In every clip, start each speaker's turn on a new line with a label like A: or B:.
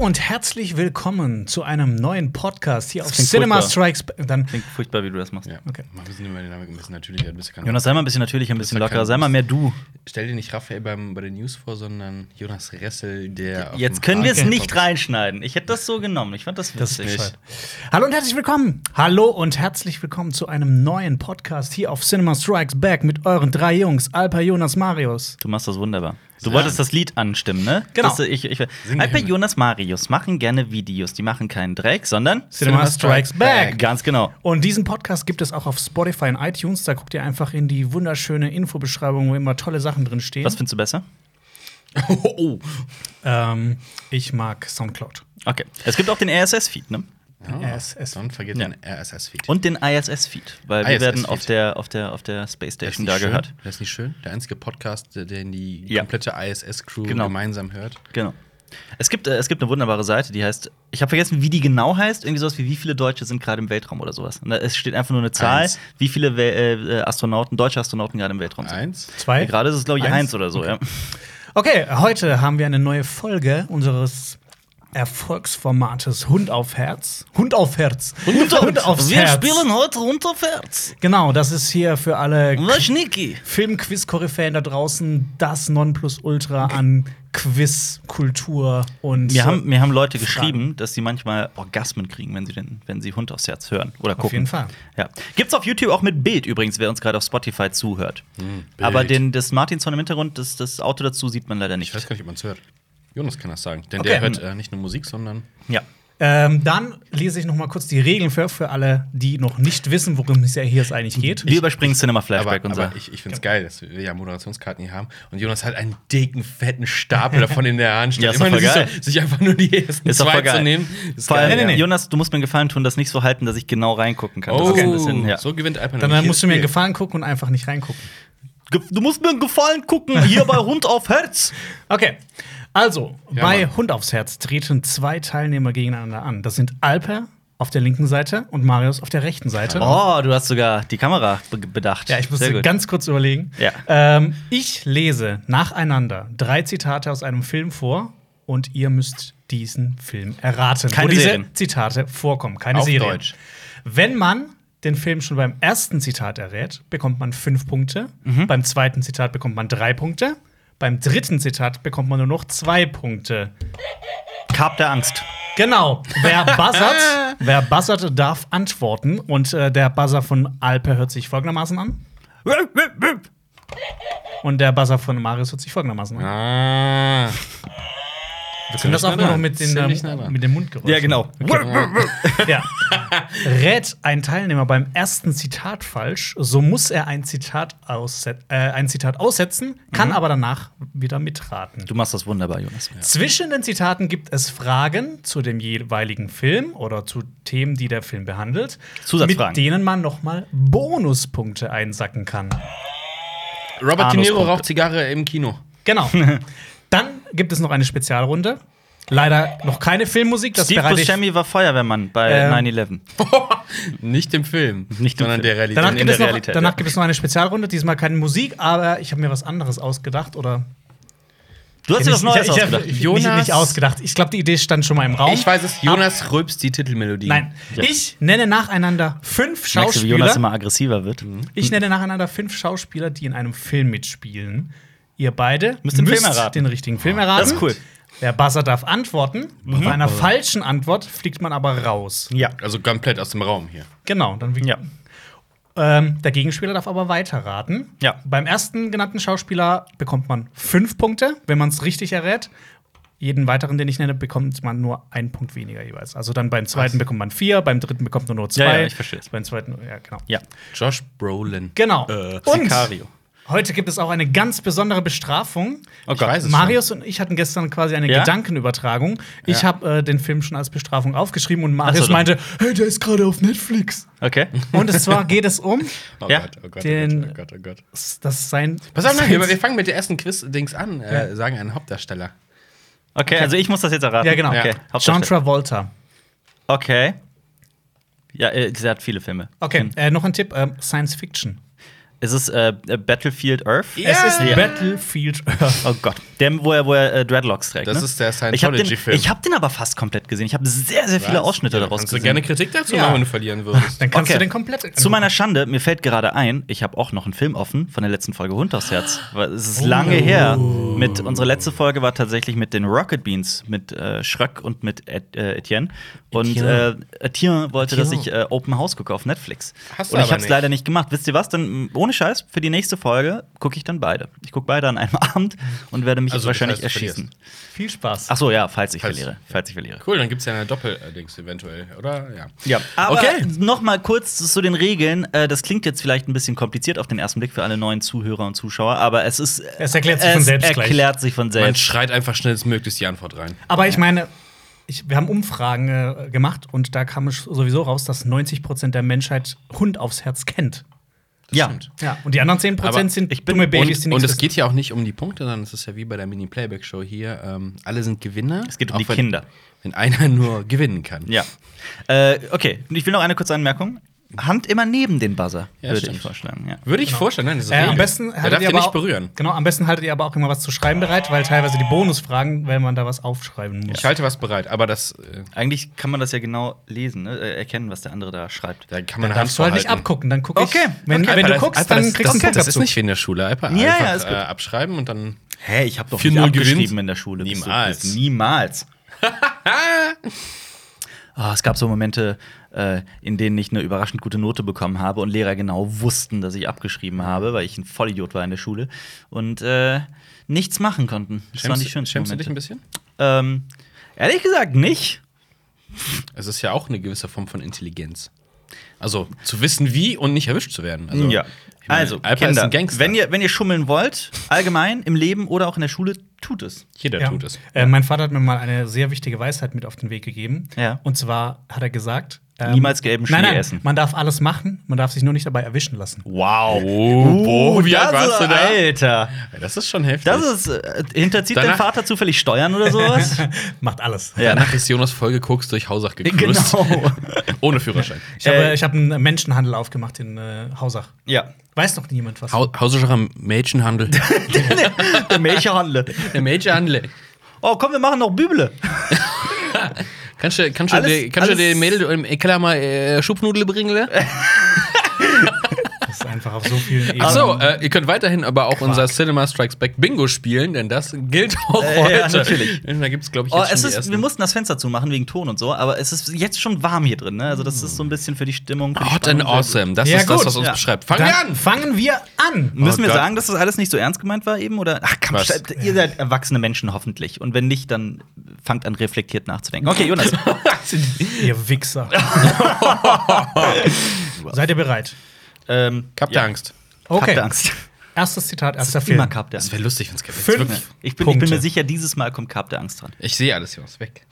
A: und herzlich willkommen zu einem neuen Podcast hier auf
B: klingt
A: Cinema
B: furchtbar.
A: Strikes. Ba- Dann,
B: Klingt furchtbar, wie du das machst.
C: Ja.
A: Okay.
C: Mal ein bisschen über die Dynamik, ein bisschen natürlicher, ein bisschen
B: Jonas, sei mal ein bisschen natürlicher, ein bisschen
C: Das ist
B: lockerer,
C: ja kein-
B: sei mal mehr du.
C: Stell dir nicht Raphael beim, bei den News vor, sondern Jonas Ressel, der. auf
B: Jetzt
C: dem
B: können wir es
C: Haken-
B: nicht reinschneiden. Ich hätte das so genommen. Ich fand das
A: das ist
B: witzig.
A: Bescheid. Hallo und herzlich willkommen. Hallo und herzlich willkommen zu einem neuen Podcast hier auf Cinema Strikes Back mit euren drei Jungs, Alper, Jonas, Marius.
B: du machst das wunderbar. Du
C: Sehr.
B: wolltest das Lied anstimmen, ne?
A: Genau.
B: Das, äh, ich, ich,
C: Singen
B: Alper
C: wir.
B: Jonas Marius machen gerne Videos. Die machen keinen Dreck, sondern
A: Cinema Strikes Back.
B: Ganz genau.
A: Und diesen Podcast gibt es auch auf Spotify und iTunes. Da guckt ihr einfach in die wunderschöne Infobeschreibung, wo immer tolle Sachen drin stehen.
B: Was findest du besser?
C: Oh, oh.
A: ähm, ich mag Soundcloud.
B: Okay. Es gibt auch den RSS-Feed, ne?
C: Ja.
A: RSS.
C: Don't forget
B: Ja.
C: den RSS-Feed.
B: Und den ISS-Feed, weil wir
C: ISS-Feed.
B: werden auf der, auf, der, auf der Space
C: Der ist
B: Station
C: nicht
B: da
C: schön?
B: gehört.
C: Das ist nicht schön. Der einzige Podcast, der- den die
B: Ja.
C: komplette ISS-Crew
B: Genau.
C: gemeinsam hört.
B: Genau. Es gibt, äh, es gibt eine wunderbare Seite, die heißt, ich habe vergessen, wie die genau heißt, irgendwie sowas wie wie viele Deutsche sind gerade im Weltraum oder sowas. Und da, es steht einfach nur eine Zahl,
C: Eins.
B: wie viele We äh, äh, Astronauten, deutsche Astronauten gerade im Weltraum sind.
C: Eins.
A: Zwei.
B: Ja, Gerade ist es, glaube ich,
A: Eins?
B: eins, oder so, ja.
A: Okay, heute haben wir eine neue Folge unseres Erfolgsformates Hund auf Herz. Hund auf Herz.
B: heute runterwärts.
A: Genau, das ist hier für alle
B: Was, Niki?
A: Filmquiz-Koryphäen da draußen das Nonplusultra an Quiz, Kultur und
B: Mir haben, mir haben Leute
A: Fragen.
B: geschrieben, dass sie manchmal Orgasmen kriegen, wenn sie, den, wenn sie Hund aufs Herz hören oder gucken.
A: auf jeden Fall.
B: Ja. Gibt's auf YouTube auch mit Bild übrigens, wer uns gerade auf Spotify zuhört.
A: Hm,
C: Bild.
B: Aber den, das Martinshorn im Hintergrund, das, das Auto dazu sieht man leider
C: Ich
B: nicht.
C: weiß gar nicht, ob man es hört. Jonas kann das sagen. Denn
A: Okay.
C: der hört äh, nicht nur Musik, sondern.
B: Ja.
A: Ähm, dann lese ich noch mal kurz die Regeln für, für alle, die noch nicht wissen, worum es ja hier es eigentlich geht.
B: Wir überspringen Cinema
C: Aber,
B: Flashback und Genau.
C: aber
B: sagen.
C: ich, ich finde es geil, dass wir ja Moderationskarten hier haben. Und Jonas hat einen dicken, fetten Stapel davon in der Hand.
B: Ja, ist doch
C: Immer
B: voll
C: nur
B: geil.
C: sich- sich einfach nur die ersten
B: Ist doch
C: zwei
B: voll geil.
C: zu nehmen. Ist
B: Vor
C: geil,
B: allem,
A: Nee, nee, nee.
B: Jonas, du musst mir einen Gefallen tun, das nicht so halten, dass ich genau reingucken kann.
C: Oh,
B: Das ist ein bisschen, ja.
C: so gewinnt Alper
A: Dann,
C: nämlich
A: musst du mir
C: jedes
A: einen
C: Spiel.
A: Gefallen gucken und einfach nicht reingucken.
B: Ge- Du musst mir einen Gefallen gucken, hier bei Hund auf Herz.
A: Okay. Also,
C: Ja,
A: bei
C: Mann.
A: Hund aufs Herz treten zwei Teilnehmer gegeneinander an. Das sind Alper auf der linken Seite und Marius auf der rechten Seite.
B: Oh, du hast sogar die Kamera be bedacht.
A: Ja, ich
B: Sehr
A: musste
B: gut.
A: ganz kurz überlegen.
B: Ja.
A: Ähm, ich lese nacheinander drei Zitate aus einem Film vor und ihr müsst diesen Film erraten,
B: Keine
A: wo diese
B: Serien.
A: Zitate vorkommen. Keine
C: Auf
A: Serien.
C: Deutsch.
A: Wenn man den Film schon beim ersten Zitat errät, bekommt man fünf Punkte.
B: Mhm.
A: Beim zweiten Zitat bekommt man drei Punkte. Beim dritten Zitat bekommt man nur noch zwei Punkte.
B: Kap der Angst.
A: Genau. Wer buzzert, wer buzzert, darf antworten. Und äh, der Buzzer von Alper hört sich folgendermaßen an. Und der Buzzer von Marius hört sich folgendermaßen an.
C: Ah.
A: Wir können das auch
C: Ziemlich
A: nur
C: nah
A: noch
C: dran.
A: mit, den,
C: Ziemlich nah
A: ähm,
C: dran.
A: mit dem Mundgeräusch.
B: Ja, genau.
A: Ja. Rät ein Teilnehmer beim ersten Zitat falsch, so muss er ein Zitat, ausset äh, ein Zitat aussetzen,
C: Mhm.
A: kann aber danach wieder mitraten.
B: Du machst das wunderbar, Jonas.
A: Zwischen den Zitaten gibt es Fragen zu dem jeweiligen Film oder zu Themen, die der Film behandelt,
B: Zusatzfragen.
A: mit denen man nochmal Bonuspunkte einsacken kann.
C: Robert De Niro
B: Anuspunkte.
C: raucht Zigarre im Kino.
A: Genau. Dann gibt es noch eine Spezialrunde. Leider noch keine Filmmusik, das
B: Steve
A: bereite ich
B: Buscemi war Feuerwehrmann bei
A: Ähm,
B: 9-11.
C: Nicht im Film,
B: Nicht im
C: sondern
B: Film.
C: der Realität.
A: Danach,
B: in
A: gibt
B: der
A: es, noch,
B: Realität,
A: danach
B: ja.
A: gibt es noch eine Spezialrunde, diesmal keine Musik, aber ich habe mir was anderes ausgedacht oder
B: Du hast dir
A: Ich- ich-
B: was
A: ich,
B: Neues
A: ich,
B: ausgedacht.
A: Ich, ich,
C: Jonas-
A: nicht, nicht ausgedacht. Ich glaube, die Idee stand schon mal im Raum.
C: ich weiß es, Jonas rülpst die Titelmelodie.
A: Ah. Nein,
B: Ja.
A: ich nenne nacheinander fünf
B: Merkst du, wie Jonas
A: Schauspieler.
B: immer aggressiver wird?
A: Ich nenne nacheinander fünf Schauspieler, die in einem Film mitspielen. Ihr beide
B: Müsst den Film erraten.
A: den richtigen Film erraten.
B: Das ist cool. Mhm.
A: Der Buzzer darf antworten. Bei einer falschen Antwort fliegt man aber raus.
B: Ja.
C: Also komplett aus dem Raum hier.
A: Genau, dann wie
B: Ja.
A: Ähm, der Gegenspieler darf aber weiterraten.
B: Ja.
A: Beim ersten genannten Schauspieler bekommt man fünf Punkte, wenn man es richtig errät. Jeden weiteren, den ich nenne, bekommt man nur einen Punkt weniger jeweils. Also dann beim zweiten bekommt man vier, beim dritten bekommt man nur zwei.
B: Ja, ja, ich verstehe es.
A: Beim zweiten, ja, genau.
B: Ja.
C: Josh Brolin.
A: Genau.
C: Äh,
A: Und
C: Sicario.
A: heute gibt es auch eine ganz besondere Bestrafung.
B: Oh Gott.
C: weiß es
A: Marius und ich hatten gestern quasi eine
B: Ja?
A: Gedankenübertragung. Ich
C: Ja.
A: habe äh, den Film schon als Bestrafung aufgeschrieben und Marius
B: dann.
A: meinte, hey, der ist gerade auf Netflix.
B: Okay.
A: Und es zwar geht es um
C: Oh
B: Ja.
C: Gott, oh Gott,
A: Den-
C: oh Gott, oh Gott.
A: das sein.
C: Pass auf, nein,
A: sein
C: wir, wir fangen mit der ersten Quiz-Dings an, äh, sagen einen Hauptdarsteller.
B: Okay, also ich muss das jetzt erraten.
A: Ja, genau.
B: Okay.
C: Ja.
A: John
B: Hauptdarsteller.
A: Travolta.
B: Okay. Ja, äh, der hat viele Filme.
A: Okay,
C: Hm.
A: äh, noch ein Tipp: ähm, Science Fiction.
B: Ist es äh, Battlefield Earth?
C: Ja.
A: Es ist
C: Ja.
A: Battlefield Earth.
B: Oh Gott. Der, wo er, wo er äh, Dreadlocks trägt.
C: Das
B: ne?
C: ist der
B: Ich habe den,
C: Scientology-Film.
B: ich hab den aber fast komplett gesehen. Ich habe sehr, sehr viele
C: Was?
B: Ausschnitte
C: Ja,
B: daraus
C: Kannst du
B: gesehen.
C: gerne Kritik dazu
A: Ja.
C: machen, wenn du verlieren würdest?
A: Dann kannst
B: Okay.
A: du den komplett. äh,
B: Zu
A: angucken.
B: meiner Schande, mir fällt gerade ein, ich habe auch noch einen Film offen von der letzten Folge Hund aufs Herz. Weil es ist lange her. Mit, unsere letzte Folge war tatsächlich mit den Rocket Beans, mit äh, Schröck und mit Et, äh, Etienne. Und äh,
D: Etienne.
B: Etienne wollte, dass
D: Etienne.
B: ich äh, Open House gucke auf Netflix.
C: Hast du
B: und ich
C: aber
B: habe es
C: nicht.
B: leider nicht gemacht. Wisst ihr was? Dann mh, ohne Scheiß, für die nächste Folge gucke ich dann beide. Ich gucke beide an einem Abend und werde mich
C: Also, das
B: wahrscheinlich
C: heißt, du
B: erschießen.
A: Viel Spaß.
B: Ach so, ja, falls ich
C: Falls-
B: verliere. Falls ich verliere.
C: Cool, dann gibt es ja eine Doppel-Dings eventuell, oder? Ja.
B: Ja, aber
C: Okay.
B: noch mal kurz zu den Regeln. Äh, Das klingt jetzt vielleicht ein bisschen kompliziert auf den ersten Blick für alle neuen Zuhörer und Zuschauer, aber es ist
A: Es erklärt sich von selbst gleich.
B: erklärt sich von
C: Man
B: selbst.
C: schreit einfach schnellstmöglichst die Antwort rein.
A: Aber ich meine, ich, wir haben Umfragen äh, gemacht und da kam es sowieso raus, dass 90 Prozent der Menschheit Hund aufs Herz kennt.
B: Ja.
A: Ja. Und die anderen 10
C: Aber
A: Prozent sind
B: ich bin-
A: dumme Babys, die
C: Und,
A: nichts
C: und es
A: wissen.
C: geht ja auch nicht um die Punkte, sondern es ist ja wie bei der Mini-Playback-Show hier. Ähm, alle sind Gewinner.
B: Es geht um
C: auch
B: die
C: wenn-
B: Kinder.
C: Wenn einer nur gewinnen kann.
B: Ja. Äh, okay, und ich will noch eine kurze Anmerkung. Hand immer neben den Buzzer,
C: Ja,
B: würde
C: stimmt.
B: ich vorschlagen. Ja.
C: Würde ich vorstellen, nein, das ist
A: Äh, am
C: Regel.
A: besten
C: Der
A: haltet
C: darf
A: ihr
C: ja
A: aber
C: nicht
A: auch-
C: berühren.
A: Genau, am besten haltet ihr aber auch immer was zu schreiben bereit, weil teilweise die Bonusfragen, wenn man da was aufschreiben muss.
C: Ich halte was bereit, aber das, äh,
B: Eigentlich kann man das ja genau lesen, ne? äh, erkennen, was der andere da schreibt.
C: da kann man
A: Darfst du halt nicht abgucken, dann guck ich.
B: Okay,
A: Wenn,
C: Einfach
A: wenn du
C: das-
A: guckst,
C: einfach
A: dann
C: das-
A: kriegst du
C: das,
A: einen
C: Das ist
A: Punktabzug.
C: nicht wie in der Schule. Einfach,
B: Ja, ja,
C: einfach
B: ist gut.
C: Äh, abschreiben und dann.
B: Hä, ich habe doch
C: 4-0 gewinnt?
B: in der Schule. Bist du-
C: Niemals.
B: bist- Niemals. Ah, es gab so Momente, äh, in denen ich eine überraschend gute Note bekommen habe und Lehrer genau wussten, dass ich abgeschrieben habe, weil ich ein Vollidiot war in der Schule und äh, nichts machen konnten. Das waren die schönsten
C: schämst du dich
B: Momente.
C: ein bisschen?
B: Ähm, ehrlich gesagt nicht.
C: Es ist ja auch eine gewisse Form von Intelligenz. Also zu wissen, wie und nicht erwischt zu werden. Also, ich meine,
B: Also,
C: Alper
B: Kinder,
C: ist ein Gangster.
B: Wenn, ihr, wenn ihr schummeln wollt, allgemein im Leben oder auch in der Schule, tut es.
C: Jeder
A: Ja.
C: tut es.
A: Äh, mein Vater hat mir mal eine sehr wichtige Weisheit mit auf den Weg gegeben.
B: Ja.
A: Und zwar hat er gesagt: ähm,
B: Niemals gelben Schnee
A: nein, nein,
B: essen.
A: Man darf alles machen, man darf sich nur nicht dabei erwischen lassen.
C: Wow.
B: Oh,
C: Oh, wie alt
B: das-
C: warst du da?
B: Alter.
C: Das ist schon heftig.
B: Das ist. Äh, hinterzieht dein
C: Danach-
B: Vater zufällig Steuern oder sowas?
A: Macht alles.
B: ja. ne?
C: Danach ist Jonas vollgekokst durch Hausach geküsst.
B: Genau.
C: Ohne Führerschein.
A: Ich habe,
B: Äh,
A: ich habe einen Menschenhandel aufgemacht in äh, Hausach.
B: ja.
A: Weiß noch niemand was.
C: Hau- Hausischer Mädchenhandel.
B: Der Milchhandel.
C: Der Mädchenhandel.
B: Oh, komm, wir machen noch Büble.
C: Kannst du, kannst du,
B: Alles-
C: de- kannst du
B: alles-
C: den Mädel im Keller mal äh, Schubnudel bringen? le?
A: Das ist einfach auf so vielen Ebenen.
C: Ach so, äh, ihr könnt weiterhin aber auch unser Cinema Strikes Back Bingo spielen, denn das gilt auch
B: Äh,
C: heute.
B: ja, natürlich.
C: Da gibt's, glaube ich,
B: Oh, es
C: jetzt schon die
B: ist,
C: ersten.
B: wir mussten das Fenster zumachen wegen Ton und so, aber es ist jetzt schon warm hier drin. Ne? Also, das ist so ein bisschen für die Stimmung. Für die
C: Hot and
B: Spannung.
C: awesome. Das
A: Ja,
C: ist das,
A: gut.
C: was uns
B: Ja.
C: beschreibt. Fangen wir
A: Dann
C: an!
A: fangen wir an.
B: Müssen
C: Oh
B: wir
C: Gott.
B: sagen, dass das alles nicht so ernst gemeint war eben? Oder? Ach komm,
C: Was?
B: schreibt- ihr seid erwachsene Menschen hoffentlich. Und wenn nicht, dann fangt an, reflektiert nachzudenken. Okay, Jonas.
A: Ihr Wichser. Seid ihr bereit?
B: ähm,
C: Habt ihr Angst?
B: Habt
A: Okay.
B: ihr Angst.
A: Erstes Zitat, erster
B: Immer
A: Film.
B: Kap der
C: Das
B: Angst.
C: wäre lustig, wenn es gibt.
A: Fünf.
B: Ich bin, ich bin mir
A: Punkte.
B: sicher, dieses Mal kommt Kap der Angst dran.
C: Ich sehe alles hier aus. Weg.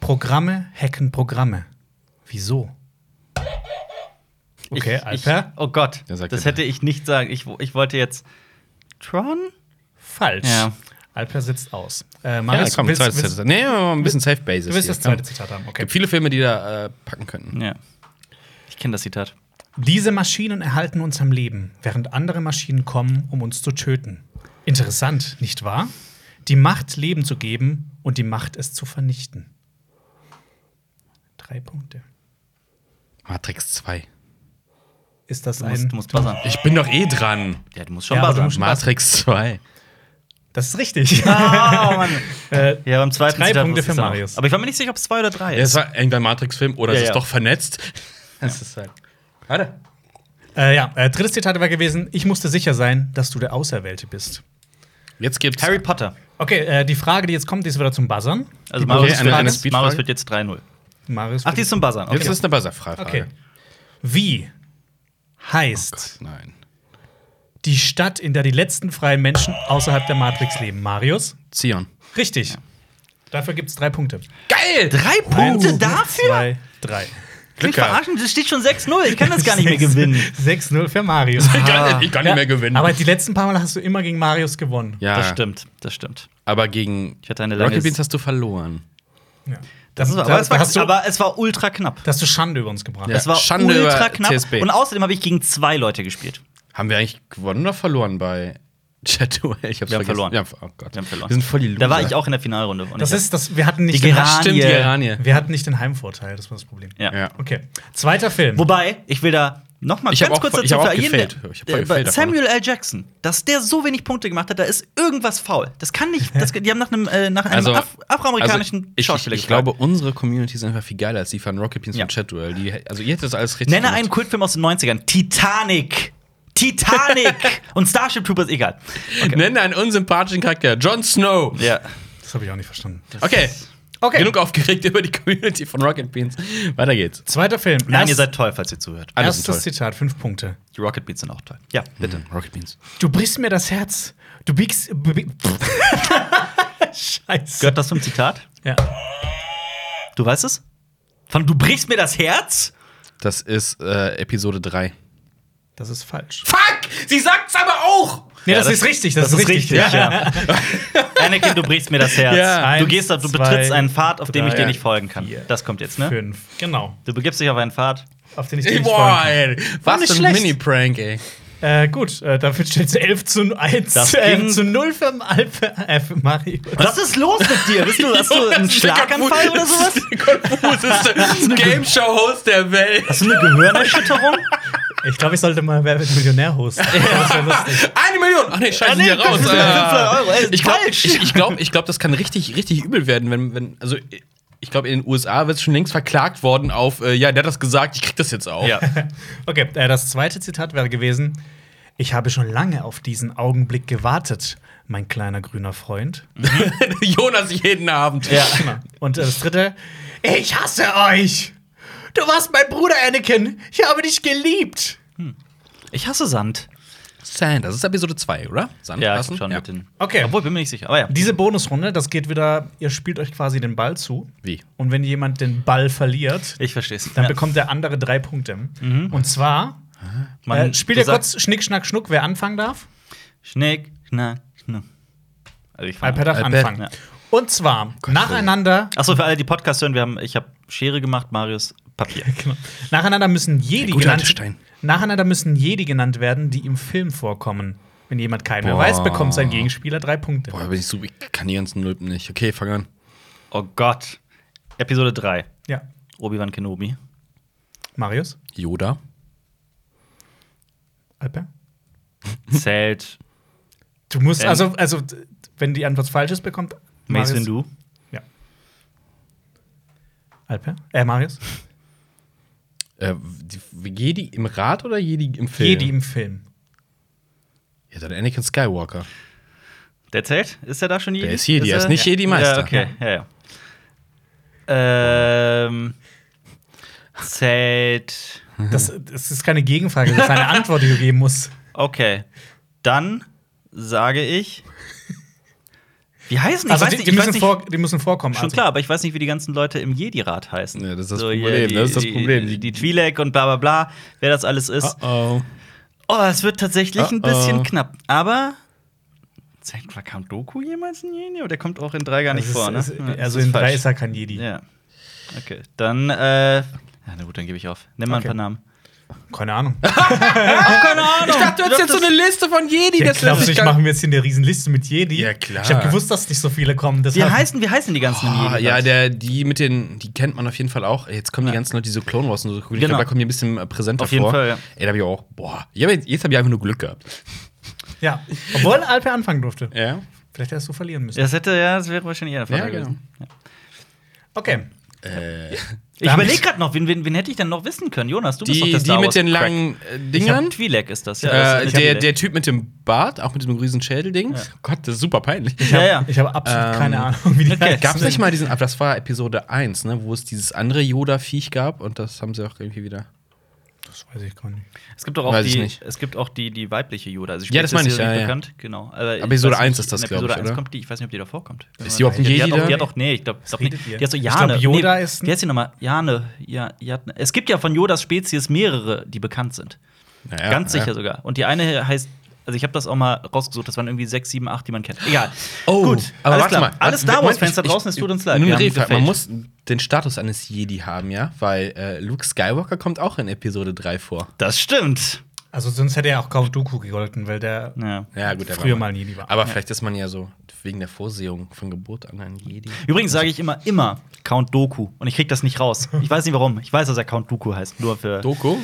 A: Programme hacken Programme. Wieso? Okay,
B: ich,
A: Alper.
B: Ich, oh Gott,
C: Der
B: das
C: sagt immer.
B: hätte ich nicht sagen. Ich, wo- ich wollte jetzt Tron?
A: Falsch.
B: Ja.
A: Alper sitzt aus. Äh,
C: Ja,
A: Marius,
C: komm,
A: willst,
C: zweites
A: willst,
C: Zitat. Nee, mal ein bisschen Safe Basis.
A: du willst
C: hier.
A: das zweite Zitat haben.
C: Es
A: Okay.
C: gibt viele Filme, die da äh, packen könnten.
B: Ja. Ich kenne das Zitat.
A: Diese Maschinen erhalten uns am Leben, während andere Maschinen kommen, um uns zu töten. Interessant, nicht wahr? Die Macht, Leben zu geben und die Macht, es zu vernichten. Drei Punkte.
C: Matrix 2.
A: Ist das
B: Du
A: ein.
B: musst, du musst buzzern.
C: Ich bin doch eh dran.
B: Ja, du musst schon
A: Ja, aber du
B: buzzern.
A: musst-
C: Matrix 2.
A: das ist richtig.
B: Ah, Mann.
A: Äh,
B: ja, beim zweiten
A: Drei
B: Zitat
A: Punkte
B: wusste ich's
A: für
B: auch.
A: Marius.
B: Aber ich war mir nicht sicher, ob es zwei oder drei
C: Ja, es
B: ist.
C: war irgendein Matrix-Film oder
B: Ja,
C: es
B: ja.
C: ist doch vernetzt. Das ist halt. Warte.
A: äh, ja, äh, drittes Zitat war gewesen: Ich musste sicher sein, dass du der Auserwählte bist.
C: Jetzt gibt's.
B: Harry Potter.
A: Okay, äh, die Frage, die jetzt kommt, die ist wieder zum Buzzern.
B: Also
C: Okay,
B: Marius,
C: eine-
B: wird
C: eine
B: jetzt,
C: Speedfrage.
B: Marius wird jetzt 3-0.
A: Marius.
B: Ach, die ist zum Buzzern.
C: Jetzt
B: Okay. Oh
C: ist eine Buzzer-Frage.
A: Okay. Wie heißt
C: Nein.
A: die Stadt, in der die letzten freien Menschen außerhalb der Matrix leben? Marius?
C: Zion.
A: Richtig. Dafür gibt es drei Punkte.
C: Geil!
B: Drei Punkte dafür?
A: Oh, Zwei, drei.
B: Mich
C: Glück gehabt.
B: verarschen, es steht schon 6-0. Ich kann das gar nicht mehr gewinnen.
A: 6-0 für Marius.
C: Ich
B: Ah.
C: kann, ich kann nicht mehr gewinnen.
A: Aber die letzten paar Mal hast du immer gegen Marius gewonnen.
C: ja,
B: Das stimmt, das stimmt.
C: Aber gegen
B: Ich hatte eine lange-
C: Rocket Beans hast du verloren.
A: Ja.
B: Das ist, aber,
A: da-
B: es war,
A: da hast du,
B: aber es war ultra knapp.
A: da hast du Schande über uns gebracht.
C: Ja.
B: Es war
C: Schande
B: ultra
C: über
B: knapp.
C: TSB.
B: Und außerdem habe ich gegen zwei Leute gespielt.
C: Haben wir eigentlich gewonnen oder verloren bei Chateau, ich hab's
B: Wir haben
C: vergessen.
B: verloren.
C: Ja, oh Gott.
B: Wir haben verloren.
C: Wir sind voll die Loser.
B: Da war ich auch in der Finalrunde. und
A: Das
B: ich
A: ist, das, wir hatten nicht
B: Die
A: den,
B: Geranie.
C: Stimmt, die Geranie.
A: wir hatten nicht den Heimvorteil, das war das Problem.
B: hab, ja.
C: Ja.
A: Okay. Zweiter Film.
B: Wobei, ich will da noch mal
C: Ich hab
B: ganz
C: auch
B: kurz
C: voll-
B: dazu
C: ich hab auch
B: für jeden,
C: gefailt.
B: der-
C: Ich hab voll
B: äh, bei
C: gefailt davon.
B: Samuel L. Jackson, dass der so wenig Punkte gemacht hat, da ist irgendwas faul. Das kann nicht. Das, die haben nach einem, äh, nach einem
C: Also-
B: Af afroamerikanischen
C: Also, ich, ich,
B: Schauspieler
C: ich
B: gefragt.
C: glaube, unsere Community ist einfach viel geiler als die von Rocket Beans
B: Ja.
C: und Chatwell. Die, also, ihr hättet das alles richtig.
B: Nenne
C: gemacht.
B: einen Kultfilm aus den 90ern. Titanic. Titanic. Und Starship Troopers, egal.
C: Nenne einen unsympathischen Charakter. Jon Snow.
B: Ja.
A: Das habe ich auch nicht verstanden.
C: Okay.
A: Okay.
C: Genug aufgeregt über die Community von Rocket Beans. Weiter geht's.
A: Zweiter Film.
B: Nein,
A: Erst-
B: ihr seid toll, falls ihr zuhört.
C: Alle sind
A: erstes
C: toll.
A: Zitat, fünf Punkte.
B: Die Rocket Beats sind auch toll. Ja, bitte.
C: Hm, Rocket Beans.
A: Du brichst mir das Herz. Du biegst. Bi Scheiße.
B: Gehört das zum Zitat?
A: Ja.
B: Du weißt es? Von Du brichst mir das Herz?
C: Das ist äh, Episode 3.
A: Das ist falsch.
C: Fuck! Sie sagt's aber auch!
A: Nee,
B: Ja,
A: das,
B: das-
A: ist richtig. Das, ist richtig.
B: ja. Anakin, du brichst mir das Herz.
C: Ja.
B: du
A: Eins,
B: gehst, auf- du
A: zwei,
B: betrittst einen Pfad, auf dem ich dir
A: drei,
B: nicht folgen kann.
A: vier,
B: das kommt jetzt, ne?
A: Fünf. Genau.
B: Du begibst dich auf einen Pfad.
A: Auf den ich dir
C: Ey,
A: nicht folgen
C: Boah, ey. Was
A: nicht
C: für ein
A: schlecht.
C: Mini-Prank, ey.
A: kann. äh, Gut, äh, dafür steht es 11 zu 1.
B: Das ging-
A: 11 zu 0 für, Al- für, äh, für Mario.
B: Was ist los mit dir? Bist du, hast du einen Schlaganfall oder sowas?
C: Das ist der konfuseste Game-Show-Host der Welt.
B: Hast du eine Gehirnerschütterung?
A: Ich glaube, ich sollte mal Wer wird Millionär hosten. Das wär lustig.
C: Eine Million! Ach nee, scheiße,
B: Ah, nee,
C: Also hier raus.
B: das sind
C: Ah.
B: 500 Euro. Ey,
C: Ich glaube,
B: falsch.
C: ich, ich glaub, ich glaub, das kann richtig, richtig übel werden, wenn, wenn also ich glaube, in den USA wird es schon längst verklagt worden auf, äh, ja, der hat das gesagt, ich krieg das jetzt auch.
B: ja.
A: Okay, äh, das zweite Zitat wäre gewesen: Ich habe schon lange auf diesen Augenblick gewartet, mein kleiner grüner Freund.
C: Jonas jeden Abend.
B: ja.
A: Genau. Und äh, das dritte, ich hasse euch! Du warst mein Bruder, Anakin! Ich habe dich geliebt!
B: Ich hasse Sand.
C: Sand, das ist Episode 2, oder? Sand
B: Ja, ich
C: lassen?
B: glaub schon
C: Ja.
B: mit den.
A: Okay.
B: Obwohl, bin mir nicht sicher. Aber ja.
A: Diese Bonusrunde, das geht wieder, ihr spielt euch quasi den Ball zu.
C: Wie?
A: Und wenn jemand den Ball verliert,
B: Ich versteh's.
A: dann
B: Ja.
A: bekommt der andere drei Punkte. Und zwar,
B: Man-
A: äh, spielt ihr
B: du sagst-
A: kurz Schnick, Schnack, Schnuck, wer anfangen darf?
B: Schnick, knack, schnuck. Also ich
A: Alper darf
C: Alper,
A: anfangen.
B: ja.
A: Und zwar nacheinander,
B: Achso, für alle, die Podcast hören, wir haben, ich habe Schere gemacht, Marius Papier.
A: genau, nacheinander müssen je die
C: gute alte
A: genannt,
C: Stein.
A: nacheinander müssen je die genannt werden, die im Film vorkommen. Wenn jemand keinen mehr
C: Boah.
A: weiß, bekommt sein Gegenspieler drei Punkte.
C: Boah, bin ich so, ich kann die ganzen Löpen nicht. Okay, fang an.
B: Oh Gott. Episode 3.
A: Ja.
B: Obi-Wan Kenobi.
A: Marius,
C: Yoda.
A: Alper?
B: Zählt
A: Du musst,
B: Ähm.
A: also, also, d- wenn die Antwort falsch ist, bekommt
B: Mace
A: Marius.
B: Windu.
A: Alper? Äh, Marius?
C: Äh, die, Jedi im Rad oder Jedi im Film?
A: Jedi im Film.
C: Ja, dann Anakin Skywalker.
B: Der zählt? Ist er da schon Jedi?
C: Der ist Jedi, er ist nicht Jedi-Meister.
B: Ja, okay, ja, ja. Ähm. Zählt.
A: Das, das ist keine Gegenfrage, das ist eine Antwort, die du geben musst.
B: Okay. Dann sage ich. Wie heißen
A: Also,
B: ich
A: die, die,
B: weiß nicht, ich weiß
A: müssen
B: nicht-
A: vor, die müssen vorkommen.
B: Schon
A: also.
B: klar, aber ich weiß nicht, wie die ganzen Leute im Jedi-Rat heißen.
C: Ja, das ist das
B: hier
C: Problem, das ist das Problem.
B: Die, die Twi'lek und bla bla bla, wer das alles ist.
C: Oh.
B: Oh, es wird tatsächlich ein
C: Oh, oh.
B: bisschen knapp. Aber. Zeigt war Count Doku jemals ein Jedi? Der kommt auch in drei gar
A: Das
B: nicht
A: ist,
B: vor, ne?
A: ist,
C: äh,
B: Ja, das
A: also,
B: ist
A: in drei
B: falsch.
C: halt
A: ist er kein Jedi.
B: Ja. Okay, dann, äh. Ja, na gut, dann gebe ich auf. Nimm mal
A: Okay.
B: ein paar Namen.
A: Keine Ahnung.
B: Keine Ahnung!
C: Ich dachte, du hast jetzt so eine Liste von Jedi.
A: Ja,
C: das
A: glaubst
C: lässt
A: du,
C: sich
A: ich
C: gar-
A: mache mir jetzt hier eine Riesenliste mit Jedi?
C: Ja, klar.
A: Ich habe gewusst, dass nicht so viele kommen.
B: Wie
A: Deshalb
B: heißen, wie heißen die ganzen im
C: Ah,
B: Jedi-Rat?
C: ja, der, die mit den, die kennt man auf jeden Fall auch. Jetzt kommen die ganzen Leute, die so Clone Wars und so gucken. Ich
B: Genau.
C: glaube, da kommen die ein bisschen äh, präsenter
B: Auf jeden
C: vor.
B: Fall, ja.
C: Ey, da hab ich auch, boah. Ich hab jetzt jetzt hab ich einfach nur Glück gehabt.
A: ja. Obwohl Alper anfangen durfte.
C: Ja.
A: Vielleicht hättest du verlieren müssen.
B: Das hätte, ja, das wäre wahrscheinlich eher der Fall
C: Ja, genau.
B: gewesen.
A: Okay.
C: Äh,
B: Ich überlege gerade noch, wen, wen, wen hätte ich denn noch wissen können? Jonas, du bist doch
C: die
B: der
C: die
B: Star
C: mit
B: Wars
C: den
B: Crack.
C: langen äh,
B: Ich hab
C: Dingern.
B: Twi'lek ist das, ja. das
C: Äh,
B: ist eine
C: der,
B: Twi'lek.
C: der Typ mit dem Bart, auch mit diesem riesen Schädelding. Gott, das ist super peinlich.
B: ja, ja.
A: Ich habe absolut
C: Ähm,
A: keine Ahnung, wie die
B: okay.
A: heißen.
C: Gab es nicht mal diesen, aber das war Episode 1, ne, wo es dieses andere Yoda-Viech gab und das haben sie auch irgendwie wieder.
A: Das weiß ich gar nicht.
B: es gibt doch auch
C: Weiß ich
B: die,
C: nicht.
B: es gibt auch die, die weibliche Yoda. Also
C: Ja, das meine ich,
B: ja,
C: ja, ja.
B: bekannt, genau. Aber ich
C: Episode
B: weiß nicht,
C: 1 ist das,
B: in
C: glaub
B: Episode
C: ich,
B: 1
C: oder?
B: kommt die, ich weiß nicht, ob die überhaupt kommt.
C: Ist die überhaupt ein
B: die,
C: Jedi
B: hat auch,
C: da?
B: die hat auch, nee, ich glaube,
A: redet
B: nicht.
A: ihr?
B: Die hat so
A: Ich
B: Jane.
A: glaub, Yoda
B: nee,
A: ist-
B: Wie heißt die nochmal? Jane. Ja, Jatne. Es gibt ja von Yodas Spezies mehrere, die bekannt sind.
C: Naja,
B: Ganz sicher
C: ja.
B: sogar. Und die eine heißt, also ich habe das auch mal rausgesucht, das waren irgendwie sechs, sieben, acht, die man kennt. Egal.
C: Oh,
B: Gut,
C: aber
B: alles
C: warte
B: klar.
C: mal.
B: Alle Star
C: Moment,
B: Wars-Fans da
C: ich-
B: draußen, es
C: ich-
B: tut uns leid.
C: Nur
B: wir
C: eine
B: haben
C: Rehfrage. Man
B: gefailt.
C: muss den Status eines Jedi haben, ja? Weil äh, Luke Skywalker kommt auch in Episode 3 vor.
B: Das stimmt.
A: Also sonst hätte er auch kaum Doku gegolten, weil der
B: Ja.
C: Ja, gut, der
A: früher
C: war-
A: mal ein Jedi war.
C: Aber
A: Ja.
C: vielleicht ist man ja so wegen der Vorsehung von Geburt an ein Jedi.
B: Übrigens sage ich immer, immer Count Doku. Und ich krieg das nicht raus. Ich weiß nicht warum. Ich weiß, dass er Count Doku heißt. Nur für.
C: Doku.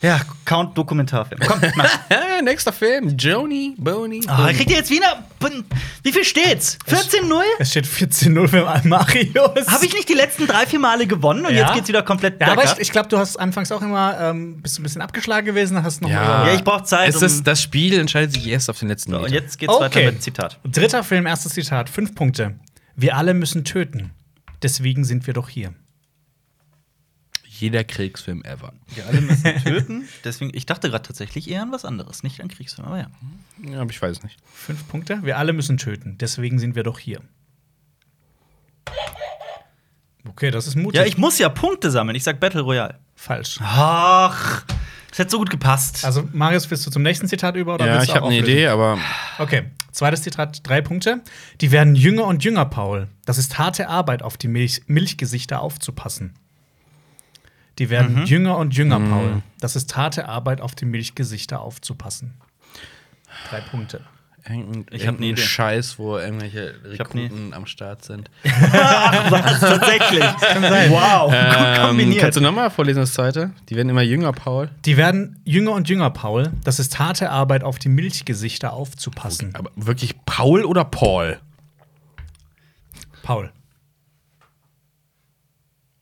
B: ja, Count Dokumentarfilm. Komm, mach.
C: Ah, nächster Film. Joni, Boney.
B: Ah, kriegt ihr jetzt wieder. Wie viel steht's? 14-0?
A: Es steht 14-0 für Marius.
B: Habe ich nicht die letzten drei, vier Male gewonnen und
A: Ja.
B: jetzt geht's wieder komplett
A: Ja, aber
B: bergab?
A: ich, ich glaube, du hast anfangs auch immer ähm, bist ein bisschen abgeschlagen gewesen, hast noch
C: Ja,
B: Ja, ich brauch Zeit,
C: Es
B: um-
C: ist, das Spiel entscheidet sich erst auf den letzten
B: So,
C: Meter.
B: und jetzt geht's weiter mit dem Zitat.
A: Dritter Film, erstes Zitat, fünf Punkte. Wir alle müssen töten. Deswegen sind wir doch hier.
C: Jeder Kriegsfilm ever.
B: Wir alle müssen töten. Deswegen, ich dachte gerade tatsächlich eher an was anderes. Nicht an Kriegsfilm, aber ja.
C: Ja, aber ich weiß nicht.
A: Fünf Punkte. Wir alle müssen töten. Deswegen sind wir doch hier. Okay, das ist mutig.
B: Ja, ich muss ja Punkte sammeln. Ich sag Battle Royale.
A: Falsch.
B: Ach, das hätte so gut gepasst.
A: Also, Marius, willst du zum nächsten Zitat über? Oder
C: Ja,
A: willst du
C: ich habe
A: auch
C: eine
A: auflösen?
C: Idee, aber
A: Okay, zweites Zitat, drei Punkte. Die werden jünger und jünger, Paul. Das ist harte Arbeit, auf die Milch Milchgesichter aufzupassen. Die werden
C: Mhm.
A: jünger und jünger, Paul. Das ist harte Arbeit, auf die Milchgesichter aufzupassen. Drei Punkte.
B: Ich hab ne Idee.
C: Scheiß, wo irgendwelche
B: hab ne-
C: Rekruten am Start sind.
B: was? Tatsächlich. Wow, gut
C: Ähm, kannst
B: kombiniert.
C: du nochmal vorlesen, das zweite? Die werden immer jünger, Paul.
A: Die werden jünger und jünger, Paul. Das ist harte Arbeit, auf die Milchgesichter aufzupassen.
C: Aber wirklich Paul oder Paul?
A: Paul.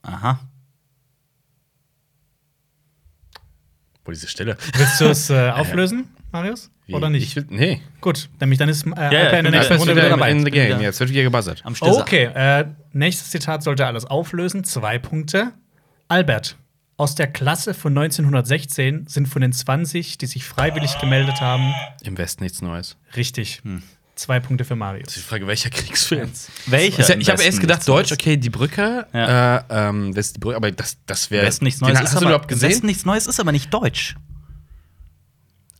B: Aha.
C: Boah, diese Stille.
A: Willst du es äh, auflösen, Marius?
C: Wie?
A: Oder nicht?
C: Ich will, nee.
A: Gut, nämlich dann ist äh, Alper in der
B: bin
A: nächsten
B: Alper
A: Runde
B: ist
A: wieder
B: wieder
A: dabei.
C: in the game.
B: Wieder.
C: Jetzt wird wieder gebuzzert.
B: Am Stissel.
A: Okay, äh, nächstes Zitat sollte alles auflösen. Zwei Punkte. Albert, aus der Klasse von 1916 sind von den 20, die sich freiwillig gemeldet haben,
C: Im Westen nichts Neues.
A: richtig. Zwei Punkte für Marius.
C: Das ist die Frage, welcher Kriegsfilm?
B: Welcher?
C: Ist ja, ich
B: am
C: habe erst
B: besten?
C: gedacht, Deutsch, okay, die Brücke.
B: Ja.
C: Äh, ähm, das ist die Brücke, aber das, das wäre.
B: Im Westen nichts Neues.
C: Den hast
B: ist
C: du
B: aber,
C: überhaupt
B: im
C: gesehen?
B: Westen nichts Neues ist aber nicht deutsch.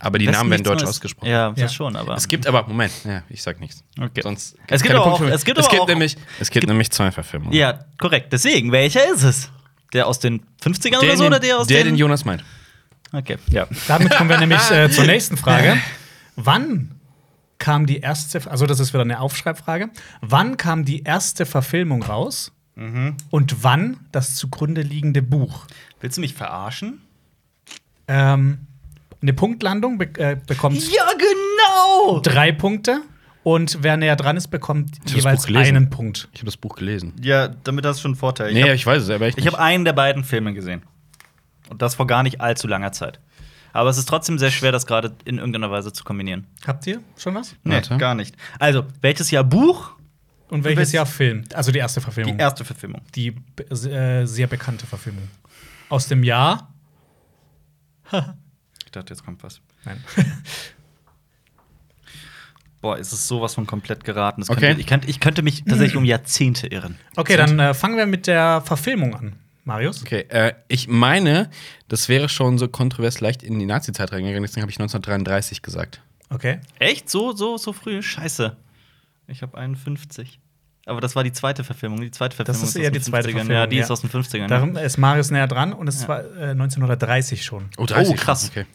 C: aber die
B: Westen
C: Namen werden
B: nichts
C: deutsch
B: Neues.
C: ausgesprochen.
B: Ja, das
A: Ja.
B: schon, aber.
C: Es gibt aber, Moment, ja, ich sag nichts.
B: Okay.
C: Sonst
B: Es gibt
C: keine
B: aber
C: Punkte
B: auch-
C: für-
B: es gibt
C: es
B: aber
C: gibt
B: auch-
C: nämlich, es gibt nämlich zwei Verfilmungen.
B: ja, korrekt. Deswegen, welcher ist es? Der aus den 50ern
C: Der,
B: oder so
C: den,
B: oder der aus
C: der
B: den.
C: den Jonas meint.
B: okay, ja.
A: Damit kommen wir nämlich äh, zur nächsten Frage. Wann kam die erste, also das ist wieder eine Aufschreibfrage, wann kam die erste Verfilmung raus und wann das zugrunde liegende Buch?
B: Willst du mich verarschen?
A: Ähm, eine Punktlandung be äh, bekommt
B: Ja, genau!
A: drei Punkte. Und wer näher dran ist, bekommt
C: das Buch
A: jeweils
C: gelesen.
A: einen Punkt.
C: Ich habe das Buch gelesen.
B: Ja, damit hast du schon einen Vorteil.
C: Nee, ich weiß es, aber ich.
B: Ich habe einen der beiden Filme gesehen. Und das vor gar nicht allzu langer Zeit. Aber es ist trotzdem sehr schwer, das gerade in irgendeiner Weise zu kombinieren.
A: Habt ihr schon was?
B: Nee,
C: Warte.
B: gar nicht. Also, welches Jahr Buch?
A: Und welches
B: bist-
A: Jahr Film? Also die erste
B: Die
C: Oh.
A: Verfilmung. Die,
B: erste Verfilmung.
A: be- äh, sehr bekannte Verfilmung. Aus dem Jahr.
B: Ich dachte, jetzt kommt was.
A: Nein.
B: Boah, es ist sowas von komplett geraten. Das
C: Okay.
B: Könnte, ich, könnte, ich könnte mich tatsächlich um Jahrzehnte irren.
A: Okay, dann äh, fangen wir mit der Verfilmung an, Marius.
C: Okay, äh, ich meine, das wäre schon so kontrovers leicht in die Nazi-Zeit reingegangen, deswegen habe ich 1933 gesagt.
A: Okay.
B: Echt? So, so, so früh? Scheiße. Ich habe 51. Aber das war die zweite Verfilmung. Die zweite Verfilmung
A: ist eher
B: aus
A: die
B: den
A: zweite
B: 50ern.
A: Verfilmung,
B: Ja, die
A: ja.
B: ist aus den 50ern.
A: Darum ist Marius näher dran und es war äh, 1930 schon.
C: Oh,
B: Oh, krass.
C: krass. Okay.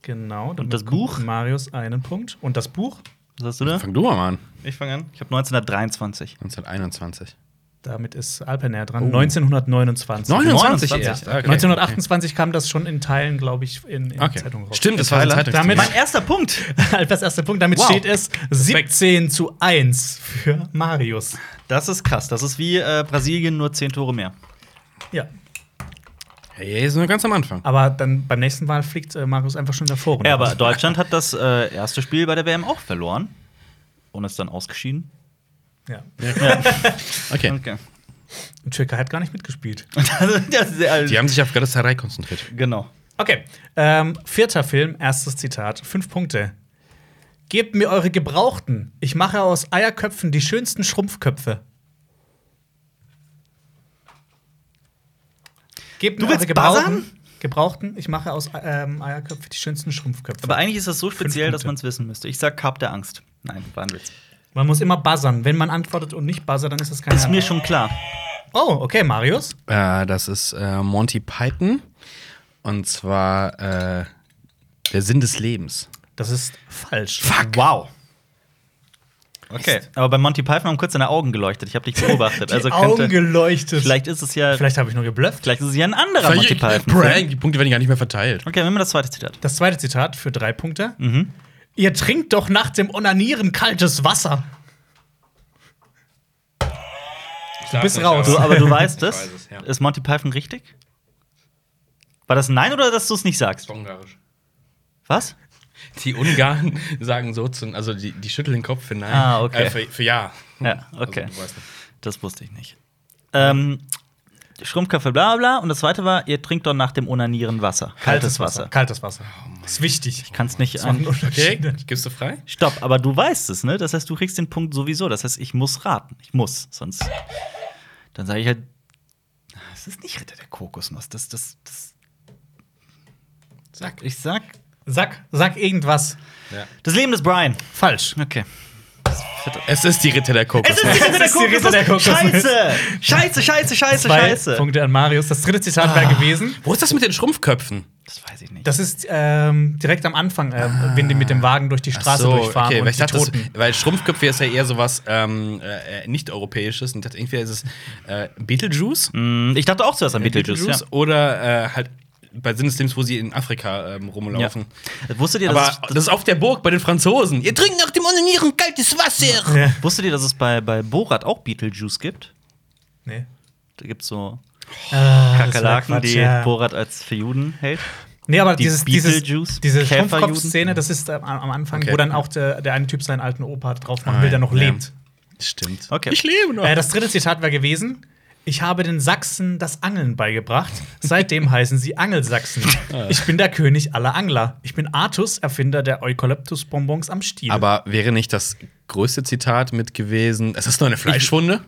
A: Genau.
B: Und das
A: damit
B: Buch?
A: bekommt Marius einen Punkt. Und das Buch?
B: Was hast du da?
C: Ah. Fang du mal an.
B: Ich fange an. Ich habe 1923.
C: 1921.
A: Damit ist Alper näher dran. 1929.
C: 29,
B: 29,
C: Oh. erst.
B: ja.
C: Ah, okay.
A: 1928 kam das schon in Teilen, glaube ich, in, in
C: Okay.
A: Zeitungen raus.
C: Stimmt, das war eine
A: halt
C: Zeitung.
A: Damit-
B: Mein erster Punkt.
A: Als Halt erster Punkt, damit
B: Wow.
A: steht es 17 zu 1 für Marius.
B: Das ist krass. Das ist wie äh, Brasilien nur 10 Tore mehr.
A: Ja.
C: Hey, ist nur ganz am Anfang.
A: Aber dann beim nächsten Mal fliegt äh, Marius einfach schon davor. Also,
B: Ja, aber Deutschland hat das äh, erste Spiel bei der WM auch verloren. Und ist dann ausgeschieden.
A: Ja.
C: Okay.
B: Okay.
A: Und Türkei hat gar nicht mitgespielt.
B: das ist ja
C: Die haben sich auf Galatasaray konzentriert.
B: genau.
A: Okay. Ähm, vierter Film, erstes Zitat, fünf Punkte. Gebt mir eure Gebrauchten. Ich mache aus Eierköpfen die schönsten Schrumpfköpfe. Gebt
B: Du
A: mir eure
B: willst
A: Gebrauchten.
B: buzzern?
A: Gebrauchten. Ich mache aus ähm, Eierköpfen die schönsten Schrumpfköpfe.
B: Aber eigentlich ist das so speziell, dass
A: Punkte.
B: man es wissen müsste. Ich sag Kap der Angst. Nein, war ein Witz.
A: Man muss immer buzzern. Wenn man antwortet und nicht buzzert, dann ist das keine
B: Ist mir schon klar.
A: Oh, okay, Marius.
C: Äh, das ist äh, Monty Python. Und zwar äh, Der Sinn des Lebens.
A: Das ist falsch.
B: Wow. Okay. Aber bei Monty Python haben kurz deine Augen geleuchtet. Ich habe dich beobachtet.
A: Die
B: also
A: Augen
B: könnte,
A: geleuchtet.
B: vielleicht ist es ja, vielleicht,
A: Vielleicht habe ich nur geblufft.
B: ist es ja ein anderer Monty Python.
C: Prank, die Punkte werden gar nicht mehr verteilt.
B: Okay, nehmen wir das zweite Zitat.
A: Das zweite Zitat für drei Punkte.
B: Mhm.
A: Ihr trinkt doch nach dem Onanieren kaltes Wasser.
C: Du
A: bist raus.
B: Du, aber du weißt
C: Ich
B: es.
C: weiß es, ja.
B: Ist Monty Python richtig? War das ein Nein oder dass du es nicht sagst?
C: Ungarisch.
B: Was?
C: Die Ungarn sagen so zu, also die, die schütteln den Kopf für nein.
B: Ah, okay.
C: Äh, für, für ja.
B: Ja, okay.
C: Also, du weißt nicht.
B: Das wusste ich nicht. Ähm, Schrumpfkaffee, bla bla. bla. Und das zweite war, ihr trinkt doch nach dem Onanieren Wasser. Kaltes, Wasser.
A: Kaltes Wasser. ist wichtig.
B: Kannst nicht
A: Das war ein
B: ein.
A: Unterschied.
C: okay, gibst du frei?
B: Stopp, aber du weißt es, ne? Das heißt, du kriegst den Punkt sowieso. Das heißt, ich muss raten. Ich muss. Sonst. Dann sage ich halt. Es ist nicht Ritter der Kokosnuss. Das, das, das.
C: Sag.
B: Ich sag.
A: Sag, sag irgendwas.
C: Ja.
B: Das Leben des Brian.
A: Falsch.
B: Okay.
C: Es ist die Ritter der Kokos.
A: ist- die Ritter der Kokosnuss.
B: Scheiße! Scheiße, scheiße, scheiße,
A: Zwei
B: scheiße! Ah.
A: Punkte an Marius. Das dritte Zitat wäre gewesen.
C: Wo ist das mit den Schrumpfköpfen?
B: Das weiß ich nicht.
A: Das ist ähm, direkt am Anfang, äh, wenn die mit dem Wagen durch die Straße durchfahren
C: okay,
A: und
C: weil, ich
A: die
C: dachte, das,
A: Toten.
C: weil Schrumpfköpfe ist ja eher sowas ähm, äh, nicht-europäisches. Und ich dachte, entweder ist es äh, Beetlejuice,
B: Hm, Ich dachte auch zuerst an Beetlejuice. Ja.
C: Beetlejuice oder äh, halt bei Sinn des Lebens, wo sie in Afrika ähm,
B: Ja.
C: rumlaufen.
B: Wusstet, ihr, dass
C: Aber das ist auf der Burg bei den Franzosen. Ihr trinkt nach dem Onanieren kaltes Wasser.
A: Ja.
B: es, wusstet ihr, dass es bei, bei Borat auch Beetlejuice gibt?
A: Nee.
B: Da gibt es so
A: Ah, das war
B: Kakerlaken,
A: Quatsch,
B: die
A: ja.
B: Borat als für Juden hält.
A: Nee, aber
B: Die
A: dieses, dieses,
B: Beetlejuice,
A: diese
B: Käferjuden.
A: Schrumpfkopf-Szene, das ist äh, am am Anfang,
C: Okay.
A: wo dann auch der, der eine Typ seinen alten Opa drauf machen
C: Ah,
A: will, der noch
C: ja.
A: lebt.
C: Stimmt.
B: Okay.
C: Ich lebe noch.
A: Äh, das dritte Zitat war gewesen: Ich habe den Sachsen das Angeln beigebracht. Seitdem heißen sie Angelsachsen.
B: Ah.
A: Ich bin der König aller Angler. Ich bin Artus, Erfinder der Eukalyptusbonbons am Stiel.
C: Aber wäre nicht das größte Zitat mit gewesen? Es ist nur eine Fleischwunde?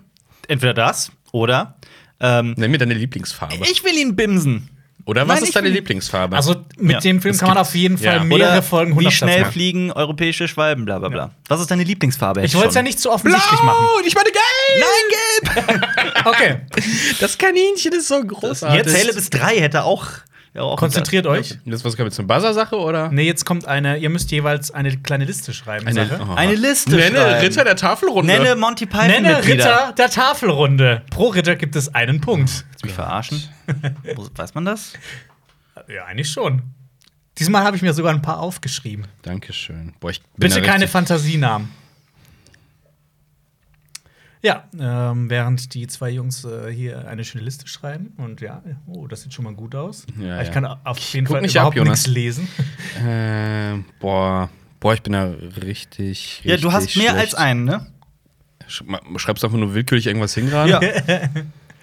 B: Entweder das oder ähm,
C: Nenn mir deine Lieblingsfarbe.
B: ich will ihn bimsen.
C: Oder was
B: Nein, ich
C: ist deine
B: will-
C: Lieblingsfarbe?
A: also mit
B: Ja,
A: dem Film
C: es
A: kann man
C: gibt-
A: auf jeden Fall
C: ja.
A: mehrere
B: oder
A: Folgen
B: Wie
A: 100
B: schnell
A: machen.
B: fliegen europäische Schwalben, bla bla bla. Was ist deine Lieblingsfarbe?
A: Ich
B: jetzt
A: wollte es ja
B: schon?
A: nicht zu offensichtlich machen.
C: ich meine gelb! Nein, gelb!
A: Okay,
C: Das Kaninchen ist so großartig.
B: Jetzt zähle bis drei hätte auch. wäre auch
A: konzentriert euch.
C: Das was kommt jetzt eine Buzzer-Sache oder?
A: Nee, jetzt kommt eine, ihr müsst jeweils eine kleine Liste schreiben. Sache.
B: Eine Liste
C: Oh. Nenne
B: schreiben.
C: Ritter der Tafelrunde.
B: Nenne Monty Python
A: Nenne
B: Mitglieder.
A: Ritter der Tafelrunde. Pro Ritter gibt es einen Punkt.
B: Willst du mich verarschen? Wo- Weiß man das?
A: Ja, eigentlich schon. Diesmal habe ich mir sogar ein paar aufgeschrieben.
C: Dankeschön. Boah, ich bin
A: Bitte
C: da
A: keine
C: richtig-
A: Fantasienamen. Ja, ähm, während die zwei Jungs äh, hier eine schöne Liste schreiben und ja, oh, das sieht schon mal gut aus.
C: Ja,
A: ich
C: ja.
A: kann auf jeden
C: guck
A: Fall
C: nicht
A: überhaupt
C: ab, Jonas.
A: nichts lesen.
C: Ähm, boah. Boah, ich bin da richtig.
B: Ja, du hast
C: richtig
B: mehr als
C: schlecht.
B: einen, ne?
C: Sch- ma- Schreibst einfach nur willkürlich irgendwas hin gerade.
B: Ja.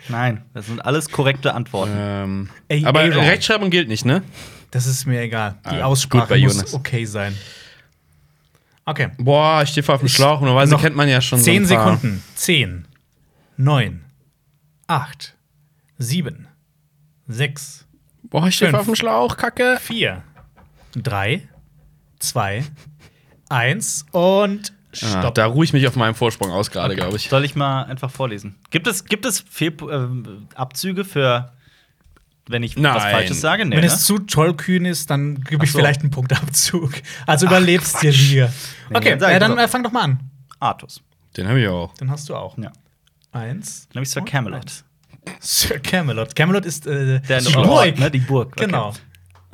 B: Nein, das sind alles korrekte Antworten.
C: Ähm,
A: Ey,
C: aber
A: Aaron.
C: Rechtschreibung gilt nicht, ne?
A: Das ist mir egal. Die
C: Ah,
A: Aussprache
C: gut bei
A: muss
C: Jonas.
A: okay sein. Okay.
C: Boah, ich stehe voll auf dem Schlauch. Normalerweise
A: noch
C: kennt man ja schon so
A: Zehn
C: ein paar-
A: Sekunden. Zehn, neun, acht, sieben, sechs,
C: Boah, ich stehe voll
A: Fünf.
C: auf dem Schlauch, Kacke.
A: vier, drei, zwei, eins und
C: Ah,
A: stopp.
C: da ruhe ich mich auf meinem Vorsprung aus
B: Oh
C: gerade, glaube ich.
B: Soll ich mal einfach vorlesen? Gibt es, gibt es Fehlp ähm, Abzüge für, wenn ich
C: Nein.
B: was Falsches sage? Nee,
A: Wenn
B: ne?
A: es zu tollkühn ist, dann gebe ich
B: Ach so.
A: vielleicht einen Punktabzug. Also überlebst dir hier.
B: Nee,
A: Okay,
B: dann sag
A: ja,
B: ich
A: dann
B: doch.
A: äh, fang doch mal an.
B: Artus.
C: Den habe ich auch.
A: Dann hast du auch.
B: Ja.
A: Eins.
B: Nämlich Sir
A: und
B: Camelot.
A: eins. Sir Camelot. Camelot ist äh,
B: Der
A: die
B: Ort,
A: Burg.
B: Ne? Die Burg. Okay.
A: Genau.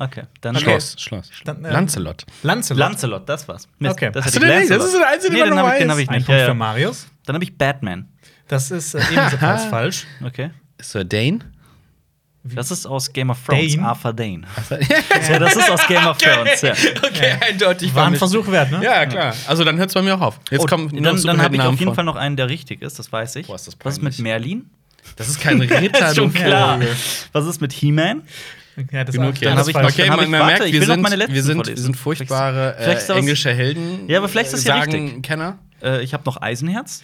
B: Okay, dann
C: Schloss, Schloss.
A: Dann, äh,
C: Lancelot.
A: Lancelot.
B: Lancelot, das war's. Mist,
A: Okay.
B: Das
A: Hast
B: hätte
C: du
B: ich
C: den nicht? Das
B: Lancelot.
C: ist der einzige,
B: nee,
C: den
B: den
C: man
B: habe
C: noch
B: ich, den
C: weiß.
B: hab ich
A: Ein
B: nicht.
A: Punkt
B: Ja,
A: für
B: ja.
A: Marius.
B: Dann habe ich Batman.
A: Das ist äh, ebenfalls falsch.
B: Okay.
C: Sir Dane?
B: Das ist aus Game of Thrones,
A: Dane?
B: Arthur Dane. ja, das ist aus Game of Thrones. Ja.
C: Okay, eindeutig.
A: War ein
C: mit-
A: Versuch wert, ne?
C: Ja, klar. Also dann hört es bei mir auch auf. Jetzt
B: Oh,
C: kommen nur
B: dann
C: noch
B: dann habe ich
C: Superheldennamen
B: auf jeden
C: vor.
B: Fall noch einen, der richtig ist, das weiß ich.
C: Boah, ist das
B: Was ist mit
C: peinlich.
B: Merlin?
C: Das ist kein Ritter.
B: ist schon
C: du-
B: klar. Was ist mit He-Man?
A: Ja, das
C: Genug, ja.
A: dann
B: Dann
A: hab
B: hab ich-
A: falsch.
B: okay.
C: man,
B: hab
C: man
B: ich- warte,
C: merkt,
B: ich
C: wir
B: will noch
C: sind,
B: meine letzten
C: wir sind, wir
B: vorlesen.
C: sind furchtbare
B: Vielleicht ist
C: äh,
B: das-
C: englische Helden.
B: Ja, aber vielleicht ist das ja
C: sagen,
B: richtig.
C: Kenner?
B: Äh, ich habe noch Eisenherz.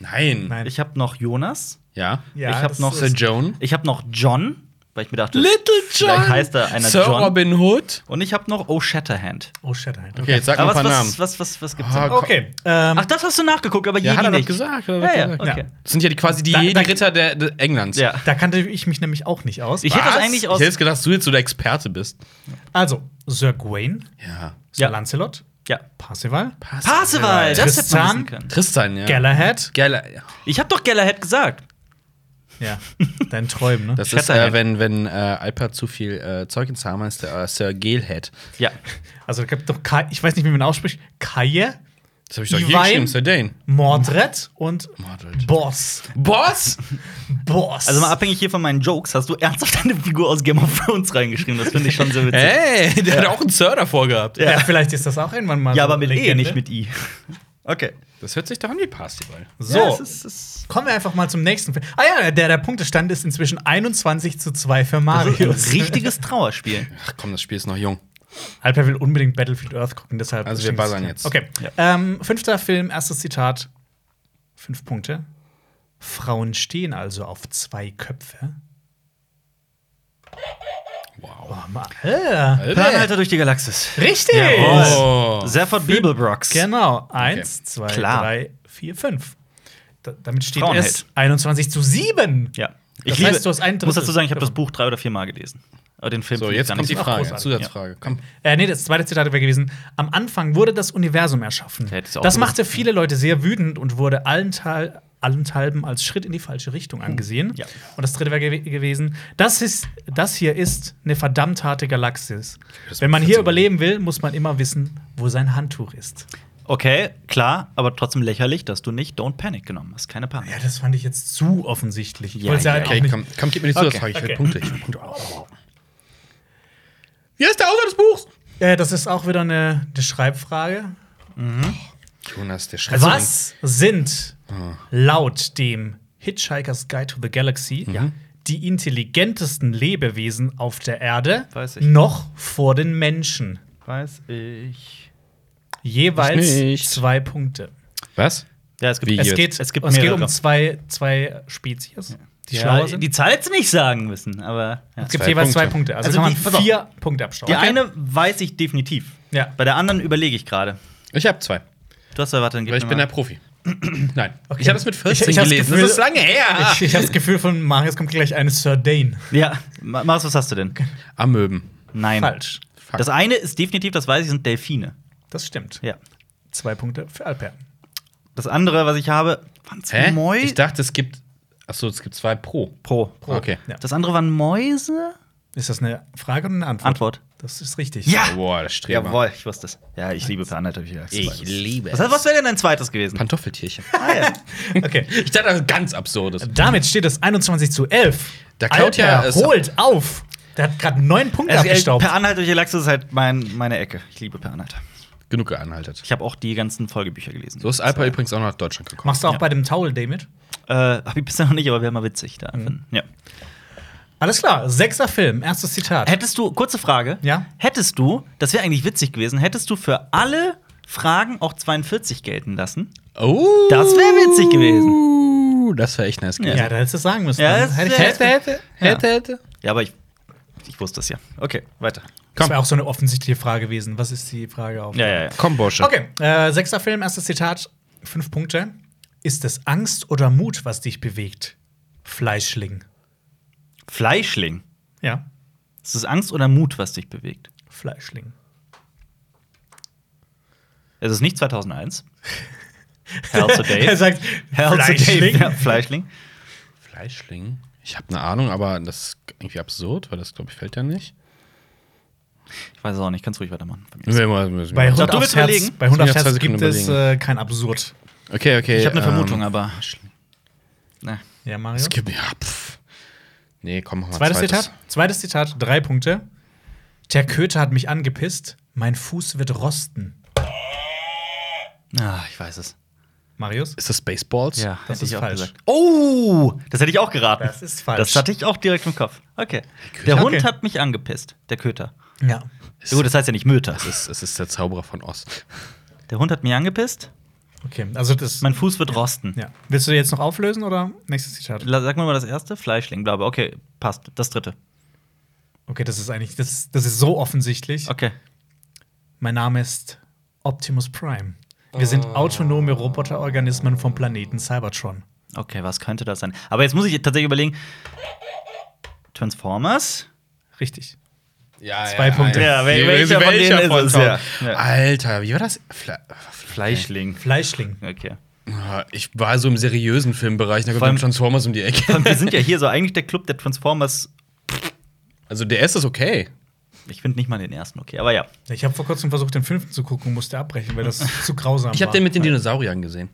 C: Nein.
A: Nein.
B: Ich habe noch Jonas.
C: Ja.
A: Ja,
B: ich hab
A: das
B: noch
A: ist-
C: Sir Joan.
B: Ich habe noch John. weil ich mir dachte,
C: Little
B: vielleicht heißt da einer
C: Sir
B: John.
C: Robin Hood.
B: Und ich habe noch Oh Shatterhand.
A: Oh, shit, halt.
C: Okay, jetzt sag mal ein
B: Aber
C: paar
B: was,
C: Namen.
B: was, was, was, was gibt's
C: Ah,
B: denn?
C: komm.
A: Okay. Ähm,
B: Ach, das hast du nachgeguckt, aber
C: Ja,
B: Jedi
C: hat er doch
B: nicht.
C: gesagt. Hat er
B: Ja,
C: doch
B: ja,
C: gesagt.
B: okay.
C: Das sind ja die, quasi die
A: Da- da-
C: Jedi-Ritter der, der Englands.
B: Ja.
A: da kannte ich mich nämlich auch nicht aus.
B: Ich hätte das eigentlich aus.
C: Ich hätte jetzt gedacht, dass du jetzt so der Experte bist.
A: also, Sir Gawain,
C: Ja.
A: Sir
B: Ja.
A: Lancelot,
B: ja.
A: Parzival,
B: Parseval, das hätte man
A: Tristan.
B: wissen können.
C: Tristan, ja.
A: Galahad.
C: Geiler. Ja.
B: Ich habe doch Galahad gesagt.
A: Ja, dein Träumen, ne?
C: Das ist,
B: Shatterhand.
C: äh, wenn, wenn äh, Alper zu viel äh, Zeug ins Haar ist, der äh, Sir Galehead.
B: Ja.
A: Also, es gibt doch Kai, ich weiß nicht, wie man ihn ausspricht. Kaye,
C: Das habe ich doch hier
A: Iwein?
C: geschrieben, Sir Dane.
A: Mordred und
C: Mordred.
A: Boss.
C: Boss!
A: Boss.
B: Also mal abhängig hier von meinen Jokes, hast du ernsthaft eine Figur aus Game of Thrones reingeschrieben. Das finde ich schon sehr witzig.
C: Hey, der hat auch einen Sir davor gehabt.
A: ja. vielleicht ist das auch irgendwann mal
B: Ja,
A: so
B: aber mit E,
A: Legende.
B: nicht mit I. Okay.
C: Das hört sich doch an wie Parsival.
A: So,
B: Ja, es ist, es ist
A: kommen wir einfach mal zum nächsten Film. Ah ja, der, der Punktestand ist inzwischen 21 zu 2 für
B: das ist
A: Marius.
B: ein richtiges Trauerspiel.
C: Ach komm, das Spiel ist noch jung.
A: Alper will unbedingt Battlefield Earth gucken, deshalb.
C: Also wir
A: schenkst-
C: buzzern jetzt.
A: Okay.
B: Ja.
A: Ähm, fünfter Film, erstes Zitat. Fünf Punkte. Frauen stehen also auf zwei Köpfe.
C: Wow.
A: Oh, Mann. Äh,
C: halt.
B: Planhalter durch die Galaxis.
A: richtig!
B: Jawohl.
C: Oh.
B: Sefford Beeblebrox.
A: Genau. Eins, zwei,
B: Klar.
A: drei, vier, fünf. Da, damit steht
B: Frauenheld.
A: es 21 zu 7.
B: Ja.
A: Das heißt, du hast ein
B: muss
A: Drittel
B: dazu sagen, ich habe das
A: davon.
B: Buch drei oder vier Mal gelesen. Aber den Film
C: So,
B: find ich
C: jetzt
B: gar
C: kommt die
B: nicht so-
A: Ach,
C: Frage,
A: großartig,
C: Zusatzfrage. Komm.
A: Äh, nee, das zweite Zitat wäre gewesen: Am Anfang wurde das Universum erschaffen.
B: Hätte ich auch
A: Das
B: gewusst.
A: machte viele Leute sehr wütend und wurde allental, allenthalben als Schritt in die falsche Richtung angesehen.
B: ja.
A: Und das dritte wäre gew gewesen: das, ist, das hier ist eine verdammt harte Galaxis.
C: Das
A: Wenn man
C: macht
A: hier
C: Sinn.
A: überleben will, muss man immer wissen, wo sein Handtuch ist.
B: Okay, klar, aber trotzdem lächerlich, dass du nicht Don't Panic genommen hast. Keine Panik.
A: Ja, das fand ich jetzt zu offensichtlich. Ich
B: Ja,
A: wollte's ja,
B: ja,
A: halt auch
C: Okay,
A: nicht.
C: komm, komm, gib mir die Zusatzfrage. Ich
A: okay.
C: will Punkte. Ich will Punkte. Wie heißt der Autor des Buchs?
A: Äh, das ist auch wieder eine, eine Schreibfrage.
C: Jonas, der schreibt.
A: Was sind
C: Ah.
A: laut dem Hitchhiker's Guide to the Galaxy
C: Mhm.
A: die intelligentesten Lebewesen auf der Erde
B: Weiß ich.
A: noch vor den Menschen?
B: Weiß ich.
A: Jeweils
C: Ich nicht.
A: zwei Punkte.
C: Was?
B: Ja, es gibt
C: Wie
A: Es
C: Jetzt.
A: geht,
B: Es gibt
A: es geht
B: mehrere.
A: um zwei, zwei Spezies, die
B: ja,
A: schlauer sind.
B: die Zahl hättest du nicht sagen müssen, aber. Ja.
A: es gibt
C: Zwei
A: jeweils zwei
C: Punkte.
A: Punkte. Also,
B: Also
A: kann man
B: die- pass auf.
A: vier Punkte abstauben.
B: Die eine weiß ich definitiv.
A: Ja.
B: Bei der anderen überlege ich gerade.
C: Ich habe zwei.
B: Du hast erwartet, dann gib
C: Weil ich
B: mir
C: bin
B: mal.
C: der Profi. Nein.
A: Okay.
C: Ich habe das mit 14
A: Ich- ich hab's
C: gelesen.
A: Gefühl-
C: lange her.
B: Ah.
A: Ich, ich habe das Gefühl, von Marius kommt gleich eine Sir Dane.
B: Ja, Ma- Marius, was hast du denn?
C: Amöben.
B: Nein.
A: Falsch.
C: Fuck.
B: Das eine ist definitiv, das weiß ich, sind Delfine.
A: Das stimmt.
B: Ja.
A: Zwei Punkte für Alper.
B: Das andere, was ich habe, waren
C: Hä?
B: Mäu-
C: Ich dachte, es gibt. Achso, es gibt zwei pro. Ah,
B: Pro. Pro.
C: Okay.
A: Ja.
B: Das andere waren Mäuse?
A: Ist das eine Frage oder eine Antwort?
B: Antwort.
A: Das ist richtig.
C: Boah, das Streber.
B: Jawohl, ich wusste es. Ja, ich liebe Planheit, hab ich gesagt.
C: Ich liebe
B: Was, was wäre denn dein zweites gewesen?
C: Pantoffeltierchen.
B: Ah, ja.
A: Okay.
C: ich dachte, das ist ganz absurdes.
A: Damit steht es 21 zu 11.
C: Da klaut ja-
A: Alper holt auf. Der hat gerade neun Punkte
B: Es- äh,
A: abgestaubt.
B: per Anhalt durch die Galaxis ist halt mein, meine Ecke. Ich liebe Per Anhalt.
C: Genug geanhaltet.
B: Ich habe auch die ganzen Folgebücher gelesen.
C: So ist Alper übrigens auch nach Deutschland gekommen.
A: Machst du auch bei dem Towel Day mit?
B: Äh, hab ich bisher noch nicht, aber wäre mal witzig. Da
A: Mhm.
B: finden. ja.
A: Alles klar, sechster Film, erstes Zitat.
B: Hättest du, kurze Frage.
A: Ja?
B: Hättest du, das wäre eigentlich witzig gewesen, hättest du für alle Fragen auch 42 gelten lassen?
C: Oh.
B: Das wär witzig gewesen.
C: Das wäre echt nice gewesen.
A: ja, da hättest du es sagen müssen.
B: Ja,
A: Dann
B: das
A: hätte ich
B: wär-
A: das
B: hätte- hätte- hätte,
C: hätte.
B: Ja, aber ich, ich wusste es ja. Okay, weiter.
A: das wäre auch so eine offensichtliche Frage gewesen. Was ist die Frage auf?
B: Ja, ja, ja.
C: Komm, Bursche.
A: Okay, äh, sechster Film, erstes Zitat, fünf Punkte. Ist es Angst oder Mut, was dich bewegt? Fleischling.
B: Fleischling.
A: Ja,
B: Ist es Angst oder Mut, was dich bewegt?
A: Fleischling.
B: Es ist nicht 2001. Hell to
A: Er
B: Dave.
A: sagt
B: Hell to Dave. Ja,
A: Also Fleischling.
B: Fleischling.
C: Fleischling. Ich habe eine Ahnung, aber das ist irgendwie absurd, weil das, glaube ich, fällt ja nicht.
B: Ich weiß es auch nicht. Kannst ruhig weitermachen. Von mir aus.
C: Wir müssen-
A: Bei Hund
B: du
A: aufs
B: willst
A: Herz,
B: überlegen?
A: bei Hund
C: Ich
A: aufs
C: muss mir
A: Herz
C: zwei Sekunden
A: gibt es äh, kein Absurd.
C: Okay, okay.
B: Ich habe eine
C: ähm,
B: Vermutung, aber. Ne.
A: Ja, Mario.
C: Es gibt ja. Pff. Nee, komm, mach mal
A: Zweites
C: zweites.
A: Zitat. Zweites Zitat, drei Punkte. Der Köter hat mich angepisst, mein Fuß wird rosten.
B: Ah, ich weiß es.
A: Marius?
C: Ist das Spaceballs?
A: das
B: hätte
A: ist
B: ich auch
A: falsch.
B: Gesagt. Oh, das hätte ich auch geraten.
A: Das ist falsch.
B: Das hatte ich auch direkt im Kopf. Okay. Der Hund
A: Okay.
B: hat mich angepisst, der Köter.
A: Ja.
B: Ja, gut, das heißt ja nicht Möter.
C: Es ist, es ist der Zauberer von Oz.
B: Der Hund hat mich angepisst,
A: Okay, also das.
B: mein Fuß wird rosten.
A: ja. Willst du jetzt noch auflösen oder nächstes Zitat?
B: La- Sag mir mal das erste, Fleischling, glaube Okay, passt. Das dritte.
A: Okay, das ist eigentlich, das, das ist so offensichtlich.
B: Okay.
A: Mein Name ist Optimus Prime. Wir sind
C: Ah.
A: autonome Roboterorganismen vom Planeten Cybertron.
B: Okay, was könnte das sein? Aber jetzt muss ich tatsächlich überlegen. Transformers?
A: Richtig.
C: Ja,
A: Zwei Punkte.
B: Ja, wel- welcher von denen ist es? Ja, ja.
C: Alter, wie war das? Fle
B: Fleischling.
A: Fleischling.
B: Okay.
C: Ah, Ich war so im seriösen Filmbereich, da
B: Vor allem-
C: kommt Transformers um die Ecke.
B: Und wir sind ja hier so eigentlich der Club der Transformers.
C: Also der erste ist okay.
B: Ich finde nicht mal den ersten okay, aber ja.
A: Ich habe vor kurzem versucht, den fünften zu gucken und musste abbrechen, weil das zu grausam
C: Ich habe
A: war.
C: den mit den Dinosauriern gesehen.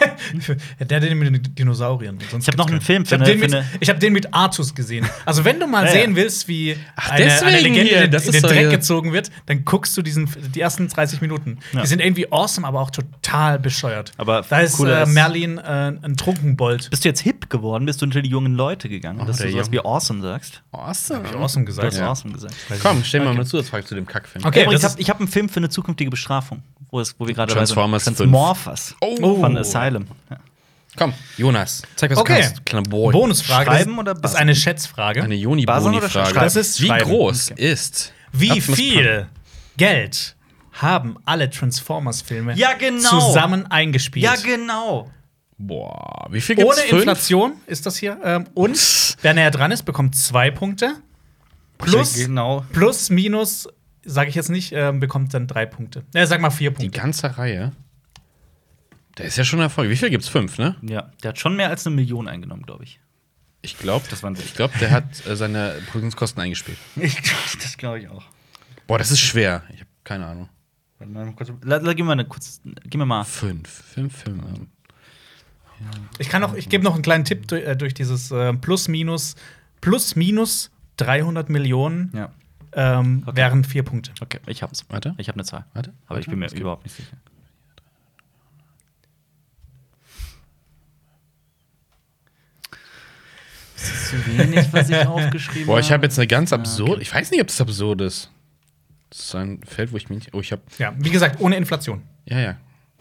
A: Ja, der den mit den Dinosaurieren. Sonst
B: Ich hab noch
A: gibt's
B: einen Film
A: Ich habe
B: für
A: den,
B: eine-
A: mit-
B: für
A: ich hab den mit Artus gesehen. Also, wenn du mal
B: Ja, ja.
A: sehen willst, wie
C: Ach,
A: eine, eine
C: deswegen
A: Legende
C: hier,
A: in den-
C: das
A: in
C: ist
A: den
C: so
A: Dreck
C: hier.
A: gezogen wird, dann guckst du diesen, die ersten 30 Minuten.
B: Ja.
A: Die sind irgendwie awesome, aber auch total bescheuert.
B: Aber
A: da ist
B: cooler
A: äh,
B: ist-
A: Merlin äh, ein Trunkenbold.
B: Bist du jetzt hip geworden? Bist du unter die jungen Leute gegangen,
C: Oh,
B: dass du
C: der
B: sowas
C: Junge.
B: wie awesome sagst?
C: Awesome.
A: Awesome
B: Du hast
A: gesagt.
C: Ja.
B: awesome gesagt.
C: Komm, stell mal eine Zusatzfrage zu dem Kackfilm.
A: Okay,
B: Übrigens, ich
A: das
B: habe hab einen Film für eine zukünftige Bestrafung, wo, es, wo wir gerade
C: Transformers
B: dabei sind.
C: 5.
B: Transmorphers
C: Oh.
B: von Asylum. Ja.
C: Komm, Jonas, zeig was
A: Okay.
C: du kannst. Kleiner Boy.
A: Bonusfrage.
B: Schreiben
A: Das-
B: oder
A: Das ist
B: basteln?
A: eine Schätzfrage.
C: Eine joni
B: Basen
C: boni
B: oder
C: frage
B: Schreiben?
A: Das ist
C: Wie
A: Schreiben.
C: groß ist
A: Wie
C: Optimus Prime?
A: viel Geld haben alle Transformers-Filme
B: Ja, genau.
A: zusammen eingespielt?
B: ja, genau.
C: Boah, wie viel gibt's?
A: Ohne
C: Fünf?
A: Inflation ist das hier. Ähm, und wer näher dran ist, bekommt zwei Punkte. Plus,
B: Ja, genau.
A: plus minus, sage ich jetzt nicht, ähm, bekommt dann drei Punkte. Ne, sag mal vier
C: Die
A: Punkte.
C: ganze Reihe. Der ist ja schon ein Erfolg. Wie viel gibt's? Fünf, ne?
B: Ja, der hat schon mehr als eine Million eingenommen, glaube ich.
C: Ich glaube,
B: Das waren sechs.
C: ich glaube, der hat äh, seine Produktionskosten eingespielt.
B: ich das glaube ich auch.
C: Boah, das ist schwer. Ich habe keine Ahnung.
B: Warte mal kurz- La, la, gib mir mal eine kurz, gib mir mal.
C: Fünf, fünf Filme.
A: Ich kann noch, ich gebe noch einen kleinen Tipp durch, äh, durch dieses äh, plus minus, plus minus 300 Millionen
B: Ja,
A: ähm,
B: Okay.
A: wären vier Punkte.
B: okay, ich hab's.
C: Warte.
B: Ich habe eine Zahl.
C: Warte,
B: Aber ich
C: warte,
B: bin mir
C: es gibt-
B: überhaupt nicht sicher. Das ist zu wenig, was ich aufgeschrieben
C: Boah, ich habe jetzt eine ganz
B: Ja,
C: absurde. Ich weiß nicht, ob das absurd ist. Das ist ein Feld, wo ich mich nicht. Oh, ich habe.
A: Ja, wie gesagt, ohne Inflation.
C: Ja, ja.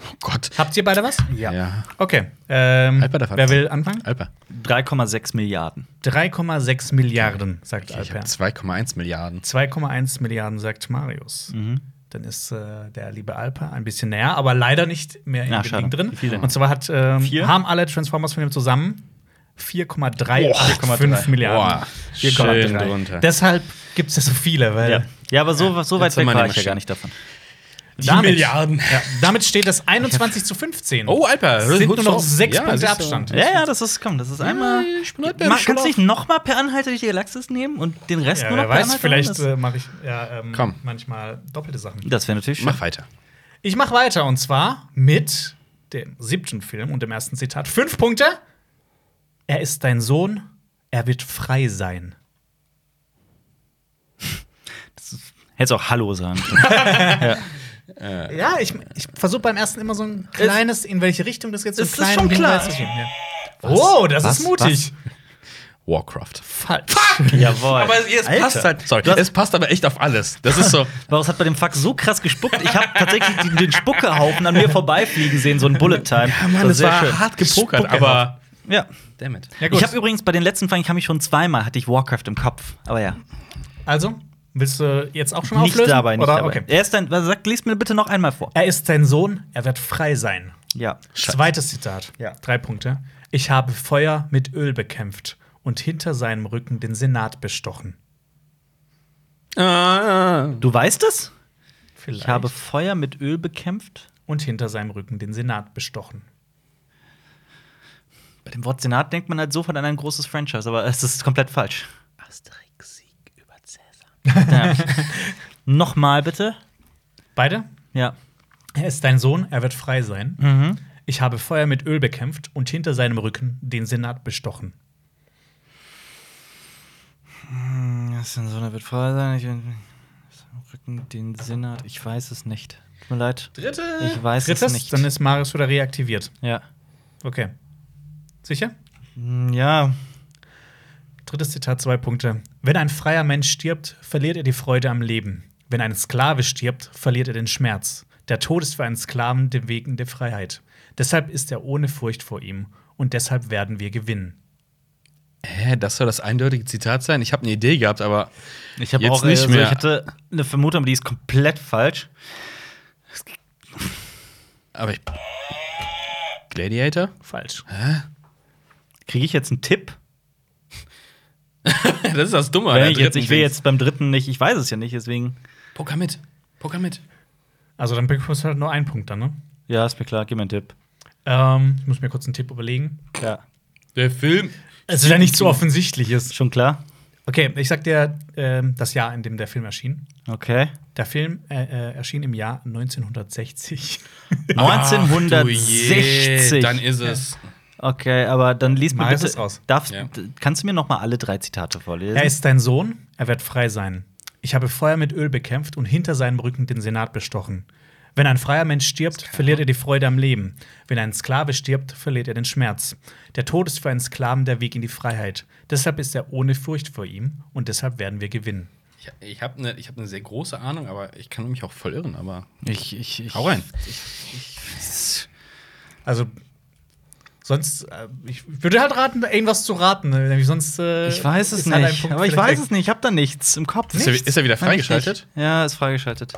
C: Oh Gott.
A: Habt ihr beide was?
B: Ja.
C: Ja.
A: Okay. Ähm,
C: Alper darf
A: wer
C: anfangen.
A: will anfangen?
C: Alper.
B: 3,6 Milliarden.
A: 3,6 Milliarden, sagt
C: Ich habe
A: Alper.
C: 2,1 Milliarden.
A: 2,1 Milliarden, sagt Marius. Dann ist äh, der liebe Alper ein bisschen näher, aber leider nicht mehr in
B: Na,
A: dem
B: schade.
A: Ding drin.
B: Wie viel denn?
A: Und zwar hat, ähm,
B: Vier?
A: haben alle Transformers-Filme zusammen 4,385
B: 4,3.
A: Milliarden.
C: Boah, schön
A: 4,3.
C: drunter.
A: Deshalb gibt es ja so viele, weil
B: Ja, ja aber so, so weit
C: Jetzt haben
B: weg
C: wir
B: war
C: nämlich
B: ich ja gar
C: schon.
B: nicht davon.
A: Die
C: Milliarden.
A: Ja, damit steht das 21 zu 15.
C: Oh, Alper.
A: Es sind
C: hol-
A: nur noch
C: hol-
A: sechs
C: Ja,
A: Punkte
C: siehst du.
A: Abstand.
B: Ja, ja, das ist, komm, das ist einmal.
C: ich bin halt
B: Ma,
C: schon
B: kannst du
C: auf-
B: nicht nochmal per Anhalter durch die Galaxis nehmen und den Rest
A: Ja,
B: nur
A: wer
B: noch per
A: weiß,
B: Anhalter
A: vielleicht
B: nehmen?
A: äh, mache ich ja, ähm,
C: Komm.
A: manchmal doppelte Sachen.
B: Das, das wäre natürlich schön.
C: Mach weiter.
A: Ich mache weiter und zwar mit dem siebten Film und dem ersten Zitat. Fünf Punkte. Er ist dein Sohn, er wird frei sein.
B: Hättest auch Hallo sagen können.
A: Ja, ich, ich versuche beim ersten immer so ein kleines, in welche Richtung das jetzt so
B: Es ist
A: kleinen
B: schon klar.
A: Hinweis zu geben. Ja. Oh, das
B: Was?
A: ist mutig.
C: Warcraft.
A: Falsch.
B: Jawohl. Alter.
C: Sorry,
B: Du hast-
C: es passt aber echt auf alles. Das ist so.
B: Boris hat bei dem Fax so krass gespuckt, ich habe tatsächlich den, den Spuckehaufen an mir vorbeifliegen sehen, so ein Bullet Time.
C: Ja, Mann,
B: das
C: es
B: sehr
C: war
B: schön.
C: hart gepokert,
A: Spucke
C: aber.
B: Ja.
C: Damn it.
A: Ja,
B: Ich habe übrigens bei den letzten Fragen, ich habe mich schon zweimal, hatte ich Warcraft im Kopf. Aber ja,
A: also, willst du jetzt auch schon
B: nicht
A: auflösen?
B: dabei, nicht
A: Oder?
B: dabei.
A: Okay.
B: Er ist dann, was sagt, lies mir bitte noch einmal vor.
A: Er ist dein Sohn, er wird frei sein.
B: Ja.
A: Zweites Zitat.
B: Ja.
A: Drei Punkte. Ich habe Feuer mit Öl bekämpft und hinter seinem Rücken den Senat bestochen.
C: Ah.
B: Du weißt es?
A: Vielleicht.
B: Ich habe Feuer mit Öl bekämpft.
A: und hinter seinem Rücken den Senat bestochen.
B: Bei dem Wort Senat denkt man halt sofort an ein großes Franchise, aber es ist komplett falsch.
C: Asterix Sieg über Cäsar.
B: Nochmal bitte.
A: Beide?
B: Ja. Mhm.
A: Er ist dein Sohn, er wird frei sein. Ich habe Feuer mit Öl bekämpft und hinter seinem Rücken den Senat bestochen.
B: Das denn so eine wird frei sein. Ich Rücken den Senat. Ich weiß es nicht. Tut mir leid.
C: Dritte.
B: Ich weiß es
A: Drittes,
B: nicht.
A: dann ist Marius wieder reaktiviert.
B: ja.
A: Okay. Sicher?
B: Mm, Ja.
A: Drittes Zitat, zwei Punkte. Wenn ein freier Mensch stirbt, verliert er die Freude am Leben. Wenn ein Sklave stirbt, verliert er den Schmerz. Der Tod ist für einen Sklaven der Weg in der Freiheit. Deshalb ist er ohne Furcht vor ihm und deshalb werden wir gewinnen.
C: Hä, das soll das eindeutige Zitat sein? Ich habe eine Idee gehabt, aber
B: Ich habe
C: Jetzt
B: auch
C: nicht
B: nicht
C: mehr.
B: Ich hatte eine Vermutung, aber die ist komplett falsch.
C: Aber ich. Gladiator?
A: Falsch.
B: Kriege ich jetzt einen Tipp?
C: das ist das Dumme. an
B: Wenn
C: der
B: ich, jetzt,
C: dritten
B: ich will
C: Dings.
B: jetzt beim dritten nicht, ich weiß es ja nicht, deswegen.
C: Poker mit. Poker mit.
A: Also dann bekommst du halt nur einen Punkt dann, ne?
B: Ja, ist mir klar, gib mir einen Tipp.
A: Ähm, ich muss mir kurz einen Tipp überlegen.
B: Ja.
C: Der Film.
A: Also, der nicht so offensichtlich ist.
B: Schon klar?
A: Okay, ich sag dir ähm, das Jahr, in dem der Film erschien.
B: Okay.
A: Der Film äh, äh, erschien im Jahr 1960.
B: Ah,
C: Ach, du
B: 1960.
C: je, dann ist es.
B: okay, aber dann lies mir
A: Mach es
B: bitte
A: raus.
B: Darf,
C: Ja.
B: d- Kannst du mir noch mal alle drei Zitate vorlesen?
A: Er ist dein Sohn, er wird frei sein. Ich habe Feuer mit Öl bekämpft und hinter seinem Rücken den Senat bestochen. Wenn ein freier Mensch stirbt, verliert er die Freude am Leben. Wenn ein Sklave stirbt, verliert er den Schmerz. Der Tod ist für einen Sklaven der Weg in die Freiheit. Deshalb ist er ohne Furcht vor ihm und deshalb werden wir gewinnen.
C: Ich, ich habe eine hab ne sehr große Ahnung, aber ich kann mich auch voll irren, aber.
B: ich, ich, ich,
C: Hau rein.
A: Also sonst, äh, ich würde halt raten, irgendwas zu raten, ne? nämlich sonst. äh,
B: Ich weiß es
A: ist halt ein
B: nicht.
A: Punkt
B: aber ich
A: vielleicht
B: weiß
A: weg.
B: es nicht. Ich habe da nichts im Kopf.
C: Ist er-
B: Nichts.
C: ist er wieder
B: Kann ich
C: freigeschaltet?
B: nicht. Ja, ist freigeschaltet.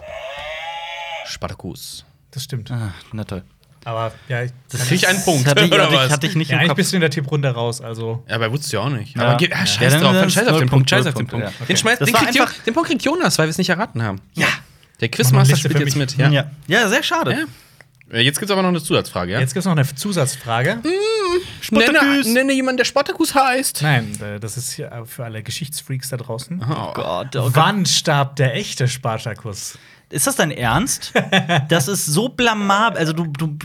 C: Spartakus.
A: Das stimmt.
B: Ah, na toll.
A: Aber ja, ich
C: Das krieg ich einen Punkt.
B: Hatte ich,
C: oder
B: hatte ich,
C: was?
B: hatte ich nicht
A: ja,
B: im
A: eigentlich
B: Kopf.
A: bist du in der Tipprunde raus, also.
C: Ja, aber wusstest du ja auch nicht.
B: Ja.
C: Aber geht, ah,
B: Ja,
C: scheiß
B: dann-
C: drauf,
B: dann
C: dann
B: ist
C: scheiß auf den Punkt,
B: Nullpunkt,
C: scheiß auf den Punkt.
B: Nullpunkt, ja.
C: Den, schmeiß,
B: Das
C: den,
B: war
C: kriegt Jo-
B: einfach-
C: den Punkt kriegt Jonas, weil wir es nicht erraten haben.
B: Ja.
A: Mach
C: Der
A: noch
C: Quizmaster
A: eine Liste
C: spielt
A: für
C: jetzt mit.
A: mich.
C: Ja. Ja.
B: ja. Ja, sehr schade.
C: Äh, Jetzt gibt's aber noch eine Zusatzfrage, ja?
A: Jetzt gibt es noch eine Zusatzfrage.
B: Mhm.
C: nenne, nenne jemanden, der Spartakus heißt.
A: Nein, äh, das ist hier äh, für alle Geschichtsfreaks da draußen.
B: Oh Gott, oh Gott.
A: Wann starb der echte Spartakus?
B: Ist das dein Ernst? das ist so blamabel. Also, du, du.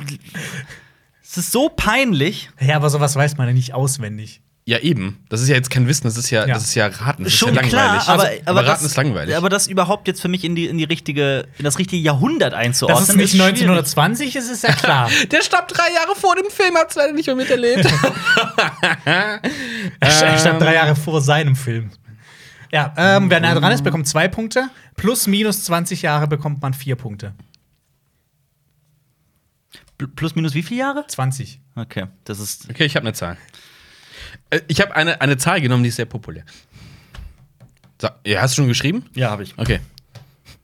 B: Es ist so peinlich.
A: Ja, aber sowas weiß man ja nicht auswendig.
C: Ja, eben. Das ist ja jetzt kein Wissen, das ist ja,
A: Ja.
C: Das ist ja Raten. Das
B: Schon
C: ist ja langweilig.
B: klar, aber,
C: Also,
B: aber
C: Raten ist langweilig.
B: Aber das überhaupt jetzt für mich in, die, in, die richtige, in das richtige Jahrhundert einzuordnen.
A: Das ist nicht
B: schwierig.
A: 1920, es ist ja klar.
C: der starb drei Jahre vor dem Film, hat's leider nicht mehr miterlebt.
A: Er starb drei Jahre vor seinem Film. Ja, ähm, wer nah dran ist, bekommt zwei Punkte. Plus minus 20 Jahre bekommt man vier Punkte.
B: Pl- Plus, minus wie viele Jahre?
A: 20.
B: Okay, das ist.
C: okay, ich habe eine Zahl. Äh, Ich habe eine, eine Zahl genommen, die ist sehr populär. So, ja, hast du schon geschrieben?
B: Ja, habe ich.
C: Okay.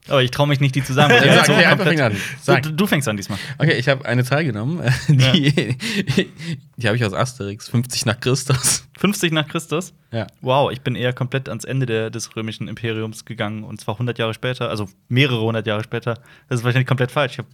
B: Aber Oh, ich traue mich nicht, die zu sagen. weil die
C: Sag,
B: so
C: okay, einfach
B: komplett-
C: fang an.
B: du,
C: Sag.
B: du du fängst an diesmal.
C: Okay, ich habe eine Zahl genommen. äh, Die, die habe ich aus Asterix, 50 nach Christus.
B: 50 nach Christus.
C: Ja.
B: Wow, ich bin eher komplett ans Ende der, des römischen Imperiums gegangen und zwar 100 Jahre später, also mehrere hundert Jahre später. Das ist wahrscheinlich komplett falsch. Ich habe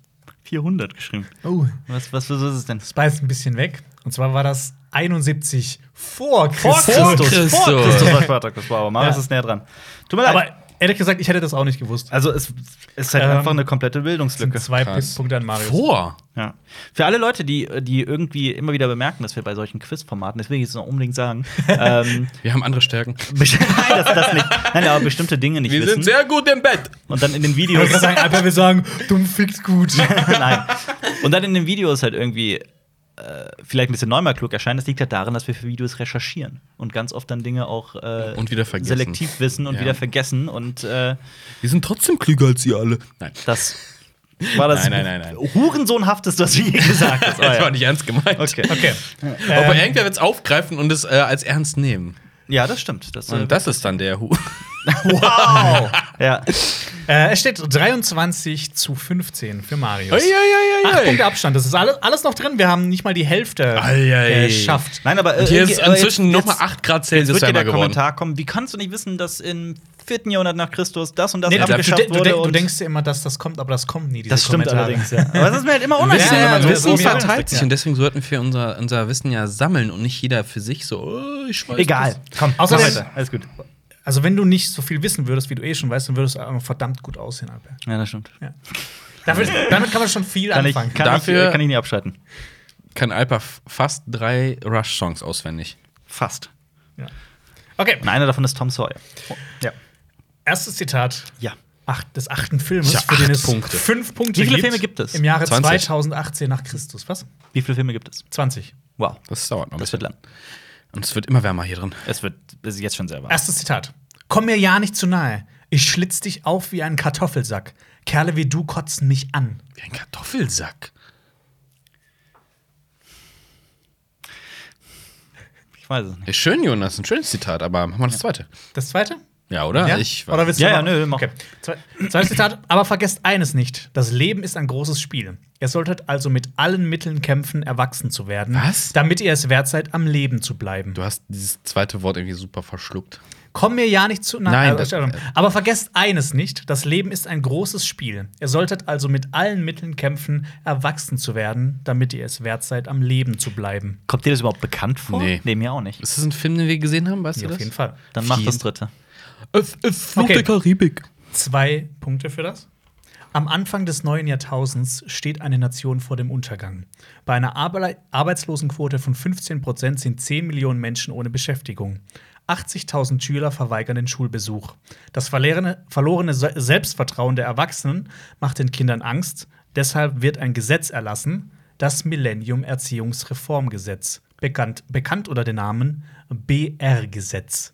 B: 400 geschrieben.
A: Oh,
B: Was, was, was ist es denn?
A: das beißt ein bisschen weg. Und zwar war das 71 vor Christus.
C: Christus.
B: Vor Christus war Spartacus. Wow, aber Marius
A: Ja.
B: ist näher dran. Tut mir leid.
A: Aber ehrlich gesagt, ich hätte das auch nicht gewusst.
B: also, es ist halt
A: Ähm,
B: einfach eine komplette
A: Das sind
B: Bildungslücke.
A: zwei
C: Krass.
A: Punkte an Marius.
C: Vor?
B: Ja. Für alle Leute, die, die irgendwie immer wieder bemerken, dass wir bei solchen Quizformaten, das will ich jetzt noch unbedingt sagen, ähm,
C: Wir haben andere Stärken.
B: best- nein, das, das nicht. Nein, aber bestimmte Dinge nicht wissen.
C: sehr gut im Bett.
B: und dann in den
A: Ich
B: Videos.
A: wollte gerade sagen, einfach wir sagen, dumm fickt gut.
B: nein. Und dann in den Videos halt irgendwie äh, vielleicht ein bisschen neunmal klug erscheinen. Das liegt halt daran, dass wir für Videos recherchieren und ganz oft dann Dinge auch äh,
C: Und wieder vergessen.
B: selektiv wissen und
C: Ja.
B: wieder vergessen. Und äh,
C: Wir sind trotzdem klüger als ihr alle. Nein.
B: das war das
C: Nein, nein, nein,
B: Hurensohnhafteste, was du je gesagt hast. Oh,
C: Das war
B: ja.
C: nicht ernst gemeint.
B: Okay.
A: Okay.
C: Aber
A: Ähm,
C: irgendwer wird es aufgreifen und es äh, als ernst nehmen.
B: ja, das stimmt. Das, äh,
C: Und das ist dann der Hu.
B: wow! ja.
A: äh, es steht 23 zu 15 für Marius. Acht Punkte
C: Eieieiei.
A: Abstand, das ist alles, alles noch drin. Wir haben nicht mal die Hälfte
C: Eieiei.
A: äh, geschafft.
B: Nein, aber äh,
C: Und hier ist
B: irgendwie- aber
C: inzwischen
B: jetzt-
C: nochmal 8 Grad Celsius
B: Jetzt wird dir
C: wärmer
B: der
C: geworden.
B: Kommentar kommen, wie kannst du nicht wissen, dass im 4. Jahrhundert nach Christus das und das
A: Nee, du, du,
B: abgeschafft
A: du, Also du,
B: wurde?
A: du
B: und-
A: denkst dir immer, dass das kommt, aber das kommt nie. Diese
B: das stimmt
A: Kommentare.
B: allerdings, ja. Aber es ist mir halt immer
C: Wissen,
B: unangenehm.
A: Ja,
B: wenn man
A: ja,
B: so
A: Wissen
B: groß
A: verteilt
B: denkt. Ja.
C: deswegen sollten wir unser, unser Wissen ja sammeln und nicht jeder für sich so, oh, ich weiß
B: Egal, komm,
A: Außerdem-
B: mach weiter. Alles gut.
A: Also, wenn du nicht so viel wissen würdest, wie du eh schon weißt, dann würdest du auch verdammt gut aussehen, Alper.
B: Ja, das stimmt.
A: Damit, damit kann man schon viel
B: Kann ich,
A: anfangen.
B: kann, ich,
C: Dafür-
B: äh, kann ich nie abschalten.
C: das. Kann Alpa f- fast drei Rush-Songs auswendig.
B: Fast.
A: ja. Okay,
B: Und einer davon ist Tom Sawyer. Oh, Ja.
A: erstes Zitat
B: Ja.
A: acht, des achten Filmes,
C: Ja,
A: für den
C: acht
A: es
C: Punkte.
A: fünf Punkte
B: Wie viele Filme gibt es?
A: Im Jahre
C: 20.
A: 2018 nach Christus. Was?
B: Wie viele Filme gibt es?
A: 20.
B: Wow.
C: Das dauert noch ein
B: Das
C: bisschen.
B: wird lang.
C: Und es wird immer wärmer hier drin.
B: Es wird es ist jetzt schon sehr warm.
A: Erstes Zitat. Komm mir ja nicht zu nahe. Ich schlitz dich auf wie einen Kartoffelsack. Kerle wie du kotzen mich an.
C: Wie ein Kartoffelsack.
B: Ich Ich weiß es nicht.
C: Ja, schön, Jonas, ein schönes Zitat, aber machen wir das zweite.
A: Das zweite?
C: Ja, oder?
A: Ja?
C: Ich weiß.
A: Oder willst du
B: Ja,
A: noch-
B: ja, nö, mach.
A: Okay. Zwe- Zweites Zitat. Aber vergesst eines nicht. Das Leben ist ein großes Spiel. Ihr solltet also mit allen Mitteln kämpfen, erwachsen zu werden.
C: Was?
A: Damit ihr es wert seid, am Leben zu bleiben.
C: du hast dieses zweite Wort irgendwie super verschluckt.
A: Komm mir ja nicht zu nah.
C: Nein,
A: also,
C: das-
A: Entschuldigung. aber vergesst eines nicht. Das Leben ist ein großes Spiel. Ihr solltet also mit allen Mitteln kämpfen, erwachsen zu werden, damit ihr es wert seid, am Leben zu bleiben.
B: Kommt dir das überhaupt bekannt vor?
C: Nee.
B: Nee, mir auch nicht.
C: Ist das ein Film, den wir gesehen haben? Weißt
A: Ja,
C: du das?
A: auf jeden Fall.
B: Dann mach
C: Viel.
B: das dritte.
C: Flug
A: Okay. der
C: Karibik.
A: Zwei Punkte für das. Am Anfang des neuen Jahrtausends steht eine Nation vor dem Untergang. Bei einer Arbe Arbeitslosenquote von 15 Prozent sind 10 Millionen Menschen ohne Beschäftigung. 80.000 Schüler verweigern den Schulbesuch. Das verlorene, verlorene Se- Selbstvertrauen der Erwachsenen macht den Kindern Angst. Deshalb wird ein Gesetz erlassen, das Millennium Erziehungsreformgesetz, bekannt, bekannt unter dem Namen BR-Gesetz.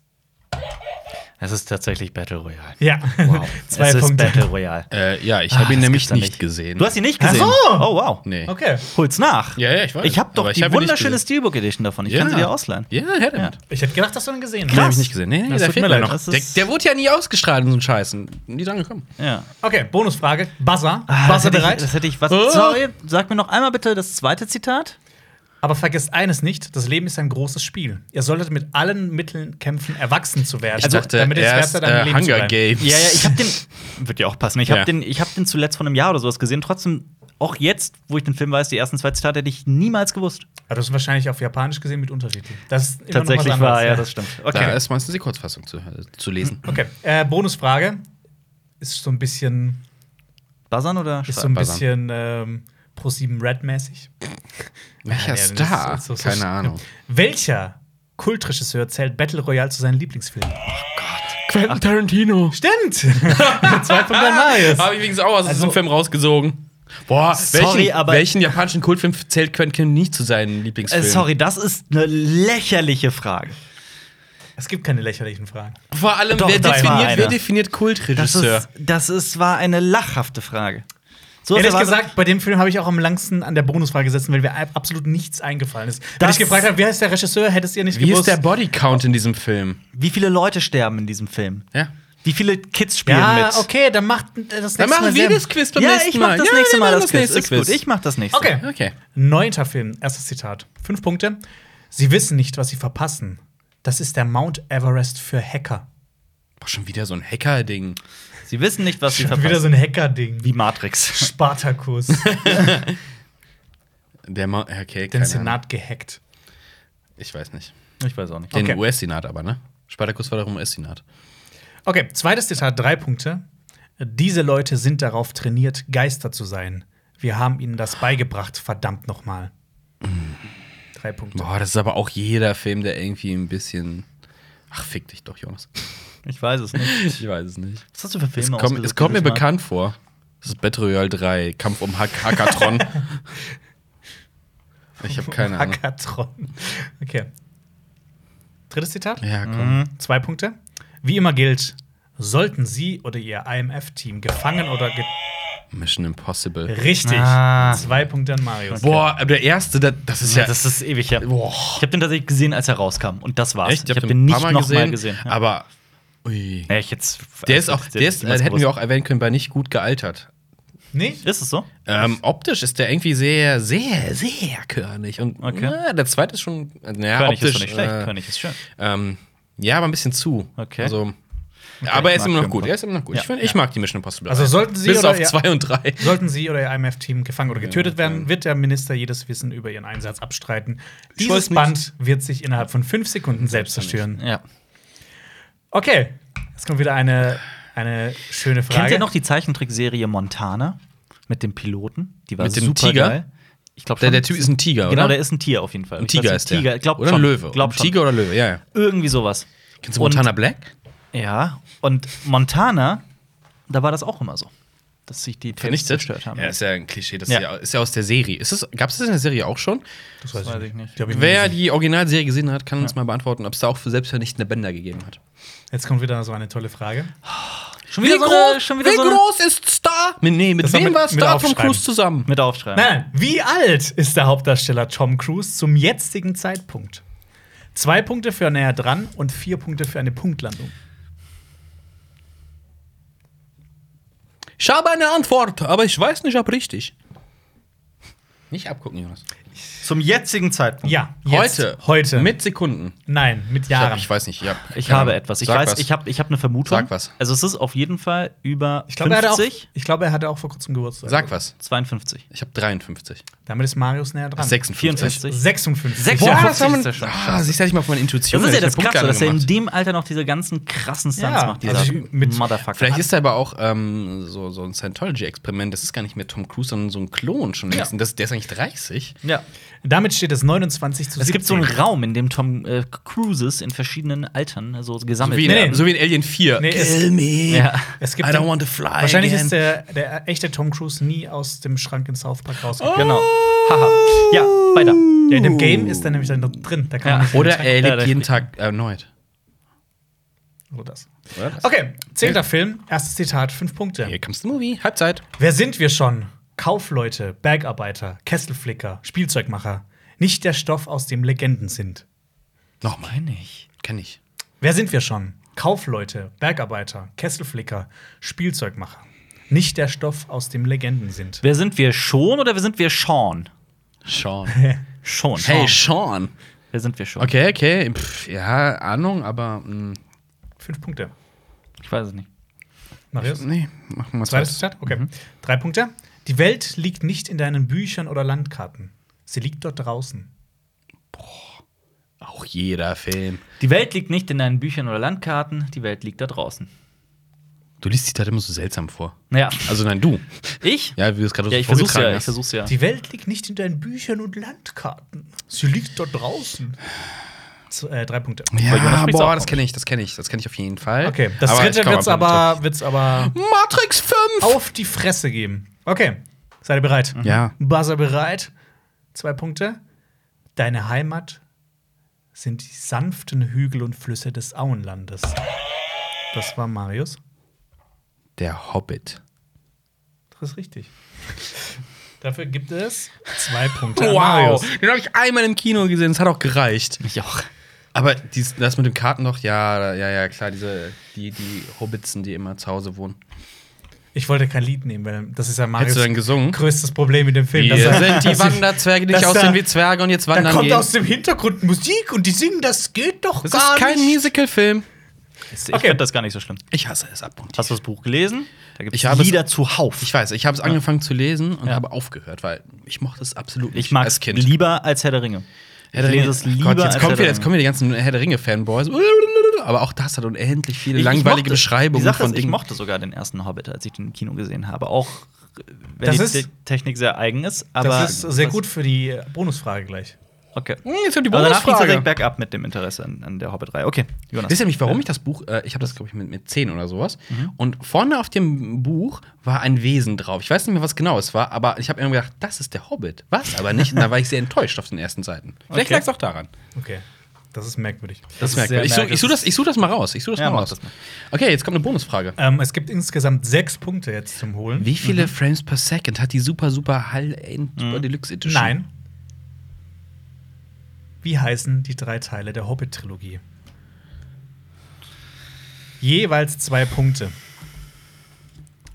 B: Es ist tatsächlich Battle Royale.
A: Ja,
B: Wow.
A: zwei
B: es ist
A: Punkte.
B: Battle Royale.
C: Äh, ja, ich habe
B: Ah,
C: ihn
B: das
C: nämlich
B: gibt's doch
C: nicht, gesehen.
B: Du hast ihn nicht
A: Ach
B: gesehen?
A: so.
B: Oh, wow.
C: Nee.
A: Okay.
B: Hol's nach.
C: Ja, ja, ich weiß.
B: Ich habe doch
C: Aber ich
B: die
C: hab ihn nicht
B: wunderschöne
C: gesehen.
B: Steelbook Edition davon. Ich kann sie dir ausleihen.
C: Ja, her damit. Ja.
A: Ich hätte gedacht, dass du ihn gesehen
C: Den
A: hast.
C: habe ich nicht gesehen. Nee, nee,
B: Das
C: der
B: tut
C: fehlt
B: mir
C: mir
B: leid.
C: noch.
B: Das
C: Der,
B: ist-
C: der wurde ja nie ausgestrahlt, in so ein Scheiß. Nie dran gekommen.
B: Ja.
A: Okay, Bonusfrage. Buzzer.
B: Ah, das
A: Buzzer
B: hätte
A: bereit?
B: Ich, das hätte ich was.
C: Oh.
B: Sorry, sag mir noch einmal bitte das zweite Zitat.
A: Aber vergesst eines nicht: Das Leben ist ein großes Spiel. Ihr solltet mit allen Mitteln kämpfen, erwachsen zu werden.
C: Ich dachte,
A: Also, damit ihr es wert
C: erst
A: seid, am
C: äh,
A: Leben zu
C: Hunger
A: bleiben.
C: Games.
B: Ja, ja, ich habe den. Wird ja auch passen. Ich habe
C: Ja.
B: den, ich hab den zuletzt vor einem Jahr oder sowas gesehen. Trotzdem, auch jetzt, wo ich den Film weiß, die ersten zwei Zitate hätte ich niemals gewusst.
A: Aber du hast ihn wahrscheinlich auf Japanisch gesehen mit Untertiteln. Das ist immer
B: Tatsächlich
A: noch was
B: war,
A: anderes,
B: ja, das stimmt.
C: Da
B: Okay.
C: ist meistens die Kurzfassung zu, äh, zu lesen.
A: Okay, äh, Bonusfrage. Ist so ein bisschen,
B: Buzzern oder
A: ist so ein
C: Buzzern.
A: bisschen ähm, Pro7 Red-mäßig.
C: Welcher
A: Ja, das ist-
C: Star?
A: ist so- so
C: Keine
A: schlimm.
C: Ahnung.
A: Welcher Kultregisseur zählt Battle Royale zu seinen Lieblingsfilmen?
C: Quentin Tarantino.
A: Stimmt! Zwei Punkte an Marius.
C: Habe ich übrigens auch aus
A: Also-
C: diesem Film rausgesogen. Boah,
B: Sorry,
C: welchen,
B: aber-
C: welchen japanischen Kultfilm zählt Quentin Tarantino nicht zu seinen
B: Äh,
C: Lieblingsfilmen?
B: sorry, das ist eine lächerliche Frage.
A: Es gibt keine lächerlichen Fragen.
C: Vor allem,
B: Doch,
C: wer,
B: da war
C: definiert,
B: einer.
C: wer definiert
B: Das
C: Kultregisseur?
B: ist, das ist, war eine lachhafte Frage. So
A: Ehrlich
B: erwartet-
A: gesagt, bei dem Film habe ich auch am langsten an der Bonusfrage gesessen, weil mir ab- absolut nichts eingefallen ist. Wenn
B: Das-
A: ich gefragt habe, wer ist der Regisseur, hättest ihr nicht
C: Wie ist
A: gewusst.
C: der Bodycount in diesem Film?
B: wie viele Leute sterben in diesem Film?
C: Ja.
B: Wie viele Kids spielen mit?
A: ja, okay, dann macht äh, das nächste
C: Dann machen
A: Mal
C: wir
A: Sam.
C: das Quiz beim
B: ja,
C: nächsten
B: ich mach
C: Mal.
B: das
C: Ja,
B: nächste
C: wir
B: Mal
C: machen
B: das, Quiz. Ist gut. Ich
C: Quiz.
B: mach das nächste.
A: Okay.
C: Okay.
A: Neunter Film, erstes Zitat. Fünf Punkte. Sie wissen nicht, was sie verpassen. Das ist der Mount Everest für Hacker.
C: Boah, schon wieder so ein Hacker-Ding.
B: Sie wissen nicht, was sie verpassen.
A: Wieder so ein Hacker-Ding.
B: wie Matrix.
A: Spartakus.
C: Der Ma okay,
A: Den
C: keine Ahnung.
A: Senat gehackt.
C: Ich weiß nicht.
B: Ich weiß auch nicht.
C: Den
A: Okay.
C: US-Senat aber, ne? Spartacus war doch im US-Senat.
A: Okay, zweites Zitat, drei Punkte. Diese Leute sind darauf trainiert, Geister zu sein. Wir haben ihnen das beigebracht, verdammt nochmal. Drei Punkte.
C: Boah, das ist aber auch jeder Film, der irgendwie ein bisschen. Ach, fick dich doch, Jonas.
B: Ich weiß es nicht.
C: Ich weiß es nicht.
B: Was hast du für
C: Es,
B: Filme
C: kommt-
B: ausgesucht,
C: es kommt mir
B: jedes Mal?
C: bekannt vor. Das ist Battle Royale 3, Kampf um Hack Hackatron. ich habe keine Ahnung.
A: Hackathon. Okay. Drittes Zitat,
C: Ja, komm.
A: zwei Punkte. Wie immer gilt, sollten Sie oder Ihr IMF-Team gefangen oder ge
C: Mission Impossible.
A: Richtig.
B: Ah.
A: Zwei Punkte an Marius.
C: Boah, aber der erste, das, das ist ja.
B: Ja, das ist ewig her.
C: Boah.
B: Ich habe den tatsächlich gesehen, als er rauskam. Und das war's. Ich
C: echt,
B: habe
C: hab
B: den
C: ein
B: nicht
C: paar
B: noch mal gesehen. Ja.
C: Aber. Ui.
B: Nee, ich jetzt,
C: Der ist auch,
B: ich-
C: der ist,
B: ich- ich-
C: äh, hätten wir auch erwähnen können, bei nicht gut gealtert.
A: Nicht?
B: Ist es so?
C: Ähm, optisch ist der irgendwie sehr, sehr, sehr körnig. Und
B: Okay.
C: na, der zweite ist schon. äh, Naja,
B: König
C: optisch,
B: ist doch nicht schlecht.
C: äh,
B: König ist schön.
C: Ähm, ja, aber ein bisschen zu.
B: Okay.
C: Also, aber er ist
B: Mag
C: immer noch
B: Film
C: gut.
B: Pop.
C: Er ist immer noch gut.
B: Ja.
C: Ich, find, ich mag die Mission Impossible.
A: Also
C: Reihe.
A: sollten Sie
C: Bis
A: oder
C: auf
A: ihr-
C: zwei und drei.
A: Sollten Sie oder Ihr IMF-Team gefangen oder getötet
C: Ja,
A: werden, wird der Minister jedes Wissen über Ihren Einsatz abstreiten.
C: Ich
A: Dieses
C: weiß nicht.
A: Band wird sich innerhalb von fünf Sekunden selbst zerstören.
B: Ja.
A: Okay, jetzt kommt wieder eine, eine schöne Frage.
B: Kennt ihr noch die Zeichentrickserie Montana mit dem Piloten? Die war
C: Mit dem
B: super
C: Tiger?
B: geil. Ich glaube
C: Der, der Typ ist ein Tiger,
B: Genau,
C: oder?
B: der ist ein Tier auf jeden Fall.
C: Ein
B: Ich weiß
C: Tiger
B: nicht,
C: ist der.
B: Tiger, glaub
C: oder
B: schon.
C: ein Löwe.
B: Glaub
C: Ein
B: schon.
C: Tiger oder Löwe, ja, ja.
B: Irgendwie sowas.
C: Kennst du Montana
B: Und-
C: Black?
B: Ja, und Montana, da war das auch immer so, dass sich die Tapes
C: Vernichtet?
B: zerstört haben.
C: Ja, ist ja ein Klischee. Das
B: Ja.
C: Ist, ja, ist ja aus der Serie. Ist es, gab es das in der Serie auch schon?
A: das
B: weiß ich nicht.
A: Die hab ich nie
C: Wer
A: gesehen.
C: die Originalserie gesehen hat, kann uns mal beantworten, ob es da auch für selbstvernichtende Bänder gegeben hat.
A: Jetzt kommt wieder so eine tolle Frage.
B: schon wieder so eine, schon wieder so eine,
C: ist Star? Mit, nee, mit
A: Das war
C: wem
A: mit-
C: war
A: mit
C: Star Tom
A: Aufschreiben.
C: Cruise zusammen?
B: mit aufschreiben.
A: Nein, wie alt ist der Hauptdarsteller Tom Cruise zum jetzigen Zeitpunkt? Zwei Punkte für näher dran und vier Punkte für eine Punktlandung.
C: Ich habe eine Antwort, aber ich weiß nicht, ob richtig. Nicht abgucken, Jonas.
B: Zum jetzigen Zeitpunkt.
A: Ja, jetzt.
C: Heute.
A: Heute.
C: Mit Sekunden.
A: Nein, mit
C: Ich, hab,
A: Jahren.
C: ich weiß nicht. Ja,
B: Ich
C: keine
B: habe
C: Ahnung.
B: etwas. Ich
C: Genau. Sag
B: weiß,
C: was.
B: ich habe ich hab eine Vermutung.
C: Sag was.
B: Also es ist auf jeden Fall über
A: Ich glaube, er hatte auch,
B: 50,
A: ich glaube, er hatte auch vor kurzem Geburtstag.
C: Sag was.
B: 52.
C: Ich habe 53.
A: Damit ist Marius näher dran.
C: 56.
B: 54.
A: 56.
B: Sechs-
A: Boah,
C: Boah,
B: Ja,
C: das haben
B: ist ja
C: wir.
B: schon
C: Ah, siehst du, hätte ich mal von meiner Intuition.
B: Das ist ja
C: hätte ich
B: das
C: eine
B: Krasse, dass er in
C: Punktlandung
B: dem Alter noch diese ganzen krassen Stunts
A: Ja,
B: macht, dieser
A: also mit-
B: Motherfucker.
C: Vielleicht ist er aber auch ähm, so, so ein Scientology-Experiment. Das ist gar nicht mehr Tom Cruise, sondern so ein Klon schon längst. Und Das, der ist eigentlich 30.
B: Also, ja.
A: Damit steht es 29 zu 17.
B: Es gibt so einen Raum, in dem Tom äh, Cruises in verschiedenen Altern äh, so gesammelt
C: So wie, in,
A: Nee, nee.
C: so wie in Alien 4.
A: Nee, es-
C: me.
B: Ja.
A: Es gibt
C: I
A: den-
C: don't want to fly.
A: Wahrscheinlich
C: again.
A: ist der, der echte Tom Cruise nie aus dem Schrank in South Park rausgekommen.
B: Genau. Haha. Ja, weiter.
C: Oh.
A: In dem Game ist er nämlich dann noch drin. Da kann
B: Ja.
A: man nicht
C: Oder
A: entscheiden.
C: er
B: Ja,
C: lebt
B: das
C: jeden Tag erneut.
A: Nur Also das.
C: Okay.
A: Okay, zehnter Film, erstes Zitat, fünf Punkte.
C: Hier comes the movie. Halbzeit.
A: Wer sind wir schon? Kaufleute, Bergarbeiter, Kesselflicker, Spielzeugmacher. Nicht der Stoff, aus dem Legenden sind.
C: Nochmal.
B: Kenn ich.
C: Kenn ich.
A: Wer sind wir schon? Kaufleute, Bergarbeiter, Kesselflicker, Spielzeugmacher. Nicht der Stoff, aus dem Legenden sind.
B: Wer sind wir schon oder wer sind wir Sean?
C: Sean.
B: Schon.
C: Hey,
B: Sean.
C: Sean.
B: Wer sind wir schon?
C: Okay, okay. Pff, ja, Ahnung, aber. hm, Mh,
A: Fünf Punkte.
B: Ich weiß es nicht.
A: Marius?
C: nee, machen wir
A: Zweites Zitat?
C: zweites.
A: Okay. Drei Punkte. Die Welt liegt nicht in deinen Büchern oder Landkarten. Sie liegt dort draußen.
C: Auch jeder Film.
B: Die Welt liegt nicht in deinen Büchern oder Landkarten, die Welt liegt da draußen.
C: Du liest die Tat immer so seltsam vor.
B: Ja.
C: Also nein, du.
B: Ich?
C: Ja, wie du es gerade
B: Ja, ich versuch's ja, ich versuch's ja.
A: Die Welt liegt nicht in deinen Büchern und Landkarten. Sie liegt dort draußen. Z äh, drei Punkte.
B: Weil Jonas
C: Ja,
B: spricht's auch
C: boah, das
B: noch
C: kenne ich, das kenne ich, das kenne ich auf jeden Fall.
A: Okay, das
C: ich
A: dritte
C: komm
A: wird's
C: einfach nicht
A: aber, wird's aber
C: drauf. Matrix 5!
A: auf die Fresse geben. Okay, seid ihr bereit?
C: Ja.
A: Buzzer bereit. Zwei Punkte. Deine Heimat sind die sanften Hügel und Flüsse des Auenlandes. Das war Marius.
C: Der Hobbit.
A: Das ist richtig. Dafür gibt es zwei Punkte. an
C: Wow!
A: Marius.
C: Den habe ich einmal im Kino gesehen, das hat auch gereicht.
B: Ich auch.
C: Aber dies, das mit dem Karten noch, ja, ja, ja, klar, diese, die, die Hobbitsen, die immer zu Hause wohnen.
A: Ich wollte kein Lied nehmen, weil das ist ja Marius
C: Hättest du dann gesungen?
A: größtes Problem mit dem Film.
C: Wir
A: dass er-
C: sind die
A: dass ich-
C: Wanderzwerge, die nicht
A: dass
C: aussehen
A: da-
C: wie Zwerge und jetzt
A: Da
C: wandern
A: kommt
C: gehen.
A: aus dem Hintergrund Musik und die singen, das geht doch
C: Das
A: gar
C: ist kein
A: nicht.
C: Musicalfilm.
B: Ich
A: Okay.
B: finde das gar nicht so schlimm.
C: Ich hasse es ab und
B: Hast du das Buch gelesen? Da gibt
C: Ich habe es-
B: Lieder zuhauf.
C: Ich weiß, ich habe es angefangen zu lesen und
B: Ja.
C: habe aufgehört, weil ich mochte es absolut nicht
B: Ich mag es
C: als Kind.
B: lieber als Herr der Ringe.
C: Herr der
B: ich lese
C: Ringe.
B: es
C: Ach
B: lieber
C: Gott, jetzt
B: als
C: kommen,
B: Herr der
C: wieder, jetzt
B: Ringe.
C: kommen wieder die ganzen Herr der Ringe-Fanboys. Aber auch das hat unendlich viele
B: Ich- ich
C: langweilige
B: mochte-
C: Beschreibungen
B: die Sache
C: von
B: ist, Ich
C: Dingen.
B: mochte sogar den ersten Hobbit, als ich den im Kino gesehen habe. Auch äh, wenn
A: Das
B: die
A: ist-
B: Te- Technik sehr eigen ist. Aber
A: Das ist sehr
B: Was-
A: gut für die äh, Bonusfrage gleich.
B: Okay.
C: Hm, jetzt kommt die
B: Aber danach ging es
C: Bonusfrage.
B: direkt bergab mit dem Interesse an, an der Hobbit-Reihe. Okay, Jonas.
C: Wisst ihr nämlich, warum ich das Buch, äh, ich habe das, glaube ich, mit, mit 10 oder sowas.
B: Mhm.
C: Und vorne auf dem Buch war ein Wesen drauf. Ich weiß nicht mehr, was genau es war, aber ich habe immer gedacht, das ist der Hobbit. Was? Aber nicht. Und da war ich sehr enttäuscht auf den ersten Seiten. Vielleicht
B: Okay.
C: lag es auch daran.
A: Okay. Das ist merkwürdig.
C: Das,
B: ist
C: merkt man.
B: sehr
C: Ich suche
B: merkwürdig.
C: ich such das, ich such das mal raus. Ich such das
B: Ja,
C: mal
B: mach
C: raus.
B: das mal.
C: Okay, jetzt kommt eine Bonusfrage.
A: Ähm, es gibt insgesamt sechs Punkte jetzt zum Holen.
C: Wie viele
B: Mhm.
C: Frames per Second hat die Super Super High End Super Deluxe Edition?
A: Nein. Wie heißen die drei Teile der Hobbit-Trilogie? Jeweils zwei Punkte.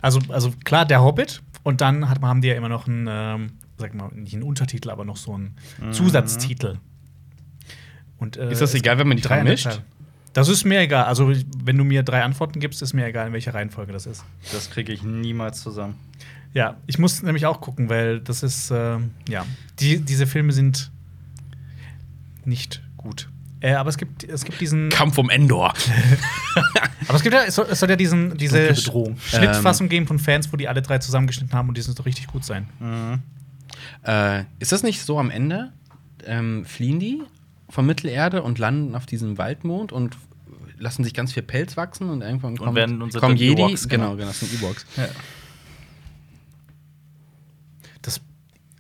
A: Also, also klar, der Hobbit und dann hat, haben die ja immer noch einen, ähm, sag mal, nicht einen Untertitel, aber noch so einen Zusatztitel. Und, äh,
C: Mhm. Ist das
A: es
C: egal, wenn man die
A: gibt drei
C: drei
A: an der
C: mischt?
A: Zahl. Das ist mir egal. Also, wenn du mir drei Antworten gibst, ist mir egal, in welcher Reihenfolge das ist.
B: Das kriege ich niemals zusammen.
A: Ja, ich muss nämlich auch gucken, weil das ist, ähm, ja, die, diese Filme sind nicht gut. Äh, aber es gibt, es gibt diesen,
C: Kampf um Endor.
A: aber es gibt ja, es soll, es soll ja diesen, diese
B: Dunkle Bedrohung. Ähm.
A: Sch- Schnittfassung geben von Fans, wo die alle drei zusammengeschnitten haben und die sind doch richtig gut sein.
B: Hm.
C: äh, ist das nicht so am Ende? Ähm, fliehen die von Mittelerde und landen auf diesem Waldmond und lassen sich ganz viel Pelz wachsen und irgendwann kommen,
B: werden unsere
C: kommen
B: dann
C: Jedi.
B: Ewoks, genau.
C: genau, genau, das sind Ewoks.
A: Das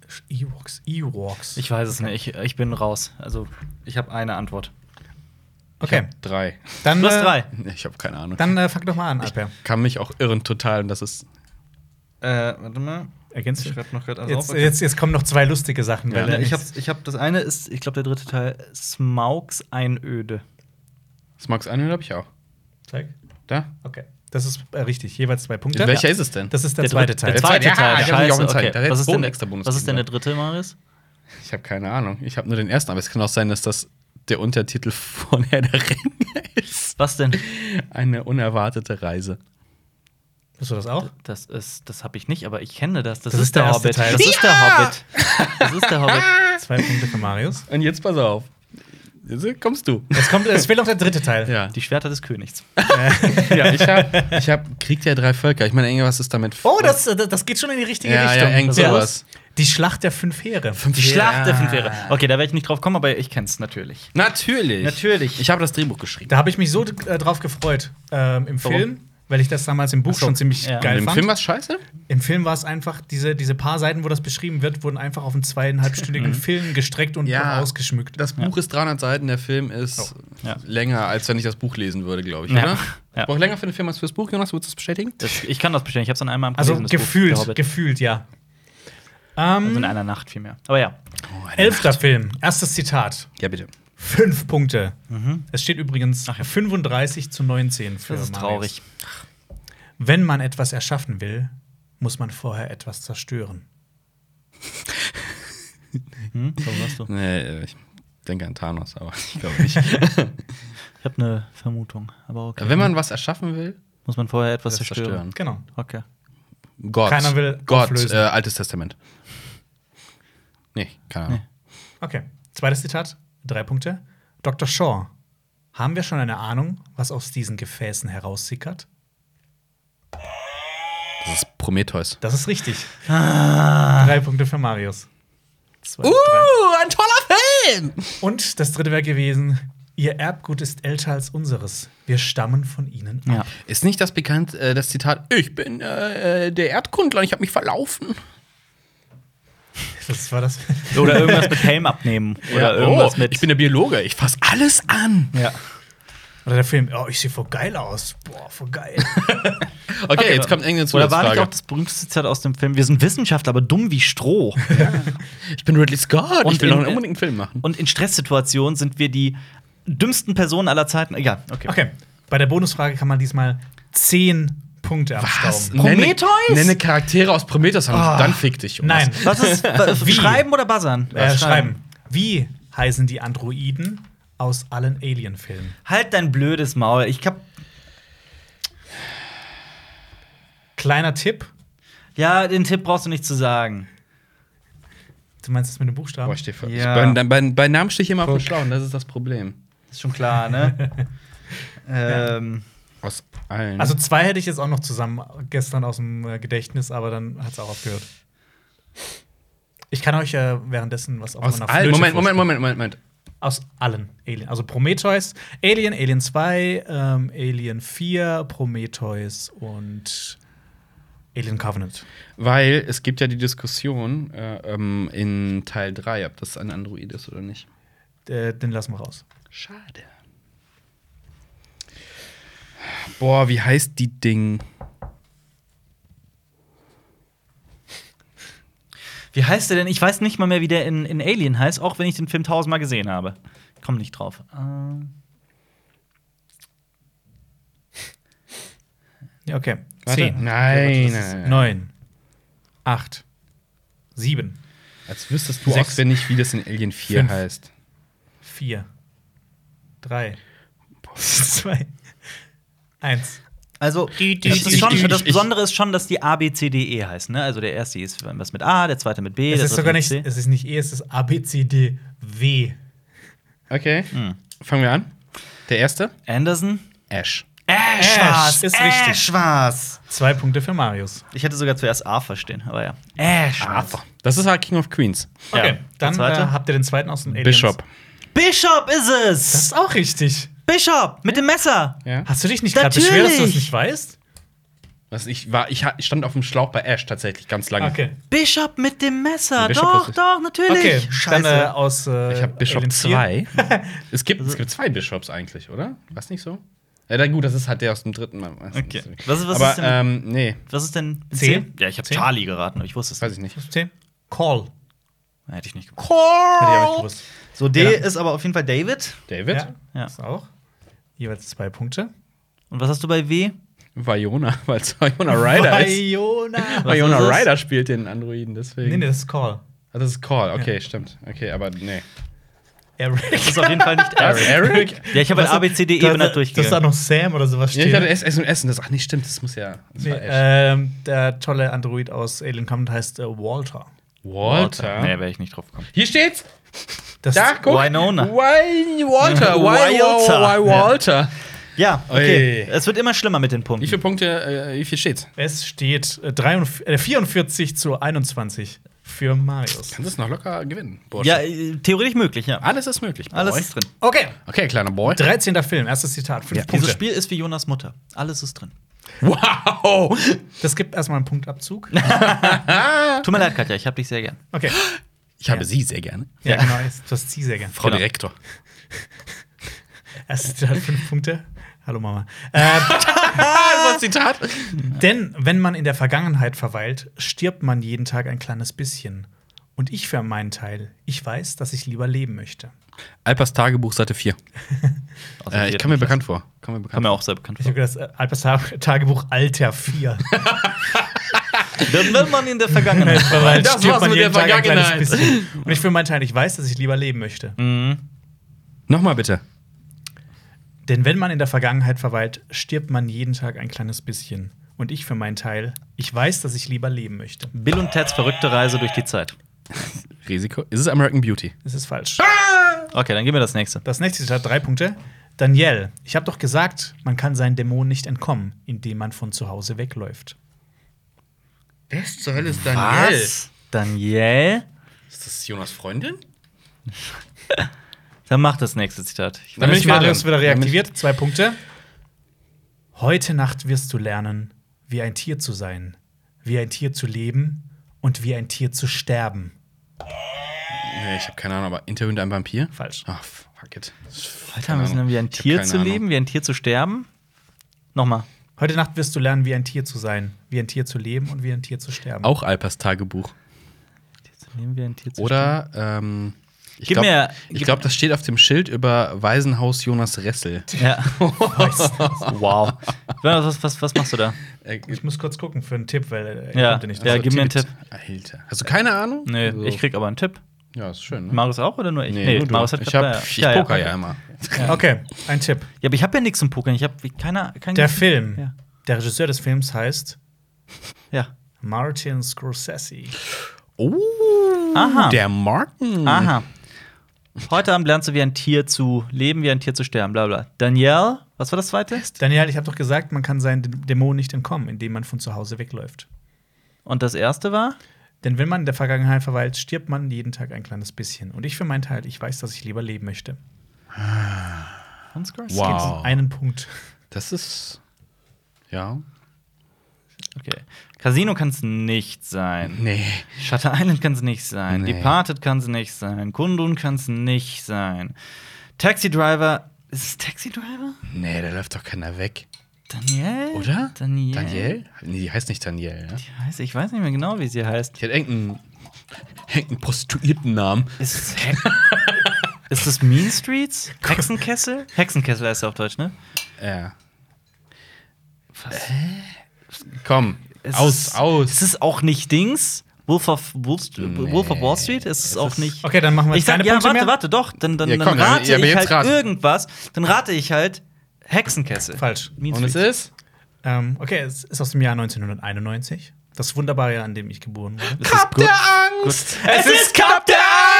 A: Sch- Ewoks, Ewoks.
B: Ich weiß es nicht. Ich, ich bin raus. Also, ich habe eine Antwort.
A: okay,
C: Drei.
A: dann
B: Du hast
A: äh,
B: drei.
C: Ich habe keine Ahnung.
A: Dann äh, fang doch mal an, Alper.
C: Kann mich auch irren total und das ist
B: Äh, warte mal.
A: Ergänzt
B: Ich
A: du?
B: schreibe noch gerade alles
A: Jetzt,
B: auf.
A: jetzt, jetzt kommen noch zwei lustige Sachen.
B: Ja, ne,
A: weil
B: Äh, ich hab, ich hab, das eine ist, ich glaube, der dritte Teil, Smaugs Einöde.
C: Smugs Einhöhle habe ich auch.
A: Zeig.
C: Da?
A: Okay. Das ist äh, richtig. Jeweils zwei Punkte.
C: Welcher ist es denn?
A: Das ist der, zweite
B: dritte-
A: Teil.
B: Der zweite
C: Ja,
B: Teil.
C: ich hab mich auch
B: Scheiße,
C: gezeigt.
B: okay.
C: Da hätte
B: Was
C: ich
B: ist denn,
C: Bonus extra Bonus
B: was ist denn der
C: gegeben.
B: dritte, Marius?
C: ich habe keine Ahnung. Ich habe nur den ersten, aber es kann auch sein, dass das der Untertitel von Herr der Ringe ist.
B: Was denn?
C: Eine unerwartete Reise.
A: Bist du das auch?
B: Das ist, das habe ich nicht, aber ich kenne das. Das,
A: Das
B: ist,
A: ist der
B: der,
A: erste
B: Hobbit.
A: Teil.
B: Das ist der Hobbit. Das ist der Hobbit.
A: Zwei Punkte für Marius.
C: Und jetzt pass auf. Jetzt kommst du.
A: Es, kommt, es fehlt noch der dritte Teil.
C: Ja.
B: Die Schwerter des Königs.
C: ja ich habe ich hab Krieg der drei Völker. Ich meine, irgendwas ist damit.
A: Oh, das, das das geht schon in die richtige
C: Ja, ja,
A: Richtung.
C: irgend
A: Ja.
C: sowas.
A: Die Schlacht der fünf Heere.
B: Die Schlacht der fünf Heere. Okay, da werde ich nicht drauf kommen, aber ich kenne es natürlich.
C: Natürlich.
B: Natürlich.
C: Ich habe das Drehbuch geschrieben.
A: Da habe ich mich so äh, drauf gefreut ähm, im
B: Warum?
A: Film, weil ich das damals im Buch
B: Ach so,
A: schon ziemlich
B: ja.
A: geil
C: Im
A: fand.
C: Film war es scheiße?
A: Im Film war es einfach, diese, diese paar Seiten, wo das beschrieben wird, wurden einfach auf einen zweieinhalbstündigen Film gestreckt und
C: Ja.
A: ausgeschmückt.
C: Das Buch ist 300 Seiten, der Film ist
B: Ja.
C: länger, als wenn ich das Buch lesen würde, glaube ich,
B: Ja.
C: oder?
B: Ja.
C: Ich brauche länger für den Film als fürs Buch, Jonas, würdest du das bestätigen?
B: Das, ich kann das bestellen. Ich habe es an einem Abend
A: also
B: gelesen, das Buch,
A: gefühlt,
B: der Hobbit.
A: gefühlt, ja. Ähm,
B: also in einer Nacht vielmehr. Aber ja.
A: elfter Film, erstes Zitat.
C: Ja, bitte.
A: Fünf Punkte. Es steht übrigens 35 zu 19 für
B: Das ist
A: Marius.
B: traurig.
A: Wenn man etwas erschaffen will, muss man vorher etwas zerstören.
B: Warum lachst du?
C: Nee, äh, ich denke an Thanos, aber ich glaube nicht.
B: Ich habe eine Vermutung, aber okay.
C: wenn man was erschaffen will,
B: Muss man vorher etwas
C: Das
B: zerstören.
C: zerstören.
A: Genau.
B: Okay.
C: Gott.
A: Keiner will
C: Gott,
A: auflösen.
C: äh, Altes Testament. Nee, keine Ahnung.
A: Okay. Zweites Zitat, drei Punkte. Dr. Shaw, haben wir schon eine Ahnung, was aus diesen Gefäßen heraussickert?
C: Das ist Prometheus.
A: Das ist richtig. Drei Punkte für Marius. Zwei,
C: Uh!
A: drei.
C: Äh, ein toller Film!
A: Und das dritte wäre gewesen: Ihr Erbgut ist älter als unseres. Wir stammen von ihnen ab.
B: Ja.
C: Ist nicht das bekannt, äh, das Zitat, ich bin äh, äh, der Erdkundler und ich habe mich verlaufen?
A: Das war das.
B: Oder irgendwas mit Helm abnehmen. Oder irgendwas mit.
C: Oh, ich bin der Biologe, ich fasse alles an.
B: ja.
A: Oder der Film: Oh, ich sehe voll geil aus. Boah, voll geil.
C: Okay, jetzt kommt irgendeine
B: Oder war nicht auch
C: Zusatzfrage.
B: das berühmteste Zitat aus dem Film? Wir sind Wissenschaftler, aber dumm wie Stroh.
C: Ich bin Ridley Scott
B: Und
C: ich will
B: in-
C: noch unbedingt einen Film machen.
B: Und in Stresssituationen sind wir die dümmsten Personen aller Zeiten. Egal, okay.
A: Okay. Bei der Bonusfrage kann man diesmal zehn Punkte abstauben.
B: Prometheus? Ah.
C: Nenne, nenne Charaktere aus Prometheus, und dann fick dich. um. Jonas.
A: Nein,
B: Was ist
A: Wie?
B: Schreiben oder Buzzern?
A: äh, schreiben. Wie heißen die Androiden aus allen Alien-Filmen?
B: Halt dein blödes Maul. Ich hab.
A: Kleiner Tipp.
B: Ja, den Tipp brauchst du nicht zu sagen.
A: Du meinst das mit den Buchstaben?
C: Boah, ich steh voll.
B: Ja.
C: Ich- Bei, bei, bei Namen stehe ich immer auf dem Schlauen, das ist das Problem.
B: Ist schon klar, ne? ähm,
C: Aus allen.
A: also zwei hätte ich jetzt auch noch zusammen gestern aus dem äh, Gedächtnis, aber dann hat es auch aufgehört. Ich kann euch ja währenddessen was auf
C: aus
A: meiner
C: allen.
A: Flöte
C: Moment, Moment,
A: vorspielen.
C: Moment, Moment, Moment.
A: Aus allen Alien. Also Prometheus, Alien, Alien 2, ähm, Alien 4, Prometheus und Alien Covenant.
C: Weil es gibt ja die Diskussion äh, ähm, in Teil 3, ob das ein Android ist oder nicht.
A: Äh, den lassen wir raus.
C: Schade. Boah, wie heißt die Ding?
B: wie heißt der denn? Ich weiß nicht mal mehr, wie der in, in Alien heißt, auch wenn ich den Film tausendmal gesehen habe. Komm nicht drauf. Ähm,
A: Ja, okay.
C: Warte.
A: Zehn.
C: Nein,
A: Das ist
C: nein, nein.
A: Neun. Acht. Sieben.
C: Als wüsstest du
A: Sechs.
C: auswendig, wie das in Alien 4
A: Fünf.
C: heißt.
A: Vier. Drei. Zwei. Eins.
B: also, das,
C: ich-
B: ist schon,
C: ich- ich-
B: das
C: ich-
B: Besondere ist schon, dass die A, B, C, D, E heißen. Ne? Also, der erste ist was mit A, der zweite mit B.
A: Es
B: der
A: E, ist
B: dritte
A: sogar
B: mit
A: nicht,
B: C.
A: es ist nicht E, es ist A, B, C, D, W.
C: Okay.
B: Hm.
C: Fangen wir an. Der erste?
B: Anderson?
C: Ash.
B: Ash,
A: war's,
B: ist
A: Ash
B: richtig. war's.
A: Zwei Punkte für Marius.
B: Ich hätte sogar zuerst A verstehen, aber ja. Ash.
A: Ah,
C: Arthur. Das ist halt King of Queens.
A: Okay, dann
B: dann
A: äh, habt ihr den zweiten aus den Aliens.
C: Bishop.
B: Bishop ist
A: Das
B: es.
A: ist auch richtig.
B: Bishop mit dem Messer.
C: Ja.
A: Hast du dich nicht gerade beschwert, dass du es
B: Natürlich.
A: nicht weißt?
C: Was ich war, ich ha- ich stand auf dem Schlauch bei Ash tatsächlich ganz lange.
A: Okay.
B: Bishop mit dem Messer.
C: Bishop
B: doch,
C: ist-
B: doch, natürlich.
A: Okay,
B: Scheiße.
A: dann äh, aus. Äh,
C: Ich habe Bishop
A: Alien 4.
B: Also
C: 2. es, gibt, es gibt zwei Bishops eigentlich, oder? Was nicht so? Ja, dann gut, das ist halt der aus dem dritten Mal.
B: Okay. Was ist- was
C: Aber,
B: ist denn mit-
C: ähm, nee,
B: Was ist denn
A: Zehn?
B: Ja, ich habe
A: Zehn?
B: Charlie geraten, aber ich wusste es
C: weiß ich nicht.
A: Zehn. Call.
B: nicht. Hätte ich nicht gewusst.
C: Hätte ich aber nicht
A: Call.
C: gewusst.
B: So, D
A: Ja.
B: ist aber auf jeden Fall David.
C: David?
A: Ja,
B: Ja.
A: das auch. Jeweils zwei Punkte.
B: Und was hast du bei W?
C: Vajona, weil es Vajona Ryder ist.
A: Iona.
B: Was
C: Vajona
B: ist es?
C: Ryder spielt den Androiden, deswegen.
A: Nee, nee, das ist Call.
C: Ah, das ist Call, okay, stimmt. Okay, aber nee.
B: Das
A: Eric.
B: ist auf jeden Fall nicht
C: Das ist
B: Eric.
C: Eric?
B: Ja, ich habe halt
A: Was-
B: A, B, C, D, E
A: Da-
B: bin halt
A: Dass da
B: durchgegangen.
A: noch Sam oder sowas
C: Ja,
A: steht.
C: ich hatte S, S und S und das. Ach nee, stimmt, das muss ja. Das
A: nee,
C: war Ash.
A: ähm, der tolle Android aus Alien Covenant heißt äh, Walter.
C: Walter.
B: Nee, wäre ich nicht drauf gekommen.
C: Hier steht's.
A: Das
C: Da, guck.
B: Winona.
C: Why Walter? Why
B: Wilder.
C: Walter? Why
B: Ja.
C: Walter?
B: Ja, okay.
C: Ui.
B: Es wird immer schlimmer mit den
C: Wie
B: Punkten.
C: viele Punkte, äh, wie viel steht's?
A: Es steht äh, 43, äh, 44 zu 21 für Marius.
C: Kannst du es noch locker gewinnen? Bursche?
B: Ja, äh, theoretisch möglich, ja.
C: Alles ist möglich. Boy.
B: Alles ist drin.
A: Okay.
C: Okay, kleiner Boy.
A: 13. Film, erstes Zitat, fünf
C: Ja,
B: Dieses
A: Punkte.
B: Spiel ist wie Jonas Mutter. Alles ist drin.
C: Wow!
A: Das gibt erstmal einen Punktabzug.
B: Tut mir leid, Katja, ich habe dich sehr gern.
C: Äh,
A: Okay.
C: Ich habe sie sehr gerne.
A: Ja, genau, ist- das ist sie sehr gern.
C: Frau
B: Genau.
C: Direktor.
A: Erstes Zitat, fünf Punkte. Hallo Mama. Ähm,
C: Ah, so ein Zitat.
A: Denn wenn man in der Vergangenheit verweilt, stirbt man jeden Tag ein kleines bisschen. Und ich für meinen Teil, ich weiß, dass ich lieber leben möchte.
C: Alpers Tagebuch, Seite 4.
B: Außer
C: Äh,
B: vier
C: ich komme
B: Punkte.
C: mir bekannt vor. Komm mir
B: Kam
C: bekannt
B: mir auch sehr bekannt
A: Ich
B: vor.
A: habe das äh, Alpers Ta- Tagebuch Alter 4.
B: Dann will man in der Vergangenheit
A: verweilt,
C: Das war's mit der Vergangenheit. Mhm.
A: bisschen. Und ich für meinen Teil, ich weiß, dass ich lieber leben möchte.
C: vor. Nochmal bitte.
A: Denn wenn man in der Vergangenheit verweilt, stirbt man jeden Tag ein kleines bisschen. Und ich für meinen Teil, ich weiß, dass ich lieber leben möchte.
B: Bill und Ted's verrückte Reise durch die Zeit.
C: Risiko. Ist es American Beauty?
A: Das ist falsch.
B: Okay, dann gehen wir das nächste.
A: Das nächste Zitat, drei Punkte. Danielle, ich habe doch gesagt, man kann seinen Dämonen nicht entkommen, indem man von zu Hause wegläuft.
C: Wer zur Hölle ist
B: Daniel?
C: Ist das Jonas Freundin?
B: Dann mach das nächste Zitat. Ich
C: Dann bin
A: Dann
C: ich
A: ist
C: wieder
A: Marius
C: dran.
A: wieder
C: Dann bin ich-
A: reaktiviert. Zwei Punkte. Heute Nacht wirst du lernen, wie ein Tier zu sein, wie ein Tier zu leben und wie ein Tier zu sterben.
C: Nee, ich habe keine Ahnung, aber Interview mit einem Vampir?
A: Falsch.
C: Ah, fuck it.
B: Alter, wir
C: Keine Ahnung.
B: sind wie ein
C: Ich hab
B: Tier
C: keine
B: zu
C: Ahnung.
B: leben, wie ein Tier zu sterben. Nochmal.
A: Heute Nacht wirst du lernen, wie ein Tier zu sein, wie ein Tier zu leben und wie ein Tier zu sterben.
C: Auch Alpers Tagebuch.
B: Tier zu leben, wie ein Tier zu
C: Oder, ähm, ich
B: Gib
C: glaube,
B: mir- gib-
C: glaub, das steht auf dem Schild über Waisenhaus Jonas Ressel.
B: sterben. Ja. wow. Was, was, was machst du da?
C: Äh,
A: Ich muss kurz gucken für einen Tipp, weil er
B: Ja.
A: konnte nicht.
B: Ja. gib mir einen
C: Tipp. Alter. Hast du keine Ahnung?
B: Nee,
C: Also-
B: ich krieg aber einen Tipp.
C: Ja, ist schön. Ne?
B: Marius auch oder nur ich?
C: Nee, nur du.
B: Marius hat
C: ich hab,
B: grad-
C: ich
B: ja, ja.
C: poker ja, immer.
A: Okay, ein Tipp.
B: Ja, aber ich habe ja nichts zum Pokern. Ich habe keiner. Kein
A: Der Film.
B: Ja.
A: Der Regisseur des Films heißt
B: ja.
A: Martin Scorsese.
C: Oh,
B: Aha.
C: der Martin.
B: Aha. Heute Abend lernst du wie ein Tier zu leben, wie ein Tier zu sterben, bla bla. Danielle, was war das zweite?
A: Daniel, ich habe doch gesagt, man kann seinen D- Dämonen nicht entkommen, indem man von zu Hause wegläuft.
B: Und das erste war?
A: Denn wenn man in der Vergangenheit verweilt, stirbt man jeden Tag ein kleines bisschen. Und ich für meinen Teil, ich weiß, dass ich lieber leben möchte.
B: Hans Garcia.
C: Wow.
A: Gibt's einen Punkt.
C: Das ist. Ja.
B: Okay. Casino kann es nicht sein.
C: Nee.
B: Shutter Island kann es nicht sein.
C: Nee.
B: Departed kann es nicht sein. Kundun kann es nicht sein. Taxi Driver. Ist es Taxi Driver?
C: Nee, da läuft doch keiner weg.
B: Danielle?
C: Oder?
B: Danielle.
C: Daniel? Nee, die heißt nicht Daniel, ne?
B: Die heißt, ich weiß nicht mehr genau, wie sie heißt.
C: Die hat irgendeinen, irgendeinen Prostituiertennamen.
B: Ist es, He ist es Mean Streets? Hexenkessel? Hexenkessel heißt er auf Deutsch, ne?
C: Ja. Äh,
B: Was?
C: Komm.
B: Es
C: aus,
B: ist, Es
C: aus.
B: ist auch nicht Dings. Wolf of, Wolf, Wolf of Wall Street es ist
C: es
B: auch
C: ist-
B: nicht.
A: Okay, dann machen wir
B: Ich
A: jetzt
B: sag,
A: keine
B: ja,
A: Punkte
B: warte,
A: mehr.
B: warte, doch. Dann, dann,
C: Ja,
B: dann
C: komm, dann-
B: rate
C: ja, aber
B: ich halt
C: jetzt raten.
B: irgendwas. Dann rate ich halt Hexenkessel.
A: Falsch.
B: Mean
C: Und es
B: Streets.
C: ist?
A: Ähm, okay, es ist aus dem Jahr 1991. Das wunderbare Jahr, an dem ich geboren wurde.
B: Es ist gut.
C: Angst!
B: Es ist Cup der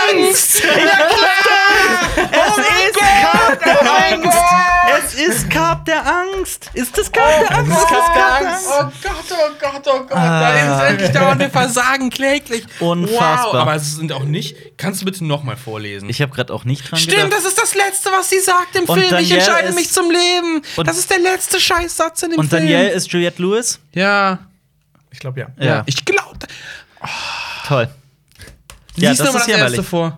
B: Angst! Ja, klar! Es ist Cup der Angst! Es ist Cup der Angst! Ist das Cup der Angst?
C: Oh
B: Cup der
C: Gott, oh Gott, oh Gott, da ist endlich dauernd wir versagen kläglich.
B: Unfassbar.
C: Wow, aber es sind auch nicht. Kannst du bitte nochmal vorlesen?
B: Ich habe gerade auch nicht dran gedacht.
C: Stimmt, das ist das Letzte, was sie sagt im
B: Und
C: Film. ich
B: Danielle
C: entscheide
B: ist-
C: mich zum Leben.
B: Und-
C: Das ist der letzte Scheißsatz in dem
B: Und
C: Film.
B: Danielle ist Juliette Lewis?
C: Ja,
A: Ich glaube, ja.
C: ja. Ich glaube.
B: Toll. Ja,
C: Lies
B: das
C: nochmal
B: ist
C: das erste
B: jämmerlich.
C: vor.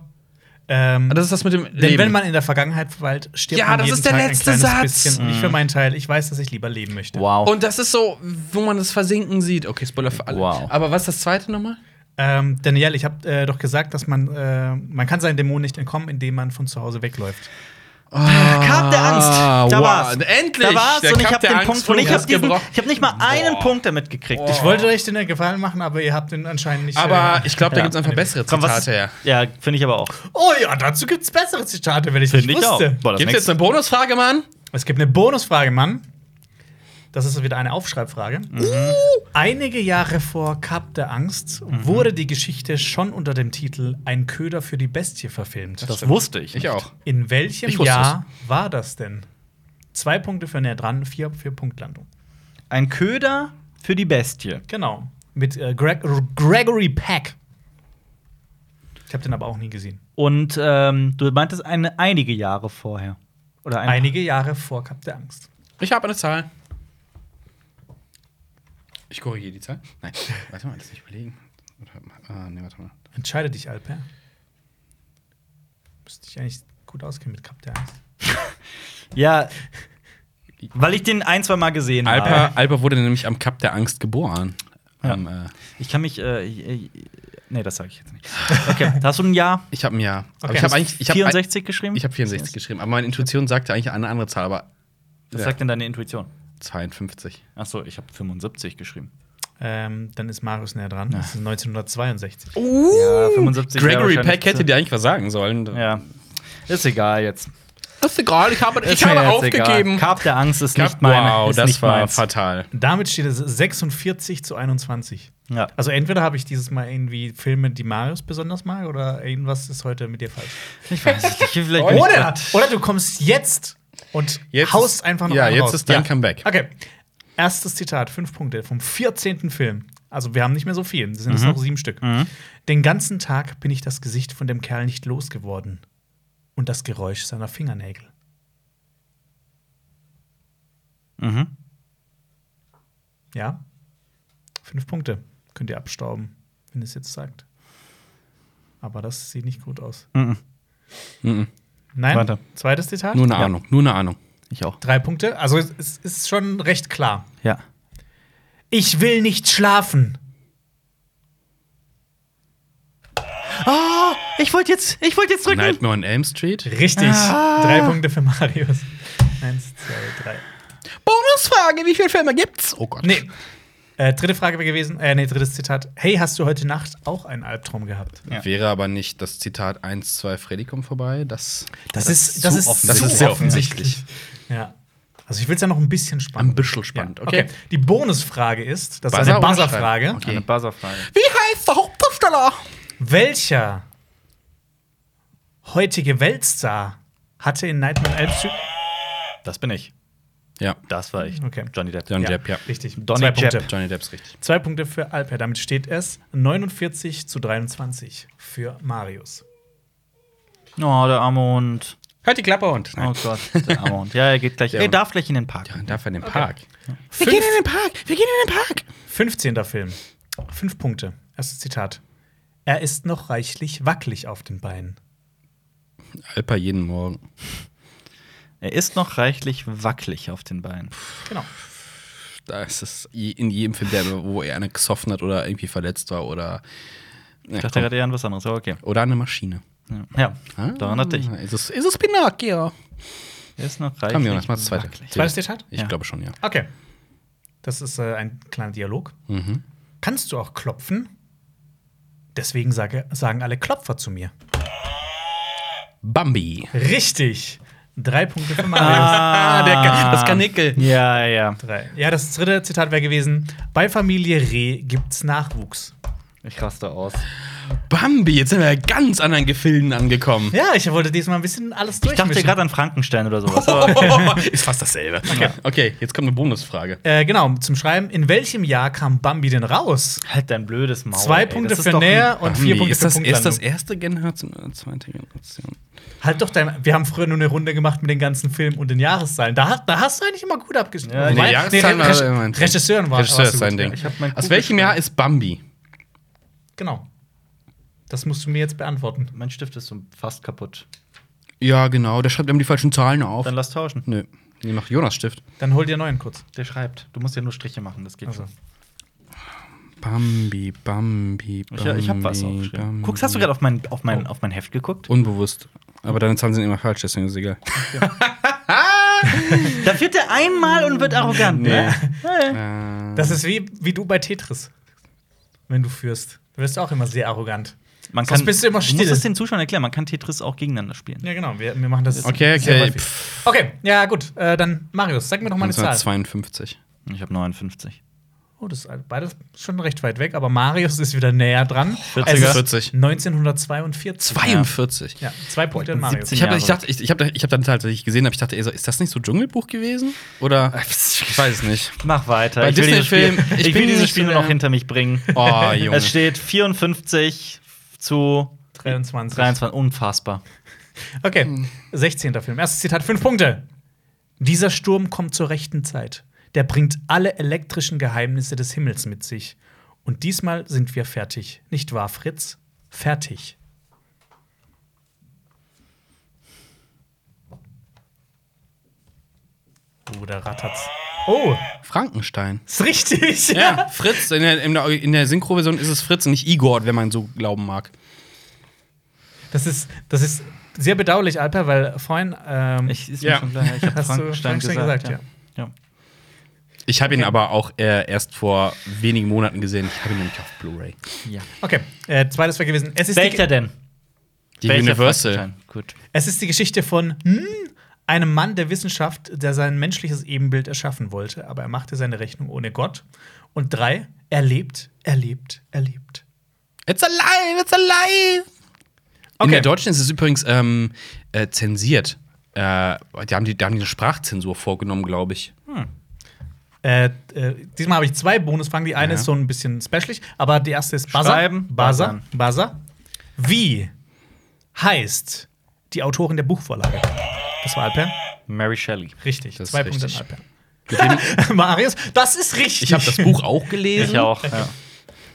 C: Ah,
A: Ähm,
C: das ist das mit dem
A: denn
C: Leben.
A: wenn man in der Vergangenheit verweilt, stirbt
C: Ja,
A: man
C: das
A: jeden
C: ist der
A: Tag ein
C: letzte
A: kleines
C: Satz. Mhm.
A: bisschen. Und ich für meinen Teil, ich weiß, dass ich lieber leben möchte.
B: Wow.
C: Und das ist so, wo man das Versinken sieht. Okay, Spoiler für alle.
B: Wow.
C: Aber was ist das zweite nochmal?
A: Ähm, Danielle, ich habe äh, doch gesagt, dass man äh, man kann seinen Dämonen nicht entkommen, indem man von zu Hause wegläuft.
B: Cup der Angst. Da
C: Ah, wow.
B: war's.
C: Endlich.
B: Da war's.
C: Der
B: und ich
C: Cup
B: habe
C: der
B: den
C: Angst
B: Punkt. Und
C: wurde
B: ich habe diesen.
C: gebrochen.
B: Ich habe nicht mal einen
C: Boah.
B: Punkt damit gekriegt. Ich
A: Ich wollte euch den Gefallen machen, aber ihr habt den anscheinend nicht.
C: Oh. Aber
A: äh,
C: ich glaube, da
B: Ja.
C: gibt es einfach bessere
B: Komm, was?
C: Zitate her.
B: Ja, finde ich aber auch.
A: oh ja, dazu gibt's bessere Zitate, wenn ich nicht
B: Finde ich auch.
A: wusste.
B: Boah, das
C: Gibt es
B: nächste-
C: jetzt eine Bonusfrage, Mann?
A: Es gibt eine Bonusfrage, Mann. Das ist wieder eine Aufschreibfrage.
B: Mhm.
A: Einige Jahre vor Cup der Angst
B: Mhm.
A: wurde die Geschichte schon unter dem Titel Ein Köder für die Bestie verfilmt.
B: Das wusste ich.
C: Ich
B: nicht.
C: auch.
A: In welchem
C: Ich wusste
A: Jahr war das denn? Zwei Punkte für näher dran, vier für Punktlandung.
B: Ein Köder für die Bestie.
A: Genau. Mit äh, Greg R- Gregory Peck. Ich habe den aber auch nie gesehen.
B: Und ähm, du meintest eine, einige Jahre vorher. Oder ein,
A: Einige Jahre vor Cup der Angst.
C: Ich habe eine Zahl. Ich korrigiere die Zahl. Nein, warte mal, lass mich überlegen. Oder, äh, nee, warte mal.
A: Entscheide dich, Alper. Müsste ich eigentlich gut auskennen mit Cup der Angst.
B: Ja. Weil ich den ein, zwei Mal gesehen
C: Alper,
B: habe.
C: Alper wurde nämlich am Kap der Angst geboren. Am, äh,
B: Ich kann mich. Äh, ich- ich- nee, das sage ich jetzt nicht. Okay, hast du ein Jahr?
C: ich habe ein Jahr. Aber
A: Okay.
C: ich habe eigentlich. Ich habe
B: 64 geschrieben?
C: hab 64 geschrieben, aber meine Intuition sagte eigentlich eine andere Zahl, aber
B: Was
C: Ja.
B: sagt denn deine Intuition?
C: 52.
B: Achso, ich habe 75 geschrieben.
A: Ähm, dann ist Marius näher dran. Das ist 1962.
B: Ja, 75 Ah, wäre
C: Gregory
B: wahrscheinlich
C: Peck hätte
B: zu-
C: dir eigentlich was sagen sollen.
B: Uh! Ja. Ist egal jetzt.
C: Ist egal, ich habe,
B: Ist mir jetzt egal. Cup der Angst ist nicht mein.
C: wow,
B: ist
C: das
B: nicht
C: war
B: meins.
C: fatal.
A: Damit steht es 46 zu 21.
B: Ja.
A: Also entweder habe ich dieses Mal irgendwie Filme, die Marius besonders mag, oder irgendwas ist heute mit dir falsch.
B: Ich weiß es nicht. Vielleicht
C: Oh,
B: bin ich
A: Oder,
B: grad-
A: oder du kommst jetzt und
C: Jetzt
A: haust
C: ist-
A: einfach noch
C: ja,
A: einen
C: jetzt
A: raus.
C: ist dein Comeback.
A: Okay. Erstes Zitat, fünf Punkte vom 14. Film. Also wir haben nicht mehr so viel, das sind
C: Mhm.
A: jetzt noch sieben Stück. Den ganzen Tag bin ich das Gesicht von dem Kerl nicht losgeworden und das Geräusch seiner Fingernägel.
B: Mhm.
A: Ja. Fünf Punkte. Könnt ihr abstauben, wenn ihr es jetzt sagt. Aber das sieht nicht gut aus.
B: Mhm.
C: Mhm.
A: Nein.
B: Weiter.
A: Zweites Zitat.
C: Nur eine
B: Ja.
C: Ahnung, nur eine Ahnung.
B: Ich auch.
A: Drei Punkte. Also es- es ist schon recht klar.
B: Ja.
A: Ich will nicht schlafen.
B: Oh, ich wollte jetzt, ich wollte jetzt drücken.
C: Nightmare on Elm Street.
A: Richtig.
C: Ah.
A: Drei Punkte für Marius. Eins, zwei, drei.
C: Bonusfrage, wie viele Filme gibt's? Oh Gott.
A: Nee. Äh, dritte Frage wäre gewesen, äh, nee, drittes Zitat. Hey, hast du heute Nacht auch einen Albtraum gehabt?
B: Ja.
C: Wäre aber nicht das Zitat 1, 2 Freddy kommt vorbei. Das
A: Das,
B: ist zu offensichtlich.
A: zu
C: Das ist sehr offensichtlich.
A: Ja. Also ich will es ja noch ein bisschen spannend.
C: Ein bisschen spannend, okay.
A: Die Bonusfrage ist, das ist
C: Buzzer
A: eine
C: oder
A: Buzzerfrage.
C: Schreiben? Okay.
B: Eine Buzzerfrage.
C: Wie heißt der Hauptdarsteller?
A: Welcher heutige Weltstar hatte in Nightmare on Elm Street
B: Das bin ich.
C: Ja,
B: Das war ich.
A: Okay.
B: Johnny Depp.
C: Johnny Depp, ja.
A: Richtig.
B: Donny
A: Zwei
B: Jepp.
A: Punkte.
C: Johnny Depp ist richtig.
A: Zwei Punkte für Alper. Damit steht es 49 zu 23 für Marius.
B: Oh, der arme Hund.
C: Halt die Klappe und.
B: Oh Gott, der arme Hund. Ja, er geht gleich. Er
C: Hund.
B: darf gleich in den Park.
C: Dann darf er in den Park.
A: Fünf-
C: den Park! Wir gehen in den Park!
A: 15. Film. Fünf Punkte. Erstes Zitat. Er ist noch reichlich wackelig auf den Beinen.
C: Alper jeden Morgen.
B: Er ist noch reichlich wackelig auf den Beinen.
A: Genau.
C: Da ist es je- in jedem Film, der, wo er eine gesoffen hat oder irgendwie verletzt war oder.
B: Ich
C: Ja,
B: dachte
C: komm.
B: gerade eher an was anderes. Aber okay.
C: oder eine Maschine.
B: Ja, ja. daran hatte ich.
C: Ah, Ist es, ist es Pinocchio?
B: Er ist noch reichlich
C: Komm, Jonas, mach das zweite.
B: wackelig.
A: Zweites Zitat?
C: Ich
B: Ja.
C: glaube schon, ja.
A: Okay. Das ist äh, ein kleiner Dialog. Kannst du auch klopfen? Deswegen sage, sagen alle Klopfer zu mir.
C: Bambi.
A: Richtig. Drei Punkte für Marius.
C: Ah, der, Ka- das Kanickel.
B: Ja, ja.
A: Drei. Ja, das dritte Zitat wäre gewesen: Bei Familie Reh gibt's Nachwuchs.
B: Ich raste aus.
C: Bambi, jetzt sind wir ganz anderen Gefilden angekommen.
A: Ja, ich wollte diesmal ein bisschen alles
B: Ich dachte
A: durchmischen.
B: gerade an Frankenstein oder sowas. Aber
C: ist fast dasselbe. Okay. okay, jetzt kommt eine Bonusfrage.
A: äh, genau, zum Schreiben. In welchem Jahr kam Bambi denn raus?
B: halt dein blödes Maul.
A: Zwei
B: ey. Das
A: Punkte
B: ist
A: für
B: doch ein-
A: näher und vier Punkte
C: ist das,
A: für
C: ist das
A: Punktlandung.
C: erste Generation oder zweite Generation?
A: Halt doch dein. Wir haben früher nur eine Runde gemacht mit den ganzen Filmen und den jahreszahlen. Da, hat- da hast du eigentlich immer gut abgeschnitten.
B: Ja, Nee,
A: Wobei-
C: Jahreszahlen
A: Re-
C: war
A: Re-
C: immer ein Ding.
A: Regisseuren war
C: Regisseur
A: warst du
C: ist sein
A: gut.
C: Ding.
A: Ja,
B: Ich hab mein
C: Aus
B: Kugel-
C: welchem Jahr ist Bambi?
A: Genau. Das musst du mir jetzt beantworten.
B: Mein Stift ist so fast kaputt.
C: Ja, genau. Der schreibt einem die falschen Zahlen auf.
B: Dann lass tauschen.
C: Nö. Nee, mach Jonas Stift.
A: Dann hol dir einen neuen kurz.
B: Der schreibt. Du musst ja nur Striche machen, das geht
A: Also.
B: schon.
C: Bambi, Bambi, Bambi.
B: Ich, äh, ich hab was aufgeschrieben.
C: Bambi. Oh.
B: Guckst, hast du gerade auf mein, auf, mein, auf mein Heft geguckt?
C: Unbewusst. Aber deine Zahlen sind immer falsch, deswegen ist es egal.
B: Da wird er einmal und wird arrogant, ne?
C: Äh,
A: Das ist wie, wie du bei Tetris, wenn du führst. Du wirst auch immer sehr arrogant.
B: Man
A: Sonst bist du immer
B: musst
A: still.
B: es den Zuschauern erklären, man kann Tetris auch gegeneinander spielen.
A: Ja, genau. Wir, wir machen das.
C: Okay,
A: sehr
C: okay,
A: häufig. Okay, ja, gut. Äh, dann, Marius, sag mir doch mal eine Zahl.
C: 1952.
B: Ich habe 59.
A: Oh, das ist beides schon recht weit weg, aber Marius ist wieder näher dran.
B: 40er.
A: Es ist 1942.
C: 42.
A: Ja, zwei Punkte an
B: Und
A: Marius.
B: 17.
C: Ich habe ich
B: Jahre.
C: dachte, ich, ich hab, da- ich hab dann tatsächlich gesehen, aber ich dachte, ey, so, ist das nicht so Dschungelbuch gewesen? Oder? Ich weiß es nicht.
B: Mach weiter.
C: Bei
B: ich will dieses Spiel, ich
C: Disney-Filmen, ich
B: will
C: bin
B: dieses
C: nicht
B: Spiel
C: so
B: nur noch
C: der-
B: hinter mich bringen.
C: Oh, Junge.
B: Es steht 54 zu
A: 23.
B: 23. Unfassbar.
A: Okay, 16. Film. Erstes Zitat, fünf Punkte. Dieser Sturm kommt zur rechten Zeit. Der bringt alle elektrischen Geheimnisse des Himmels mit sich. Und diesmal sind wir fertig. Nicht wahr, Fritz? Fertig. Oh, da rattert's. Oh,
C: Frankenstein.
A: ist richtig.
C: Ja, Fritz. In der, in der, in der Synchro-Version ist es Fritz und nicht Igor, wenn man so glauben mag.
A: Das ist, das ist sehr bedauerlich, Alper, weil vorhin ähm,
B: Ich, ist
C: Ja.
B: mir schon klar, ich habe
A: Hast du
B: Frankenstein gesagt.
A: Frankenstein gesagt,
B: ja. Ja.
C: Ich habe ihn aber auch äh, erst vor wenigen Monaten gesehen. Ich habe ihn nämlich auf Blu-ray.
B: Ja.
A: Okay, äh, zweites war gewesen. Es ist,
B: Welcher
A: die,
B: denn?
C: Die
B: Welcher
C: Universal.
B: Frankenstein? Gut.
A: es ist die Geschichte von hm, einem Mann der Wissenschaft, der sein menschliches Ebenbild erschaffen wollte, aber er machte seine Rechnung ohne Gott. Und drei, er lebt, er lebt, er lebt.
C: It's alive, it's alive. In der Deutschen ist es übrigens ähm, äh, zensiert. Äh, die haben die, da haben die eine Sprachzensur vorgenommen, glaube ich.
A: Äh, äh, diesmal habe ich zwei Bonusfragen. Die eine
C: Ja.
A: ist so ein bisschen specialig, aber die erste ist Buzzer.
B: Schreiben,
A: Buzzer. Buzzer. Wie heißt die Autorin der Buchvorlage? Das war Alper.
B: Mary Shelley.
A: Richtig.
C: Das ist
A: zwei
C: richtig.
A: Punkte an Alper. Marius, das ist richtig.
C: Ich habe das Buch auch gelesen.
B: Ich auch. Ja.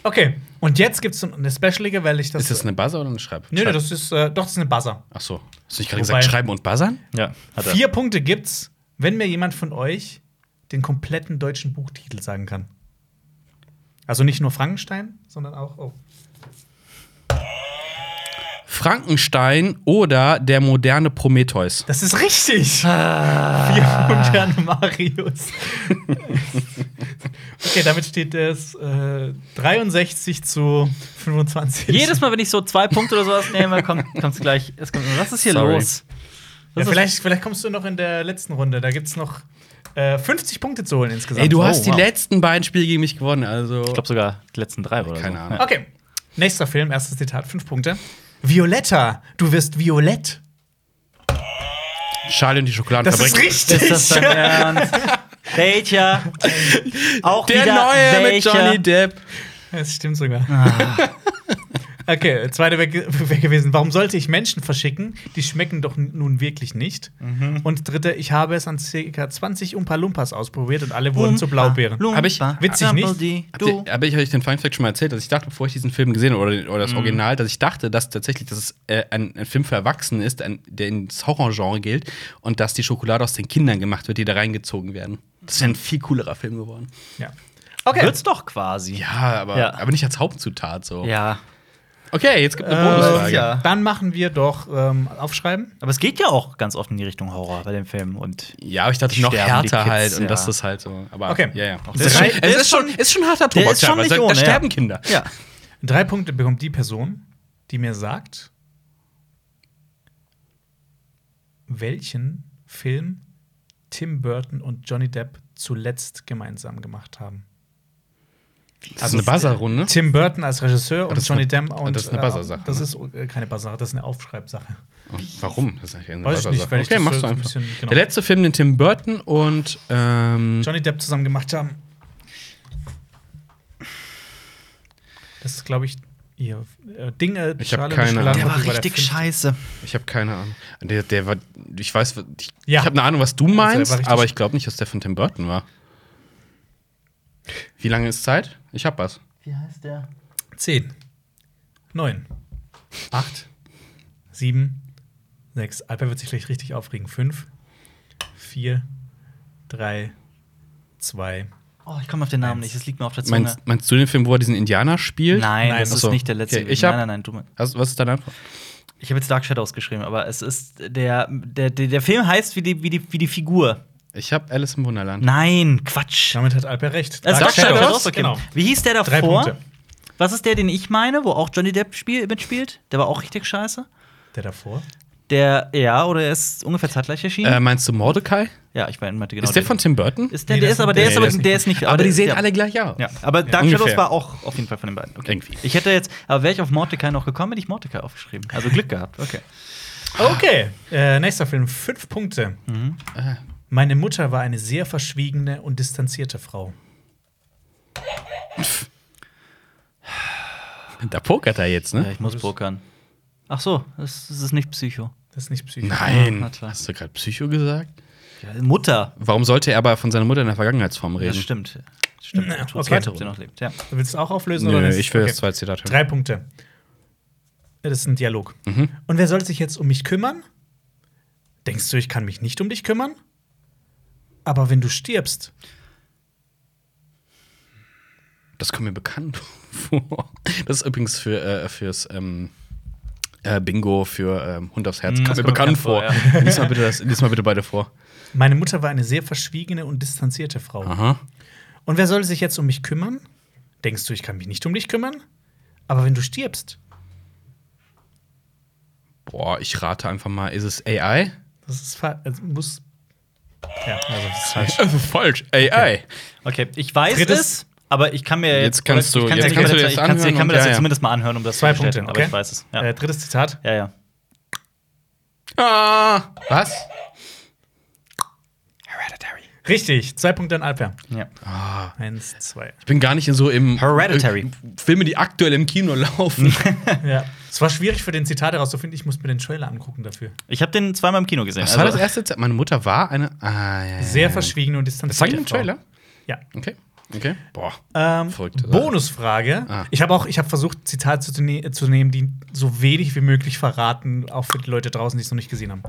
A: Okay, und jetzt gibt es eine Specialige, weil ich das.
C: Ist das eine Buzzer oder eine Schreib?
A: Nö, nö, das ist äh, doch das ist eine Buzzer.
C: Ach so. Hast du nicht gerade
A: Wobei-
C: gesagt, schreiben und buzzern?
B: ja hat er.
A: Vier Punkte gibt's, wenn mir jemand von euch den kompletten deutschen Buchtitel sagen kann. Also nicht nur Frankenstein, sondern auch. Oh.
C: Frankenstein oder der moderne Prometheus.
A: Das ist richtig!
C: Ah.
A: Vier Punkte an Marius. okay, damit steht es äh, 63 zu 25.
B: Jedes Mal, wenn ich so zwei Punkte oder sowas nehme, kommt es gleich. Es kommt, was ist hier
C: Sorry.
B: los?
A: ja,
B: Das ist-
A: vielleicht, vielleicht kommst du noch in der letzten Runde. Da gibt's noch äh, 50 Punkte zu holen insgesamt.
C: Ey, du
B: Oh,
C: hast die
B: wow.
C: letzten beiden Spiele gegen mich gewonnen, also.
B: Ich glaube sogar die letzten drei oder
C: Keine
B: so.
C: Ahnung.
B: Ja.
A: Oh. Okay. Nächster Film, erstes Zitat, fünf Punkte. Violetta, du wirst violett.
C: Schale und die Schokoladenfabrik.
A: richtig.
B: Ist das dein Ernst? Welcher? Auch
C: der
B: wieder
C: neue mit
B: welcher?
C: Johnny Depp.
A: Das stimmt sogar. Okay, zweite weg, weg gewesen. Warum sollte ich Menschen verschicken? Die schmecken doch n- nun wirklich nicht. Und dritte, ich habe es an ca. 20 Umpa Lumpas ausprobiert und alle wurden zu Blaubeeren.
B: Lumpa,
C: Hab ich-
A: witzig nicht?
B: Dumbledore,
C: Habt
B: Du.
C: ihr, aber ich habe euch den Fun Fact schon mal erzählt, dass ich dachte, bevor ich diesen Film gesehen habe oder, den- oder das Original, dass ich dachte, dass tatsächlich dass es, äh, ein, ein Film für Erwachsene ist, ein, der ins Horrorgenre gilt und dass die Schokolade aus den Kindern gemacht wird, die da reingezogen werden. Das wäre ein viel coolerer Film geworden.
A: Ja. Okay.
B: Wird's doch quasi.
C: Ja, aber,
B: Ja.
C: aber nicht als Hauptzutat so.
B: Ja.
C: Okay, jetzt gibt eine
A: Äh,
C: Bonusfrage.
B: ja.
A: Dann machen wir doch ähm, aufschreiben.
B: Aber es geht ja auch ganz oft in die Richtung Horror bei dem Film. Und
C: Ja, aber ich dachte noch
B: Sterben die
C: härter
B: Kids,
C: halt und
B: ja.
C: das ist halt so. Aber
A: Okay.
C: ja, ja.
B: Der
C: Es
B: ist
C: ist schon,
B: schon-
C: es ist schon, ist schon harter Tobak. teilweise. Da
B: ja.
C: sterben Kinder.
B: Ja.
A: Drei Punkte bekommt die Person, die mir sagt, welchen Film Tim Burton und Johnny Depp zuletzt gemeinsam gemacht haben.
C: Das ist eine Buzzer-Runde. ne?
A: Tim Burton als Regisseur und
C: das ist
A: Johnny
C: eine-
A: Depp
C: ah,
A: und
C: das ist eine
A: äh,
C: Buzzer-Sache,
A: Das
C: ne?
A: ist äh, keine Buzzer, das ist eine Aufschreibsache.
C: Warum? Das ist eigentlich eine
A: Weiß ich nicht,
C: Buzzer-Sache.
A: weil ich
C: Okay,
A: das so
C: machst du
A: ein
C: einfach.
A: bisschen- genau.
C: Der letzte Film, den Tim Burton und ähm,
A: Johnny Depp zusammen gemacht haben. Das ist, glaube ich, ihr äh, Ding. Äh, die
C: Ich hab
A: Schale
C: keine
A: mit Schokolade-
C: Ahnung.
B: Der war
A: Fünfte.
B: richtig scheiße.
C: ich habe keine Ahnung. Der, der war, ich weiß, ich,
A: Ja.
C: ich habe eine Ahnung, was du meinst,
A: richtig-
C: aber ich glaube nicht, dass der von Tim Burton war. Wie lange ist Zeit? Ich hab was.
B: Wie heißt der?
A: Zehn. Neun. Acht, sieben, sechs. Alper wird sich gleich richtig aufregen. Fünf, vier, drei, zwei.
B: Oh, ich komme auf den Namen
A: Eins.
B: nicht, es liegt mir auf der Zunge.
C: Meinst, meinst du den Film, wo er diesen Indianer spielt?
B: Nein,
A: Nein,
B: das
C: achso.
B: ist nicht der letzte.
C: Okay, ich
B: nein,
C: hab-
B: nein, nein, du,
C: Was, was ist deine Antwort?
B: Ich habe jetzt Dark Shadows geschrieben, aber es ist der der, der, der Film heißt wie die, wie, die, wie die Figur.
C: Ich habe Alice im Wunderland.
B: Nein, Quatsch.
A: Damit hat Alper recht.
B: Es ist
A: Dark
B: Dark Shadows,
A: Shadows,
B: okay.
A: genau.
B: Wie hieß der davor?
A: Drei Punkte.
B: Was ist der, den ich meine, wo auch Johnny Depp spiel, mitspielt? Der war auch richtig scheiße.
A: Der davor?
B: Der, ja, oder er ist ungefähr zeitgleich erschienen.
C: Äh, meinst du Mordecai?
B: ja, ich meinte genau.
C: ist der
B: den.
C: von Tim Burton?
B: Ist der,
A: Nee,
B: der
A: das
B: ist aber,
A: sind-
B: der
A: nee,
B: ist aber,
A: das ist
B: der ist nicht.
C: aber die sehen
B: ja.
C: alle gleich aus.
B: Ja, aber Dark
C: Ungefähr.
B: Shadows war auch auf jeden Fall von den beiden. Okay.
C: Irgendwie.
B: Ich hätte jetzt, aber wäre ich auf Mordecai noch gekommen, hätte ich Mordecai aufgeschrieben. Also Glück gehabt, okay.
A: Okay, äh, nächster Film, fünf Punkte.
B: Mhm.
A: Meine Mutter war eine sehr verschwiegene und distanzierte Frau.
C: Da pokert er jetzt, ne?
B: Ja, ich muss pokern. Ach so, das, das ist nicht Psycho.
A: Das ist nicht psychisch.
B: Ja, na
C: Nein.
B: klar.
C: Hast du gerade Psycho gesagt?
B: Ja, Mutter.
C: Warum sollte er aber von seiner Mutter in der Vergangenheitsform reden?
B: Das stimmt. Das stimmt.
A: Na,
B: Tut
A: okay.
B: zweite, ob sie noch lebt. Ja.
A: Willst du auch auflösen?
C: Nö,
A: oder nicht?
C: ich will
A: Okay.
C: das zweite Zitat hören.
A: Drei Punkte. Ja, Das ist ein Dialog. Und wer soll sich jetzt um mich kümmern? Denkst du, ich kann mich nicht um dich kümmern? Aber wenn du stirbst,
C: Das kommt mir bekannt vor. Das ist übrigens für, äh, fürs ähm, äh, Bingo, für ähm, Hund aufs Herz.
B: Mm,
C: kommt
B: das
C: mir bekannt vor. Lies, mal bitte das, lies mal bitte beide vor.
A: meine Mutter war eine sehr verschwiegene und distanzierte Frau.
C: Aha.
A: Und wer soll sich jetzt um mich kümmern? Denkst du, ich kann mich nicht um dich kümmern? Aber wenn du stirbst,
C: Boah, ich rate einfach mal, ist es AI?
A: das ist fa- also muss. Ja, also das ist falsch.
C: Falsch, AI.
B: Okay, ich weiß
A: Drittes-
B: es, aber ich kann mir.
C: Jetzt kannst
B: ich
C: du-
B: kann's
C: jetzt
B: ja-
C: kannst du
B: ich
C: dir das
B: kann's- Ich kann
C: anhören
B: mir das
C: und-
B: ja
C: ja,
B: zumindest mal anhören, um das
A: Zwei
B: zu bestätigen,
A: Punkte,
B: aber
A: okay.
B: ich weiß es. Ja,
A: Äh, drittes Zitat.
B: ja. ja.
C: Ah, was?
B: Hereditary.
A: Richtig, zwei Punkte an Alper.
B: Ja.
A: Eins, zwei.
C: Ich bin gar nicht in so im Äh,
B: Hereditary.
C: Filme, die aktuell im Kino laufen.
A: Ja. Es war schwierig für den Zitat herauszufinden. Ich muss mir den Trailer angucken dafür.
B: Ich habe den zweimal im Kino gesehen.
C: Was war das
B: Also,
C: erste? Zitat? Meine Mutter war eine. Ah, ja, ja,
A: Sehr
C: ja.
A: verschwiegen und distanziert.
C: Das sagt im Trailer.
A: Ja.
C: Okay. Okay. Boah.
A: Ähm,
C: Verrückte Sache.
A: Bonusfrage.
C: Ah.
A: Ich habe auch, ich habe versucht, Zitate zu, ne äh, zu nehmen, die so wenig wie möglich verraten, auch für die Leute draußen, die es noch nicht gesehen haben.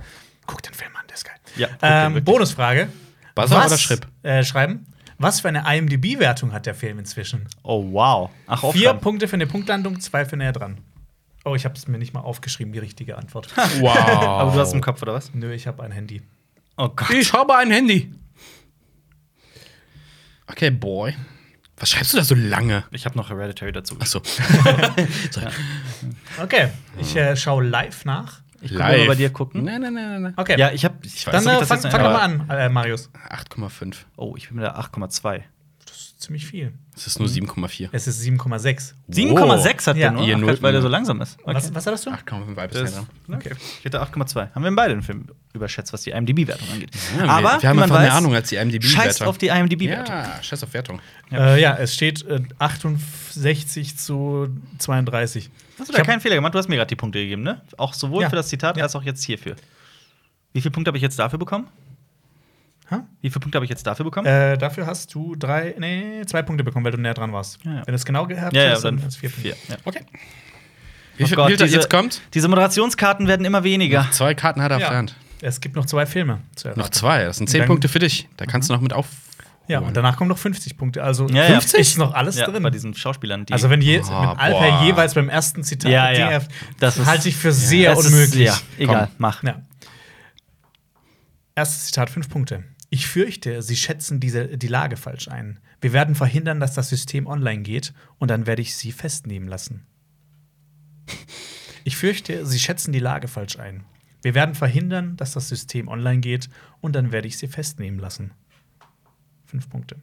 A: Guck den Film an, der ist geil.
B: Ja, guck den
A: ähm,
B: wirklich.
A: Bonusfrage.
C: Buzzer oder Schripp?
A: Äh, schreiben. Was für eine IMDb-Wertung hat der Film inzwischen?
B: Oh, wow. Ach,
A: Vier
B: aufschreiben.
A: Punkte für eine Punktlandung, zwei für näher dran. Oh, ich habe es mir nicht mal aufgeschrieben, die richtige Antwort.
C: Wow.
B: Aber du hast im Kopf, oder was?
A: Nö, ich habe ein Handy.
B: Oh Gott.
C: ich habe ein Handy. Okay, Boy. Was schreibst du da so lange?
B: Ich habe noch Hereditary dazu.
C: Achso.
A: Okay, ich äh, schaue live nach.
B: Ich guck mal bei dir gucken.
C: Nein, nein, nein, nein. nein.
A: Okay,
B: Ja, ich habe. Ich
A: dann
B: ob ich
A: äh,
B: das
A: fang,
B: jetzt noch-
A: fang doch mal an, äh, Marius.
C: 8,5.
B: Oh, ich bin mit der 8,2.
A: Das ist ziemlich viel.
C: Es ist nur 7,4.
A: Es ist 7,6.
B: 7,6 hat
A: Ja.
B: der nur,
C: Ihr
B: Ach,
C: Null-
B: weil der so langsam ist. Okay. ne?
A: Was, was hattest du?
C: 8,5 halbes
B: Das-
C: Meter.
B: okay. Ich hätte 8,2. Haben wir beide den Film überschätzt, was die IMDb-Wertung angeht.
C: Ja, wir-
B: Aber
C: wir haben
B: wie man
C: einfach mehr
B: weiß,
C: Ahnung als die IMDb-Wertung.
B: Scheiß auf die IMDb-Wertung.
C: Ja, scheiß auf Wertung.
B: Oh
A: Ja, äh, ja es steht äh, 68 zu 32.
B: Hast du
A: Ich
B: da
A: hab-
B: keinen Fehler gemacht? Du hast mir gerade die Punkte gegeben, ne? Auch sowohl
A: Ja.
B: für das Zitat
A: Ja.
B: als auch jetzt hierfür. Wie viele Punkte habe ich jetzt dafür bekommen?
A: Hä?
B: Wie viele Punkte habe ich jetzt dafür bekommen?
A: Äh, dafür hast du drei, nee, zwei Punkte bekommen, weil du näher dran warst.
B: Ja, ja.
A: Wenn du es genau gehabt
B: ja, ja,
A: hast,
B: dann
A: hast du
B: vier.
A: Punkte.
B: ja.
C: Okay. Wie
B: Oh
C: viel,
B: Gott,
C: wie viel
B: diese-
C: jetzt kommt?
B: Diese Moderationskarten werden immer weniger.
C: Zwei Karten hat er auf
A: Ja.
C: der Hand.
A: Es gibt noch zwei Filme zu erraten.
C: Noch zwei, das sind zehn
A: Dann-
C: Punkte für dich. Da kannst du noch mit auf.
A: Ja, und danach kommen noch 50 Punkte. Also
B: Ja, ja.
A: 50 ist noch alles
B: Ja,
A: drin.
B: bei diesen Schauspielern, die.
A: also wenn je,
C: Oh,
A: wenn Alper
C: boah.
A: jeweils beim ersten Zitat
B: Ja,
A: die
B: ja.
A: erf-
B: Das ist-
A: halte ich für sehr
B: Das ist-
A: unmöglich.
B: ja, egal, mach.
A: Ja. Erstes Zitat, fünf Punkte. Ich fürchte, Sie schätzen diese, die Lage falsch ein. Wir werden verhindern, dass das System online geht und dann werde ich Sie festnehmen lassen. Ich fürchte, Sie schätzen die Lage falsch ein. Wir werden verhindern, dass das System online geht und dann werde ich Sie festnehmen lassen. Fünf Punkte.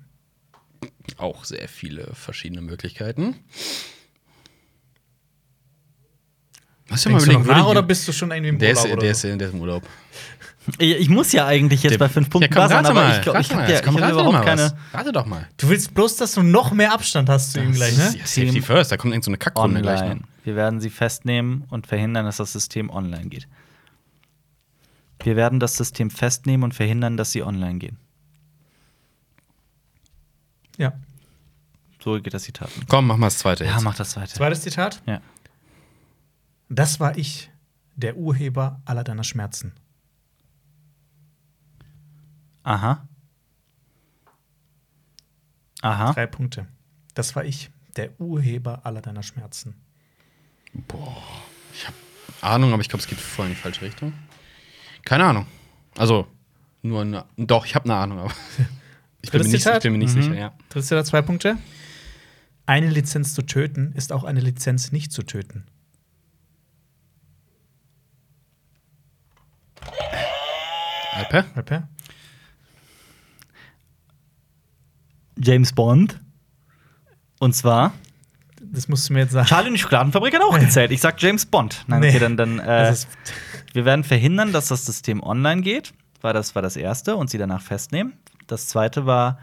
C: Auch sehr viele verschiedene Möglichkeiten. Was ja mal
A: Denkst du
C: überlegen,
A: noch
C: würde
A: nach
C: ich-
A: oder bist du schon irgendwie im
C: der ist,
A: Urlaub oder
C: der, ist,
A: so?
C: der ist im Urlaub.
B: ich, ich muss ja eigentlich jetzt
C: Der-
B: bei fünf Punkten
C: komm,
B: buzzern,
C: rate
B: aber
C: mal,
B: ich glaube, ich
C: rate mal,
B: habe ja,
C: jetzt komm,
B: ich hab
C: rate
B: überhaupt
C: mal was.
B: keine.
C: Rate doch mal.
A: Du willst bloß, dass du noch mehr Abstand hast zu ihm gleich, ne?
C: Ja, Safety first, da kommt irgend so eine Kackrunde gleich. ne?
B: Online.
C: Noch.
B: Wir werden sie festnehmen und verhindern, dass das System online geht. Wir werden das System festnehmen und verhindern, dass sie online gehen.
A: Ja.
B: So geht das Zitat.
C: Komm, mach mal das zweite
B: Ja,
C: jetzt.
B: mach das weiter.
A: Zweites Zitat.
B: Ja.
A: Das war ich, der Urheber aller deiner Schmerzen.
B: Aha. Aha.
A: Drei Punkte. Das war ich, der Urheber aller deiner Schmerzen.
C: Boah. Ich habe Ahnung, aber ich glaube, es geht voll in die falsche Richtung. Keine Ahnung. Also, nur eine. Doch, ich habe eine Ahnung, aber. Ich bin, mir
A: Drittes
C: nicht,
A: Zitat?
C: ich bin mir nicht
B: Mhm.
C: sicher, ja.
A: Drittes oder zwei Punkte. Eine Lizenz zu töten ist auch eine Lizenz nicht zu töten.
C: Alper?
A: Alper?
B: James Bond. Und zwar.
A: Das musst du mir jetzt sagen.
B: Charlie und die Schokoladenfabrik hat auch gezählt. Ich sag James Bond. Nein, okay,
A: Nee.
B: dann. dann äh,
A: Das ist,
B: wir werden verhindern, dass das System online geht. War das war das erste und sie danach festnehmen. Das zweite war.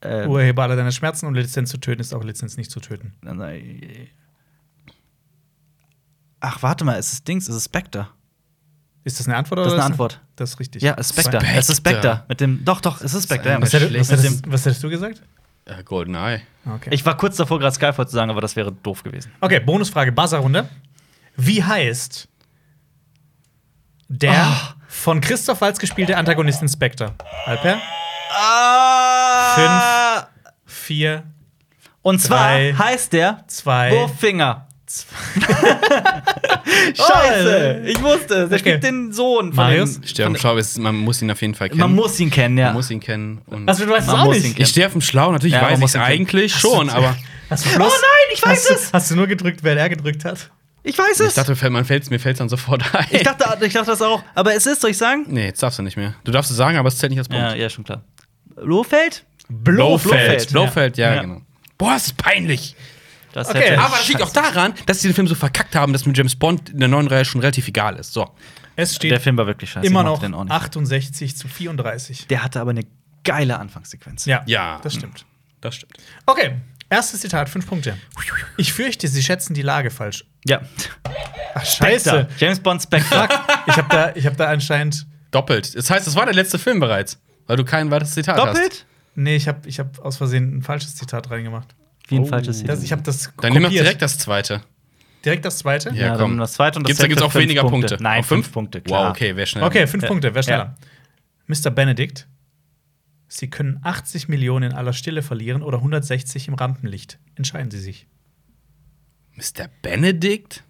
B: Äh,
A: Urheber aller deiner Schmerzen und Lizenz zu töten ist auch Lizenz nicht zu töten.
B: Ach, warte mal, ist es Dings, ist es Spectre?
A: Ist das eine Antwort oder
B: Das ist eine
A: ist-
B: Antwort.
A: Das ist richtig.
B: Ja, es ist Spectre. Es ist Spectre. Mit dem, doch, doch, es ist Spectre. Ja,
C: Das
A: Was,
C: ist
B: mit-
A: hättest, was,
C: Schlecht.
A: hättest, was hättest du gesagt?
C: Äh, Goldeneye.
A: Okay.
B: ich war kurz davor, gerade Skyfall zu sagen, aber das wäre doof gewesen.
A: Okay, Bonusfrage, Buzzerrunde. Wie heißt der
B: Ah.
A: von Christoph Walz gespielte Antagonist Inspector? Alper?
B: Ah! Fünf.
A: Vier,
B: Und zwar
A: Drei.
B: heißt der
A: zwei.
B: Wurffinger.
A: Scheiße.
B: Scheiße! Ich wusste es.
A: Okay.
B: Er spielt den Sohn von
A: Marius?
B: dem-
C: Sterben Schau, ist- man muss ihn auf jeden Fall kennen.
B: Man muss ihn kennen, ja.
C: Man muss ihn kennen. Und
A: Also, du weißt es
B: Man
A: auch
B: muss
A: nicht.
B: ihn kennen.
C: ich stehe auf dem Schlau, natürlich
B: Ja, man
C: weiß ich
B: muss
C: es
B: ihn kennen.
C: eigentlich schon, aber
A: Hast du bloß-
B: Oh nein, ich weiß
A: hast
B: es!
A: Du, hast du nur gedrückt, wer er gedrückt hat?
B: Ich weiß es!
C: ich dachte, fällt- man fällt's, mir fällt es dann sofort ein.
B: ich, dachte, ich dachte das auch. Aber es ist, soll ich sagen?
C: nee, jetzt darfst du nicht mehr. Du darfst es sagen, aber es zählt nicht als Punkt.
B: Ja, ja, schon klar. Lohfeld?
C: Blofeld.
B: Blofeld,
C: Blofeld, ja,
B: ja.
C: genau. Boah, es ist peinlich.
B: Das
A: Okay,
B: hätte-
C: Aber das liegt auch daran, dass sie den Film so verkackt haben, dass mit James Bond in der neuen Reihe schon relativ egal ist. So.
A: Es
B: Der
A: steht
B: Film war wirklich scheiße.
A: immer
B: Ich mochte
A: noch
B: den auch nicht.
A: 68 zu 34.
B: Der hatte aber eine geile Anfangssequenz.
A: Ja,
C: Ja.
A: das stimmt.
C: Das stimmt.
A: Okay, erstes Zitat, fünf Punkte. Ich fürchte, Sie schätzen die Lage falsch.
B: ja.
A: Ach, scheiße.
B: Spectre. James Bond Spectre.
A: Ich habe da, ich hab da anscheinend
C: Doppelt. Das heißt, das war der letzte Film bereits, weil du kein weiteres Zitat hast.
B: Doppelt?
A: Nee, ich habe ich hab aus Versehen ein falsches Zitat reingemacht.
B: Wie ein
C: Oh.
B: falsches Ziel.
A: Das, ich habe das
C: Dann nimm doch direkt das zweite.
A: direkt das zweite.
C: Ja,
B: Ja,
C: komm.
B: dann das zweite und das
C: Gibt's, da gibt's
B: dritte
C: auch
B: fünf
C: weniger Punkte.
B: Nein,
C: Auf
B: fünf Punkte, klar.
C: Wow, okay, wer schneller.
A: Okay, fünf Punkte, wer schneller.
B: Ja.
A: Mr. Benedict, Sie können 80 Millionen in aller Stille verlieren oder 160 im Rampenlicht. Entscheiden Sie sich.
C: Mr. Benedict?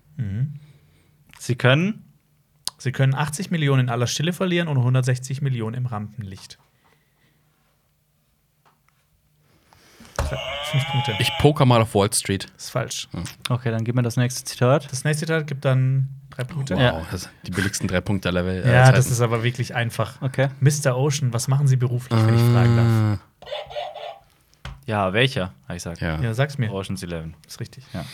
B: Sie können.
A: Sie können 80 Millionen in aller Stille verlieren oder 160 Millionen im Rampenlicht. Fünf Punkte.
C: Ich poker mal auf Wall Street.
A: Ist falsch.
B: Okay, dann gib mir das nächste Zitat.
A: Das nächste Zitat gibt dann drei Punkte.
C: Wow,
A: Ja,
B: Ja.
C: das sind die billigsten drei Punkte aller Welt.
A: das ist aber wirklich einfach.
B: Okay.
A: Mr. Ocean, was machen Sie beruflich, wenn ich fragen darf?
B: Ja, welcher? Hab ich gesagt.
C: Ja.
A: Ja, sag's mir.
B: Ocean's Eleven.
A: Ist richtig.
B: Oh. Ja.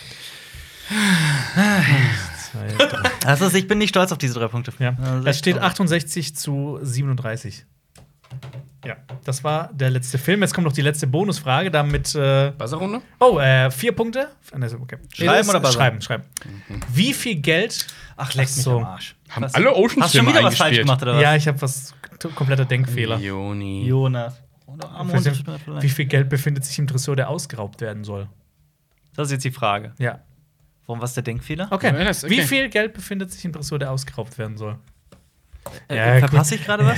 A: Zwei, drei.
B: Das ist, ich bin nicht stolz auf diese drei Punkte.
A: ja.
B: Also,
A: Es steht
B: ich-
A: 68 zu 37. Ja, das war der letzte Film. Jetzt kommt noch die letzte Bonusfrage. Damit. Äh,
C: Buzzerrunde?
A: oh, äh, vier Punkte. Nee, so, Okay. Äh,
B: Schreiben oder Mhm. buzzern?
A: Schreiben, schreiben. Wie viel Geld.
B: Ach, leck mich
A: so.
B: am Arsch.
C: Haben
B: Was-
C: alle Ocean's
B: Hast du schon
C: Filme
B: wieder was falsch
C: eingespielt?
B: gemacht, oder was?
A: Ja, ich habe was. t- Kompletter Denkfehler.
C: Joni.
B: Jonas. Oder am
A: Für
B: Mond-
A: den- Wie viel Geld befindet sich im Tresor, der ausgeraubt werden soll?
B: Das ist jetzt die Frage.
A: Ja.
B: Warum was der Denkfehler?
A: Okay.
C: Ja, das- okay.
A: Wie viel Geld befindet sich im Tresor, der ausgeraubt werden soll?
B: Äh,
A: Ja,
B: verpasse ich gerade was?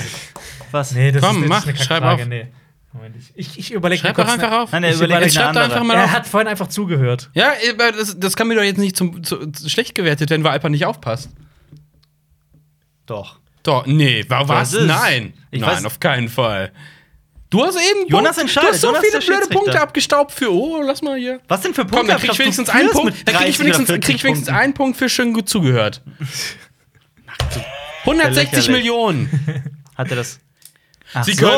B: Was?
A: Nee, das
C: Komm,
A: ist, das
C: mach,
A: ist eine
C: schreib
A: Kackfrage.
C: auf.
A: Nee. Moment, ich- ich, ich überlege
C: Schreib doch einfach auf.
B: Nein, er
C: Ich
B: überlegt
C: überleg-
B: eine
C: Schreib doch
B: andere.
C: einfach mal
A: Er
C: auf.
A: hat vorhin einfach zugehört.
C: Ja, aber das, das kann mir doch jetzt nicht zum, zu, zu schlecht gewertet werden, weil Alper nicht aufpasst.
B: Doch.
C: Doch, nee, wa- was?
B: ist-
C: Nein.
B: Ich
C: Nein,
B: weiß-
C: auf keinen Fall. Du hast eben
B: Jonas entscheidet,
C: Du hast so
B: Jonas ist
C: viele
B: der
C: blöde
B: Schiedsrichter.
C: Punkte abgestaubt für oh, lass mal hier.
B: Was denn für Punkte?
C: Komm, dann krieg ich
B: Hast du
C: wenigstens
B: führst
C: einen
B: mit
C: Punkt. Dann krieg ich
B: 30 oder
C: wenigstens,
B: 40
C: krieg ich wenigstens
B: Punkten.
C: einen Punkt für schön gut zugehört. 160
B: lächerlich.
C: Millionen.
B: Hat er das? Ach
C: Sie
B: so.
C: können-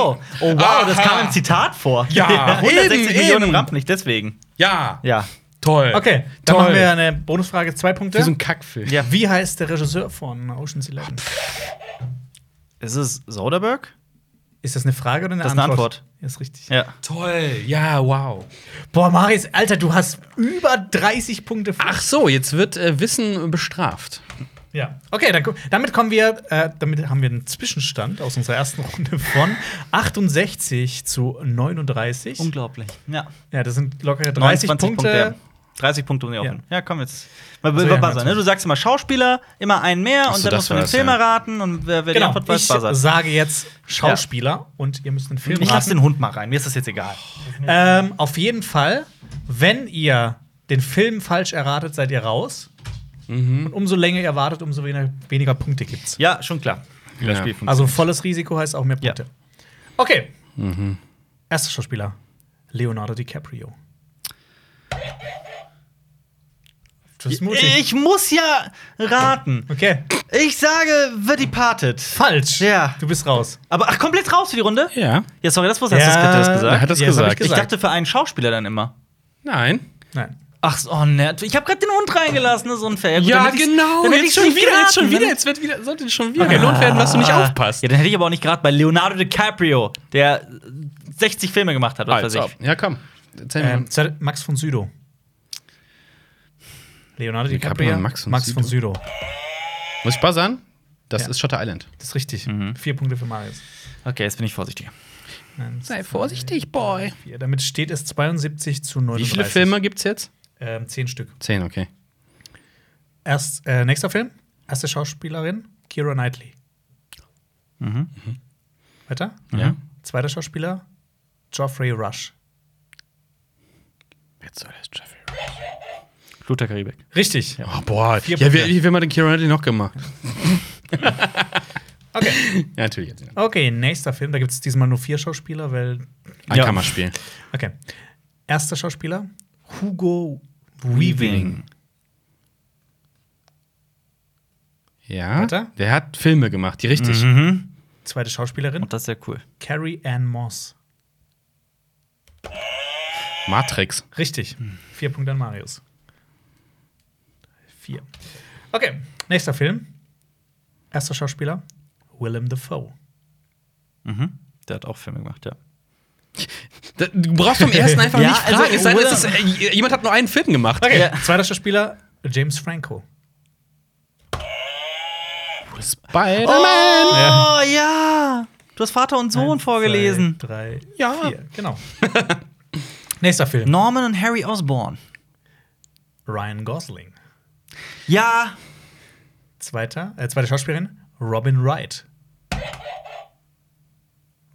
B: Oh wow, das
C: Aha.
B: kam im Zitat vor.
C: Ah. Ja,
B: 160
C: eben,
B: Millionen
C: eben.
B: im Rampenlicht, deswegen.
C: Ja.
B: Ja.
C: Toll.
A: Okay, dann
C: Toll.
A: machen wir eine Bonusfrage, zwei Punkte.
C: Für so ein Kackfilm.
B: Ja.
A: Wie heißt der Regisseur von Ocean's Eleven?
B: Ist es Soderbergh?
A: Ist das eine Frage oder eine
B: Das ist eine
A: Antwort?
B: Antwort.
A: Ja, ist richtig.
B: Ja.
C: Toll. Ja, wow.
A: Boah, Marius, Alter, du hast über 30 Punkte. vor-
C: Ach so, jetzt wird äh, Wissen bestraft.
A: Ja. Okay, dann, gu- damit kommen wir, äh, damit haben wir einen Zwischenstand aus unserer ersten Runde von 68 zu 39.
B: Unglaublich. Ja.
A: Ja, das sind lockere 30 Punkte.
B: 29 Punkte, 30 Punkte um die Ohren. Ja. komm jetzt. Mal,
A: Also,
B: mal
A: ja,
B: buzzern, ne?
A: natürlich.
B: Du sagst immer Schauspieler, immer einen mehr und
C: so,
B: dann musst
C: das
B: du den
C: war's,
B: Film
C: ja.
B: erraten und wer, wer die
A: Genau,
B: Antwort
A: ich
B: weiß, buzzert.
A: sage jetzt Schauspieler und ihr müsst einen Film
B: Ich lass
A: raten.
B: den Hund mal rein, mir ist das jetzt egal.
A: Ähm, auf jeden Fall, wenn ihr den Film falsch erratet, seid ihr raus.
B: Mhm.
A: Und umso länger ihr wartet, umso weniger, weniger Punkte gibt's.
B: Ja, schon klar. Wie das
C: Ja.
B: Spiel funktioniert.
A: Also volles Risiko heißt auch mehr
B: Ja. Mhm.
A: Punkte. Okay. Erster Schauspieler: Leonardo DiCaprio. Du bist mutig.
B: ich muss ja raten.
A: Okay.
B: Ich sage The Departed.
A: Falsch.
B: Ja.
A: Du bist raus.
B: Aber ach, komplett raus für die Runde?
C: Ja.
B: Ja, sorry, das wusste ich. Hast du das- das
C: Er
B: gesagt?
C: Äh, hat das
A: Ja, das hab
C: gesagt.
A: ich
B: Ich dachte für einen Schauspieler dann immer.
C: Nein.
A: Nein.
B: Ach, so, oh nett. Ich habe gerade den Hund reingelassen, das ist unfair. Gut, dann hätte ich's- dann hätte
C: genau, Jetzt
B: ich's
C: schon
B: nicht
C: wieder, jetzt schon
B: geraten,
C: wieder,
B: ne?
C: jetzt wird wieder, sollte schon wieder belohnt werden, dass du nicht
B: Ah.
C: aufpasst.
B: Ja, dann hätte ich aber auch nicht gerade bei Leonardo DiCaprio, der 60 Filme gemacht hat, was weiß
C: Also,
B: ich.
C: ja, komm. Erzähl mir.
A: Ähm, zweite- Max von Sydow. Leonardo
C: DiCaprio,
A: DiCaprio,
C: Max
A: Max,
C: von
A: von Sydow.
C: Muss ich buzzern? Das
A: Ja.
C: ist Shutter Island.
A: Das ist richtig.
C: Mhm.
A: Vier Punkte für Marius.
B: Okay, jetzt bin ich vorsichtig.
A: Eins,
C: vorsichtig, Boy.
A: vier. Damit steht es 72 zu 39.
C: Wie viele Filme gibt's jetzt?
A: Ähm, zehn Stück.
C: Zehn, okay.
A: Erst, äh, nächster Film. Erste Schauspielerin, Kira Knightley.
C: Mhm.
A: Weiter.
C: Ja.
A: Zweiter Schauspieler, Geoffrey Rush.
C: Jetzt soll das Jeffrey.
B: Flut der Karibik.
A: Richtig.
C: Oh, boah.
A: Vier
C: ja, wie,
A: Punkte.
C: wie will man den Kieran Knightley noch gemacht?
A: Okay.
C: Ja, natürlich jetzt.
A: Okay, nächster Film. Da gibt es diesmal nur vier Schauspieler, weil.
C: Ein
B: Ja.
C: Kammerspiel.
A: Okay. Erster Schauspieler, Hugo Weaving.
C: Ja.
A: Weiter?
C: Der hat Filme gemacht, die richtig.
B: Mhm.
A: Zweite Schauspielerin,
B: Und das ist ja cool.
A: Carrie Ann Moss.
C: Matrix.
A: Richtig. Vier Punkte an Marius. Vier. Okay, nächster Film. Erster Schauspieler, Willem Dafoe.
B: Mhm. Der hat auch Filme gemacht, ja.
C: Da- Du brauchst vom ersten einfach
B: Ja,
C: nicht fragen.
B: also,
C: es sei, denn, es ist,
B: oder-
C: äh, jemand hat nur einen Film gemacht.
A: Okay,
B: Ja.
A: zweiter Schauspieler, James Franco.
C: Spider-Man.
B: Oh ja! Du hast Vater und Sohn
A: Eins,
B: vorgelesen.
A: Zwei, drei,
C: Ja.
A: vier. Genau. nächster Film,
B: Norman und Harry Osborn.
A: Ryan Gosling.
B: Ja!
A: Zweiter, äh, zweite Schauspielerin, Robin Wright.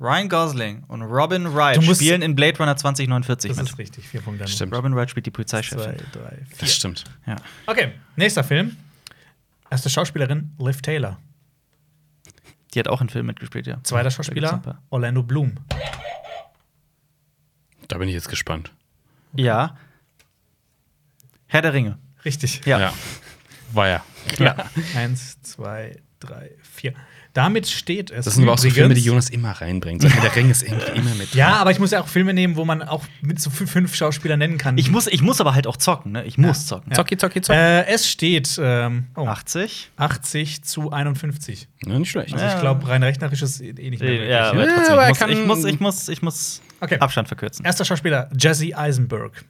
B: Ryan Gosling und Robin Wright
A: Du musst-
B: spielen in Blade Runner 2049
A: Das
B: mit.
A: ist richtig. Vier Punkte an
C: Stimmt.
B: Robin Wright spielt die
A: Zwei,
B: Polizeichefin.
A: drei, vier.
C: Das stimmt.
B: Ja.
A: Okay, nächster Film. Erste Schauspielerin, Liv Taylor.
B: Die hat auch einen Film mitgespielt, ja.
A: Zweiter
B: Da gibt's ein
A: Schauspieler,
B: paar.
A: Orlando Bloom.
C: Da bin ich jetzt gespannt.
B: Ja. Herr der Ringe.
A: Richtig.
B: Ja.
C: War ja.
A: Ja. Eins, zwei, drei, vier. Damit steht es.
C: Das sind aber auch so Filme, die
A: übrigens-
C: Jonas immer reinbringt. So, der Ring ist irgendwie immer mit.
A: Ja, aber ich muss ja auch Filme nehmen, wo man auch mit so fünf, fünf Schauspielern nennen kann.
B: Ich muss, ich muss aber halt auch zocken, ne? Ich muss zocken.
C: Zocki, zocki, zocki.
A: äh, es steht ähm, oh,
B: 80.
A: 80 zu 51.
C: Ja, nicht schlecht.
A: Also ich glaube, rein rechnerisch ist eh eh nicht mehr möglich.
B: Ja, aber
C: Ja,
B: trotzdem,
C: aber er
B: ich, muss,
C: kann-
B: ich muss, ich muss, ich muss
A: Okay.
B: Abstand verkürzen.
A: Erster Schauspieler, Jesse Eisenberg.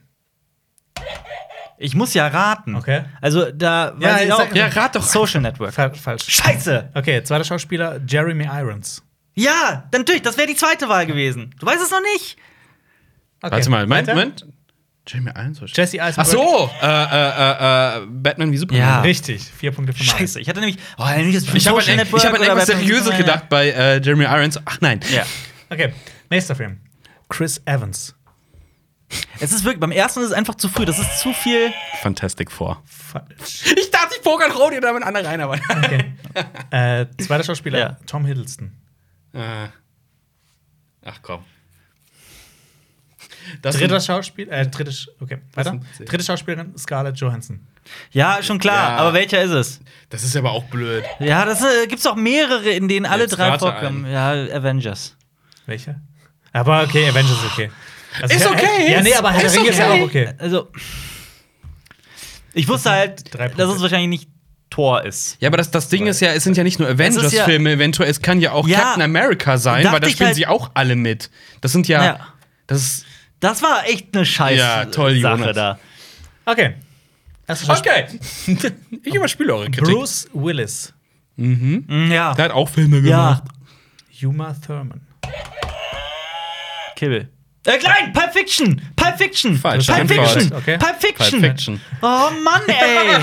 B: Ich muss ja raten.
A: Okay.
B: Also da weiß
A: Ja,
B: ich
A: ich
B: auch.
A: sag-
C: ja, rat doch.
B: Social Network.
A: Fa falsch.
B: Scheiße!
A: Okay, zweiter Schauspieler, Jeremy Irons.
B: Ja, dann natürlich, das wäre die zweite Wahl gewesen. Du weißt es noch nicht.
A: Okay,
C: Warte mal, Moment,
A: weiter.
C: Moment. Jamie Irons.
A: Jesse Eisenberg.
C: Ach so, äh, äh, äh, äh, Batman wie Superman.
B: Ja.
A: Richtig, vier Punkte für Marius.
B: Ah. Scheiße, ich hatte nämlich. Oh, nicht das
C: Ich habe an,
B: Social
C: irg- ich hab an
B: oder
C: irgendwas
B: bei-
C: Seriöses gedacht bei äh, Jeremy Irons. Ach nein.
B: Ja.
A: Okay, nächster Film. Chris Evans.
B: Es ist wirklich, beim ersten ist es einfach zu früh. Das ist zu viel.
C: Fantastic Four.
A: Falsch.
C: Ich dachte, ich pokern Rodi oder mit anderen rein, aber.
A: Okay. äh, zweiter Schauspieler,
B: Ja.
A: Tom Hiddleston.
C: Äh. Ach komm. Das
A: Dritter Schauspieler, äh, dritte, Sch- okay, weiter.
C: sind sie.
A: Dritte Schauspielerin, Scarlett Johansson.
B: Ja, schon klar,
C: Ja.
B: aber welcher ist es?
C: das ist aber auch blöd.
B: Ja, das äh, gibt's auch mehrere, in denen alle
C: Jetzt
B: drei
C: rate
B: vorkommen.
C: einen.
B: Ja, Avengers.
A: Welche? Aber okay, Avengers ist okay. Also,
C: Ist
A: Herr-
C: okay,
A: Ja, nee, aber Herr
C: ist
A: der Ringe ist ja
C: okay.
A: auch okay.
B: Also. Ich wusste halt,
A: drei Punkte.
B: dass es wahrscheinlich nicht Tor ist.
C: Ja, aber das, das Ding ist ja, es sind ja nicht nur
B: ist ja-
C: Avengers-Filme, eventuell, es kann ja auch
B: Ja.
C: Captain America sein,
B: Dachte
C: weil da
B: ich
C: spielen
B: halt-
C: sie auch alle mit. Das sind ja.
B: Ja.
C: Das ist.
B: Das war echt eine scheiß
C: Ja, toll,
B: Sache
C: Jonas.
B: da.
A: Okay. Erster Schauspieler,
C: ich überspiele eure Kritik.
A: Bruce Willis,
B: Mm, Ja,
C: Der hat auch Filme
B: ja. Ah,
C: gemacht.
A: Uma Thurman.
B: Kibbel. Äh, nein, Pulp Fiction! Pulp Fiction!
C: Falsch,
B: Pulp
C: Antwort.
B: Fiction!
A: Okay.
B: Pulp Fiction!
C: Pulp Fiction.
B: Oh Mann, ey!